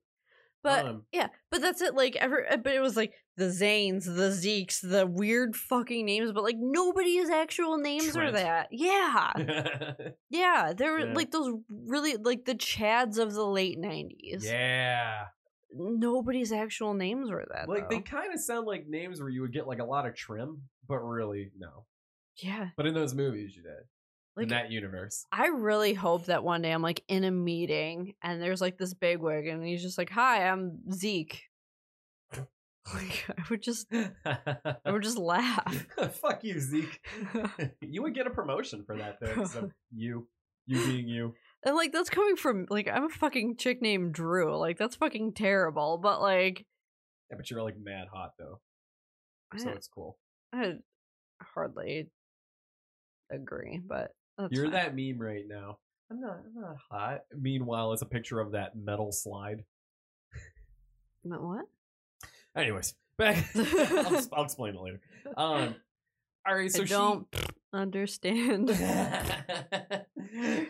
[SPEAKER 1] But
[SPEAKER 2] Um,
[SPEAKER 1] Yeah, but that's it. Like every, uh, but it was like the Zanes, the Zeeks, the weird fucking names. But like nobody's actual names are
[SPEAKER 2] Trent.
[SPEAKER 1] that. Yeah, yeah. There were
[SPEAKER 2] Yeah.
[SPEAKER 1] like those really like the Chads of the late nineties.
[SPEAKER 2] yeah.
[SPEAKER 1] Nobody's actual names were that.
[SPEAKER 2] Like they
[SPEAKER 1] though.
[SPEAKER 2] kind of sound like names where you would get like a lot of trim, but really no.
[SPEAKER 1] yeah.
[SPEAKER 2] But in those movies, you did.
[SPEAKER 1] Like
[SPEAKER 2] in that universe.
[SPEAKER 1] I really hope that one day I'm like in a meeting and there's like this bigwig and he's just like, "Hi, I'm Zeke." like I would just, I would just laugh.
[SPEAKER 2] Fuck you, Zeke. you would get a promotion for that, though. except you, you being you.
[SPEAKER 1] And like that's coming from like I'm a fucking chick named Drew. Like that's fucking terrible. But like
[SPEAKER 2] Yeah, but you're like mad hot though, so
[SPEAKER 1] I,
[SPEAKER 2] it's cool.
[SPEAKER 1] I hardly agree, but that's
[SPEAKER 2] You're
[SPEAKER 1] fine.
[SPEAKER 2] that meme right now. I'm not. I'm not hot. Meanwhile, it's a picture of that metal slide.
[SPEAKER 1] But what?
[SPEAKER 2] Anyways, back. I'll, s- I'll explain it later. Um. All right. So
[SPEAKER 1] I
[SPEAKER 2] she-
[SPEAKER 1] don't understand.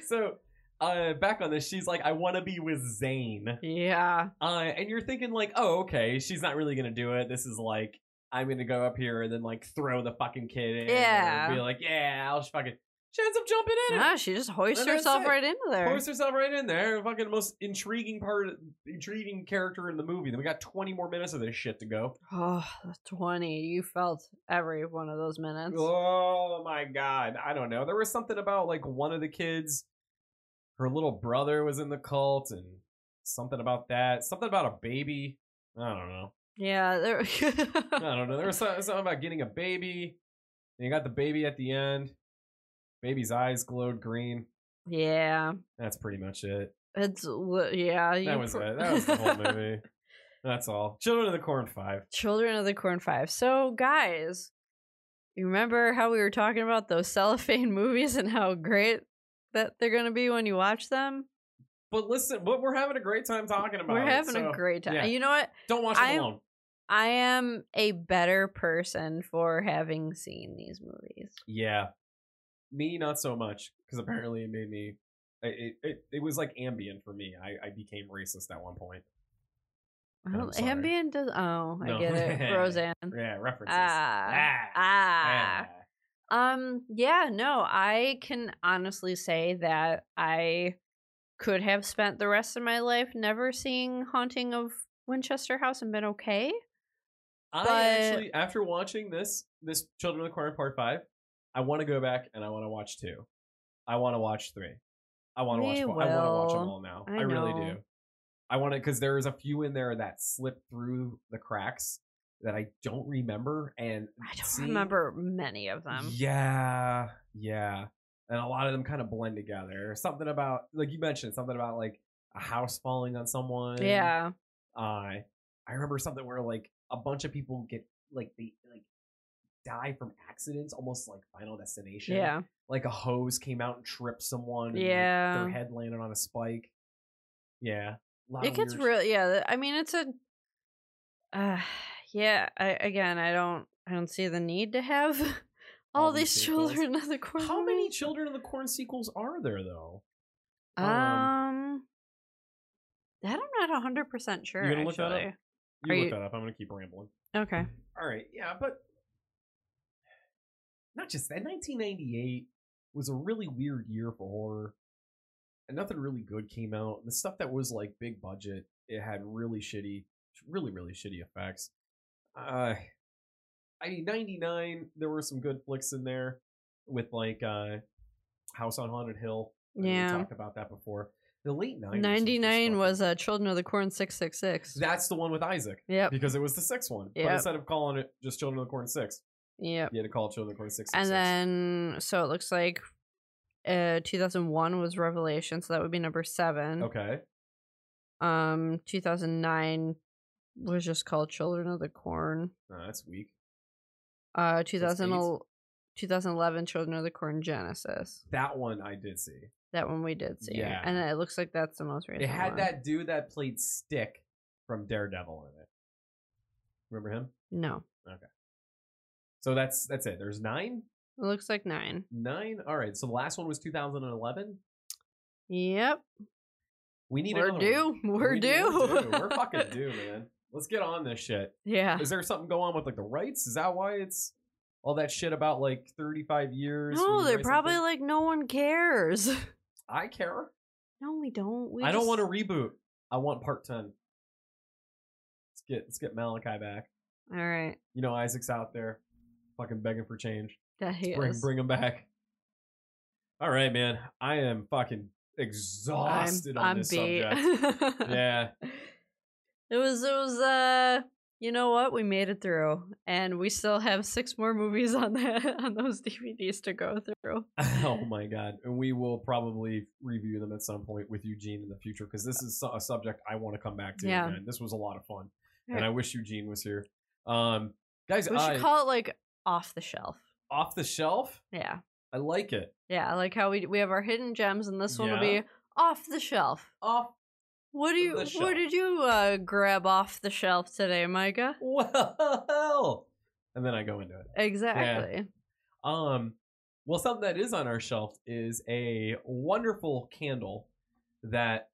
[SPEAKER 2] so uh back on this she's like i want to be with zane
[SPEAKER 1] yeah.
[SPEAKER 2] uh and you're thinking like oh okay she's not really gonna do it this is like i'm gonna go up here and then like throw the fucking kid in or
[SPEAKER 1] Yeah.
[SPEAKER 2] be like yeah i'll just fucking she ends up jumping in and
[SPEAKER 1] Nah, she just hoists
[SPEAKER 2] And that's
[SPEAKER 1] herself
[SPEAKER 2] it.
[SPEAKER 1] right into there.
[SPEAKER 2] Pours herself right in there. Fucking most intriguing part, intriguing character in the movie. Then we got 20 more minutes of this shit to go.
[SPEAKER 1] Oh, the 20. You felt every one of those minutes.
[SPEAKER 2] Oh my god. I don't know. There was something about like one of the kids, her little brother was in the cult and something about that. Something about a baby. I don't know.
[SPEAKER 1] Yeah. There...
[SPEAKER 2] I don't know. There was some- something about getting a baby. And you got the baby at the end. Baby's eyes glowed green.
[SPEAKER 1] yeah.
[SPEAKER 2] That's pretty much it.
[SPEAKER 1] It's, li- yeah. you
[SPEAKER 2] That was
[SPEAKER 1] pr-
[SPEAKER 2] it. That was the whole movie. That's all. Children of the Corn 5.
[SPEAKER 1] Children of the Corn 5. So, guys, you remember how we were talking about those cellophane movies and how great that they're going to be when you watch them?
[SPEAKER 2] But listen, but we're having a great time talking about
[SPEAKER 1] We're
[SPEAKER 2] it,
[SPEAKER 1] having
[SPEAKER 2] so
[SPEAKER 1] a great time.
[SPEAKER 2] yeah.
[SPEAKER 1] You know what?
[SPEAKER 2] Don't watch it
[SPEAKER 1] I'm-
[SPEAKER 2] alone.
[SPEAKER 1] I am a better person for having seen these movies.
[SPEAKER 2] Yeah. Me, not so much, because apparently it made me. It, it, it, it was like ambient for me. I, I became racist at one point. I'm
[SPEAKER 1] Oh,
[SPEAKER 2] sorry.
[SPEAKER 1] Ambien does. Oh, I
[SPEAKER 2] No.
[SPEAKER 1] get it. Roseanne.
[SPEAKER 2] Yeah, references.
[SPEAKER 1] Ah.
[SPEAKER 2] ah,
[SPEAKER 1] Ah. Um, yeah, no, I can honestly say that I could have spent the rest of my life never seeing Haunting of Winchester House and been okay.
[SPEAKER 2] I
[SPEAKER 1] But-
[SPEAKER 2] actually, after watching this, this Children of the Corn Part Five, I want to go back and I want to watch two. I want to watch three. I want to watch.
[SPEAKER 1] We
[SPEAKER 2] Four. I want to watch them
[SPEAKER 1] will.
[SPEAKER 2] all now.
[SPEAKER 1] I
[SPEAKER 2] I, really
[SPEAKER 1] know.
[SPEAKER 2] do. I want to because there is a few in there that slip through the cracks that I don't remember, and
[SPEAKER 1] I don't
[SPEAKER 2] See?
[SPEAKER 1] remember many of them.
[SPEAKER 2] Yeah, yeah. And a lot of them kind of blend together. Something about like you mentioned something about like a house falling on someone.
[SPEAKER 1] Yeah.
[SPEAKER 2] I I remember something where like a bunch of people get like they like die from accidents, almost like Final Destination.
[SPEAKER 1] Yeah.
[SPEAKER 2] Like a hose came out and tripped someone. And like,
[SPEAKER 1] Yeah.
[SPEAKER 2] their head landed on a spike. Yeah. a lot
[SPEAKER 1] It
[SPEAKER 2] of
[SPEAKER 1] gets
[SPEAKER 2] weird
[SPEAKER 1] real yeah, th- I mean it's a uh yeah, I again I don't I don't see the need to have all,
[SPEAKER 2] All
[SPEAKER 1] these
[SPEAKER 2] these sequels.
[SPEAKER 1] children of the
[SPEAKER 2] sh-
[SPEAKER 1] corn.
[SPEAKER 2] How many Children of the Corn sequels are there though?
[SPEAKER 1] Um,
[SPEAKER 2] um,
[SPEAKER 1] that I'm not hundred percent sure.
[SPEAKER 2] gonna look that up?
[SPEAKER 1] actually.
[SPEAKER 2] You
[SPEAKER 1] Are
[SPEAKER 2] look
[SPEAKER 1] you-
[SPEAKER 2] that up. I'm gonna keep rambling.
[SPEAKER 1] Okay.
[SPEAKER 2] All right, yeah, but not just that. 1998 was a really weird year for horror, and nothing really good came out. The stuff that was like big budget, it had really shitty, really really shitty effects. Uh, I mean, 99 there were some good flicks in there with like uh House on Haunted Hill. I know we
[SPEAKER 1] Yeah.
[SPEAKER 2] talked about that before. The late 90s, was just
[SPEAKER 1] Ninety nine
[SPEAKER 2] fucking-
[SPEAKER 1] was uh, Children of the Corn six six six.
[SPEAKER 2] that's the one with Isaac
[SPEAKER 1] Yep.
[SPEAKER 2] because it was the sixth one. But
[SPEAKER 1] Yep.
[SPEAKER 2] instead of calling it just Children of the Corn Six.
[SPEAKER 1] Yep.
[SPEAKER 2] You had to call Children of the Corn 666.
[SPEAKER 1] And then so it looks like uh 2001 was Revelation, so that would be number 7.
[SPEAKER 2] Okay.
[SPEAKER 1] Um 2009 was just called Children of the Corn.
[SPEAKER 2] No, that's weak.
[SPEAKER 1] Uh
[SPEAKER 2] eight.
[SPEAKER 1] 2000 2011 Children of the Corn Genesis.
[SPEAKER 2] That one I did see.
[SPEAKER 1] That one we did see.
[SPEAKER 2] Yeah.
[SPEAKER 1] And it looks like that's the most recent
[SPEAKER 2] It had
[SPEAKER 1] one.
[SPEAKER 2] that dude that played Stick from Daredevil in it. Remember him?
[SPEAKER 1] No.
[SPEAKER 2] So that's that's it. There's nine?
[SPEAKER 1] It looks like 9.
[SPEAKER 2] Nine? Alright, so the last one was 2011.
[SPEAKER 1] Yep.
[SPEAKER 2] We need
[SPEAKER 1] We're
[SPEAKER 2] another one.
[SPEAKER 1] due. We're
[SPEAKER 2] We need-
[SPEAKER 1] due. Ah.
[SPEAKER 2] We're, We're fucking due, man. Let's get on this shit.
[SPEAKER 1] Yeah.
[SPEAKER 2] Is there something going on with like the rights? Is that why it's all that shit about like 35 years?
[SPEAKER 1] No,
[SPEAKER 2] we
[SPEAKER 1] they're
[SPEAKER 2] raise
[SPEAKER 1] probably
[SPEAKER 2] something?
[SPEAKER 1] like, no one cares.
[SPEAKER 2] I care.
[SPEAKER 1] No, we don't. We
[SPEAKER 2] I don't
[SPEAKER 1] just-
[SPEAKER 2] want to reboot. I want part ten. Let's get let's get Malachi back.
[SPEAKER 1] All right.
[SPEAKER 2] You know Isaac's out there, fucking begging for change.
[SPEAKER 1] That he
[SPEAKER 2] Bring
[SPEAKER 1] is.
[SPEAKER 2] bring him back. All right, man. I am fucking
[SPEAKER 1] I'm,
[SPEAKER 2] exhausted on
[SPEAKER 1] I'm
[SPEAKER 2] this
[SPEAKER 1] beat.
[SPEAKER 2] subject. yeah,
[SPEAKER 1] It was it was uh you know what? We made it through. And we still have six more movies on that on those DVDs to go through.
[SPEAKER 2] oh my god and we will probably review them at some point with eugene in the future because this is su- a subject i want to come back to
[SPEAKER 1] Yeah.
[SPEAKER 2] again. this was a lot of fun and I wish Eugene was here. Um, guys,
[SPEAKER 1] We should
[SPEAKER 2] I-
[SPEAKER 1] call it like off the shelf.
[SPEAKER 2] off the shelf.
[SPEAKER 1] Yeah.
[SPEAKER 2] I like it.
[SPEAKER 1] Yeah, I like how we we have our hidden gems and this one will
[SPEAKER 2] Yeah.
[SPEAKER 1] be off the shelf.
[SPEAKER 2] Off.
[SPEAKER 1] What do
[SPEAKER 2] The
[SPEAKER 1] you
[SPEAKER 2] shelf.
[SPEAKER 1] what did you uh, grab off the shelf today, Micah?
[SPEAKER 2] Well, and then I go into it.
[SPEAKER 1] Exactly.
[SPEAKER 2] Um, well, something that is on our shelf is a wonderful candle that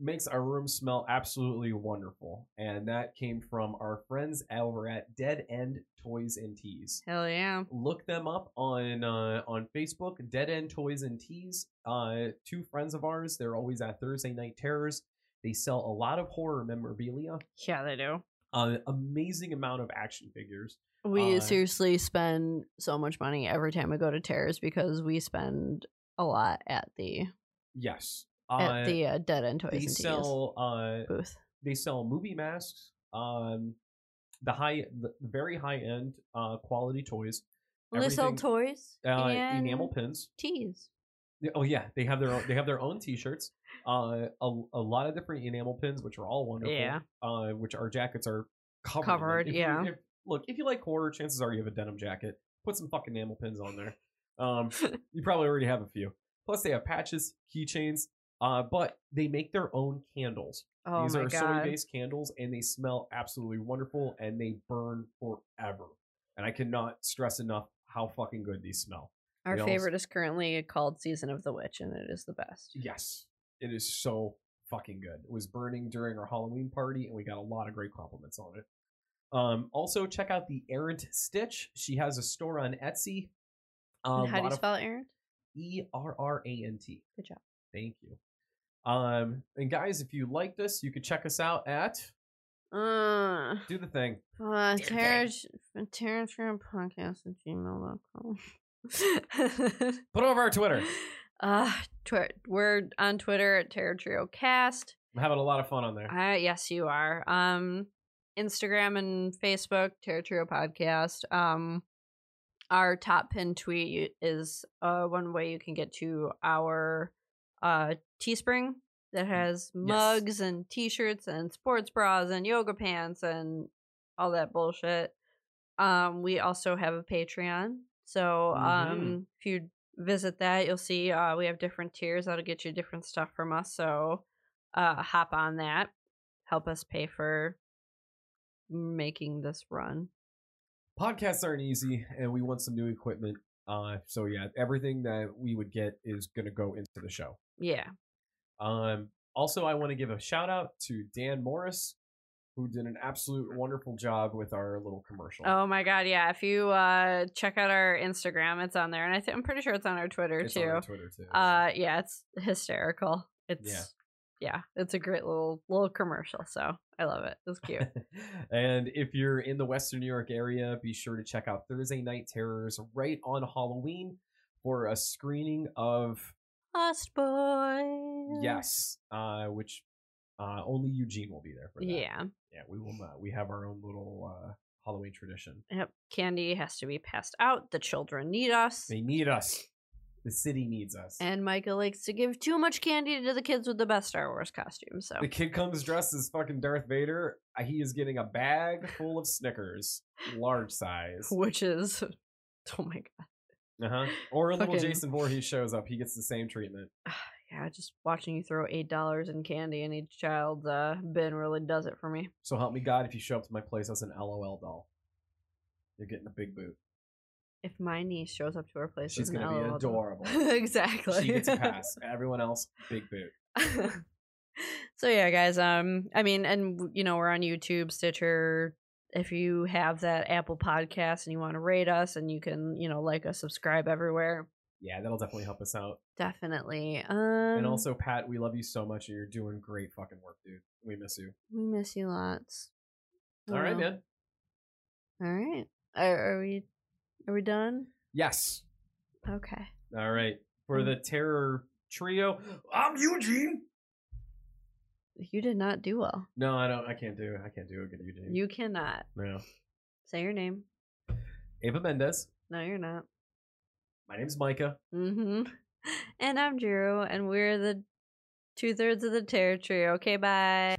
[SPEAKER 2] makes our room smell absolutely wonderful, and that came from our friends over at Dead End Toys and Teas.
[SPEAKER 1] Hell yeah.
[SPEAKER 2] Look them up on uh, on Facebook, Dead End Toys and Teas. Uh, two friends of ours. They're always at Thursday Night Terrors. They sell a lot of horror memorabilia,
[SPEAKER 1] Yeah, they do.
[SPEAKER 2] an amazing amount of action figures.
[SPEAKER 1] We
[SPEAKER 2] Uh,
[SPEAKER 1] seriously spend so much money every time we go to Terrace because we spend a lot at the
[SPEAKER 2] Yes,
[SPEAKER 1] at
[SPEAKER 2] uh,
[SPEAKER 1] the uh, dead end toys
[SPEAKER 2] they
[SPEAKER 1] and Teas
[SPEAKER 2] sell uh,
[SPEAKER 1] booth.
[SPEAKER 2] they sell movie masks um the high the very high end uh quality toys
[SPEAKER 1] they sell
[SPEAKER 2] everything-
[SPEAKER 1] toys
[SPEAKER 2] uh
[SPEAKER 1] and
[SPEAKER 2] enamel pins
[SPEAKER 1] teas.
[SPEAKER 2] Yeah, oh yeah they have their own they have their own t-shirts uh a, a lot of different enamel pins which are all wonderful
[SPEAKER 1] Yeah.
[SPEAKER 2] uh which our jackets are covered, in them.
[SPEAKER 1] Covered,
[SPEAKER 2] If you-
[SPEAKER 1] yeah.
[SPEAKER 2] if- look if you like horror chances are you have a denim jacket put some fucking enamel pins on there um you probably already have a few plus they have patches keychains uh but they make their own candles
[SPEAKER 1] Oh
[SPEAKER 2] These
[SPEAKER 1] my
[SPEAKER 2] are soy
[SPEAKER 1] god.
[SPEAKER 2] based candles and they smell absolutely wonderful and they burn forever. And I cannot stress enough how fucking good these smell.
[SPEAKER 1] Our
[SPEAKER 2] they almost-
[SPEAKER 1] favorite is currently called Season of the Witch and it is the best.
[SPEAKER 2] Yes. It is so fucking good. It was burning during our Halloween party and we got a lot of great compliments on it. Um, also, check out the Errant Stitch. She has a store on Etsy. Um,
[SPEAKER 1] And how do you spell it, Aaron?
[SPEAKER 2] E R R A N T.
[SPEAKER 1] Good job.
[SPEAKER 2] Thank you. Um, and guys, if you like this, you can check us out at
[SPEAKER 1] Uh,
[SPEAKER 2] Do the Thing.
[SPEAKER 1] uh,
[SPEAKER 2] Damn
[SPEAKER 1] Terrence Terrence Graham Podcast at gmail.com.
[SPEAKER 2] Put over our Twitter.
[SPEAKER 1] Uh, tw- we're on Twitter at Terror Trio Cast.
[SPEAKER 2] I'm having a lot of fun on there.
[SPEAKER 1] Uh, yes, you are. Um, Instagram and Facebook, Terror Trio Podcast. Um, our top pin tweet is uh, one way you can get to our uh, Teespring that has mugs and t shirts and sports bras and yoga pants and all that bullshit. Um, we also have a Patreon. So um,
[SPEAKER 2] Mhm.
[SPEAKER 1] if you visit that, you'll see uh, we have different tiers that'll get you different stuff from us. So uh, hop on that. Help us pay for making this run.
[SPEAKER 2] podcasts aren't easy and we want some new equipment uh so yeah everything that we would get is going to go into the show
[SPEAKER 1] Yeah.
[SPEAKER 2] um also i want to give a shout out to dan morris who did an absolute wonderful job with our little commercial
[SPEAKER 1] Oh my god, yeah. If you uh check out our Instagram, it's on there and I think I'm pretty sure it's on our Twitter
[SPEAKER 2] It's on
[SPEAKER 1] too.
[SPEAKER 2] our Twitter too.
[SPEAKER 1] Uh yeah, it's hysterical. It's yeah. it's a great little little commercial, so I love it. It's cute.
[SPEAKER 2] and if you're in the Western New York area, be sure to check out Thursday Night Terrors right on Halloween for a screening of
[SPEAKER 1] Lost Boy.
[SPEAKER 2] Yes, uh, which uh, only Eugene will be there for that.
[SPEAKER 1] Yeah.
[SPEAKER 2] Yeah, we will not. We have our own little uh, Halloween tradition.
[SPEAKER 1] Yep. Candy has to be passed out. The children need us.
[SPEAKER 2] They need us. The city needs us.
[SPEAKER 1] And Micah likes to give too much candy to the kids with the best Star Wars costume. So
[SPEAKER 2] the kid comes dressed as fucking Darth Vader. Uh, He is getting a bag full of Snickers, large size.
[SPEAKER 1] which is oh my god.
[SPEAKER 2] Uh-huh. Or little
[SPEAKER 1] Fucking-
[SPEAKER 2] Jason Voorhees shows up. He gets the same treatment.
[SPEAKER 1] Yeah, just watching you throw eight dollars in candy in each child's uh, bin really does it for me.
[SPEAKER 2] So help me God, if you show up to my place as an LOL doll, you're getting a big boot.
[SPEAKER 1] If my niece shows up to her place,
[SPEAKER 2] She's
[SPEAKER 1] as an
[SPEAKER 2] gonna be
[SPEAKER 1] LOL doll-
[SPEAKER 2] adorable.
[SPEAKER 1] exactly.
[SPEAKER 2] She gets a pass. Everyone else, big boot.
[SPEAKER 1] so yeah, guys. Um, I mean, and you know, we're on YouTube, Stitcher. If you have that Apple Podcast and you want to rate us, and you can, you know, like us, subscribe everywhere.
[SPEAKER 2] Yeah, that'll definitely help us out.
[SPEAKER 1] Definitely. Um,
[SPEAKER 2] And also, Pat, we love you so much, and you're doing great fucking work, dude. We miss you.
[SPEAKER 1] we miss you lots. I
[SPEAKER 2] All right,
[SPEAKER 1] know.
[SPEAKER 2] man.
[SPEAKER 1] All right. Are, are we? Are we done?
[SPEAKER 2] Yes.
[SPEAKER 1] Okay.
[SPEAKER 2] All right.
[SPEAKER 1] Mm.
[SPEAKER 2] For the terror trio, I'm Eugene.
[SPEAKER 1] You did not do well.
[SPEAKER 2] No, I don't. I can't do it. I can't do it. Good Eugene.
[SPEAKER 1] You cannot
[SPEAKER 2] no.
[SPEAKER 1] say your name.
[SPEAKER 2] Ava Mendez.
[SPEAKER 1] No, you're not.
[SPEAKER 2] My name's Micah.
[SPEAKER 1] Mm-hmm. And I'm Drew, and we're the two thirds of the Terror Trio. Okay, bye.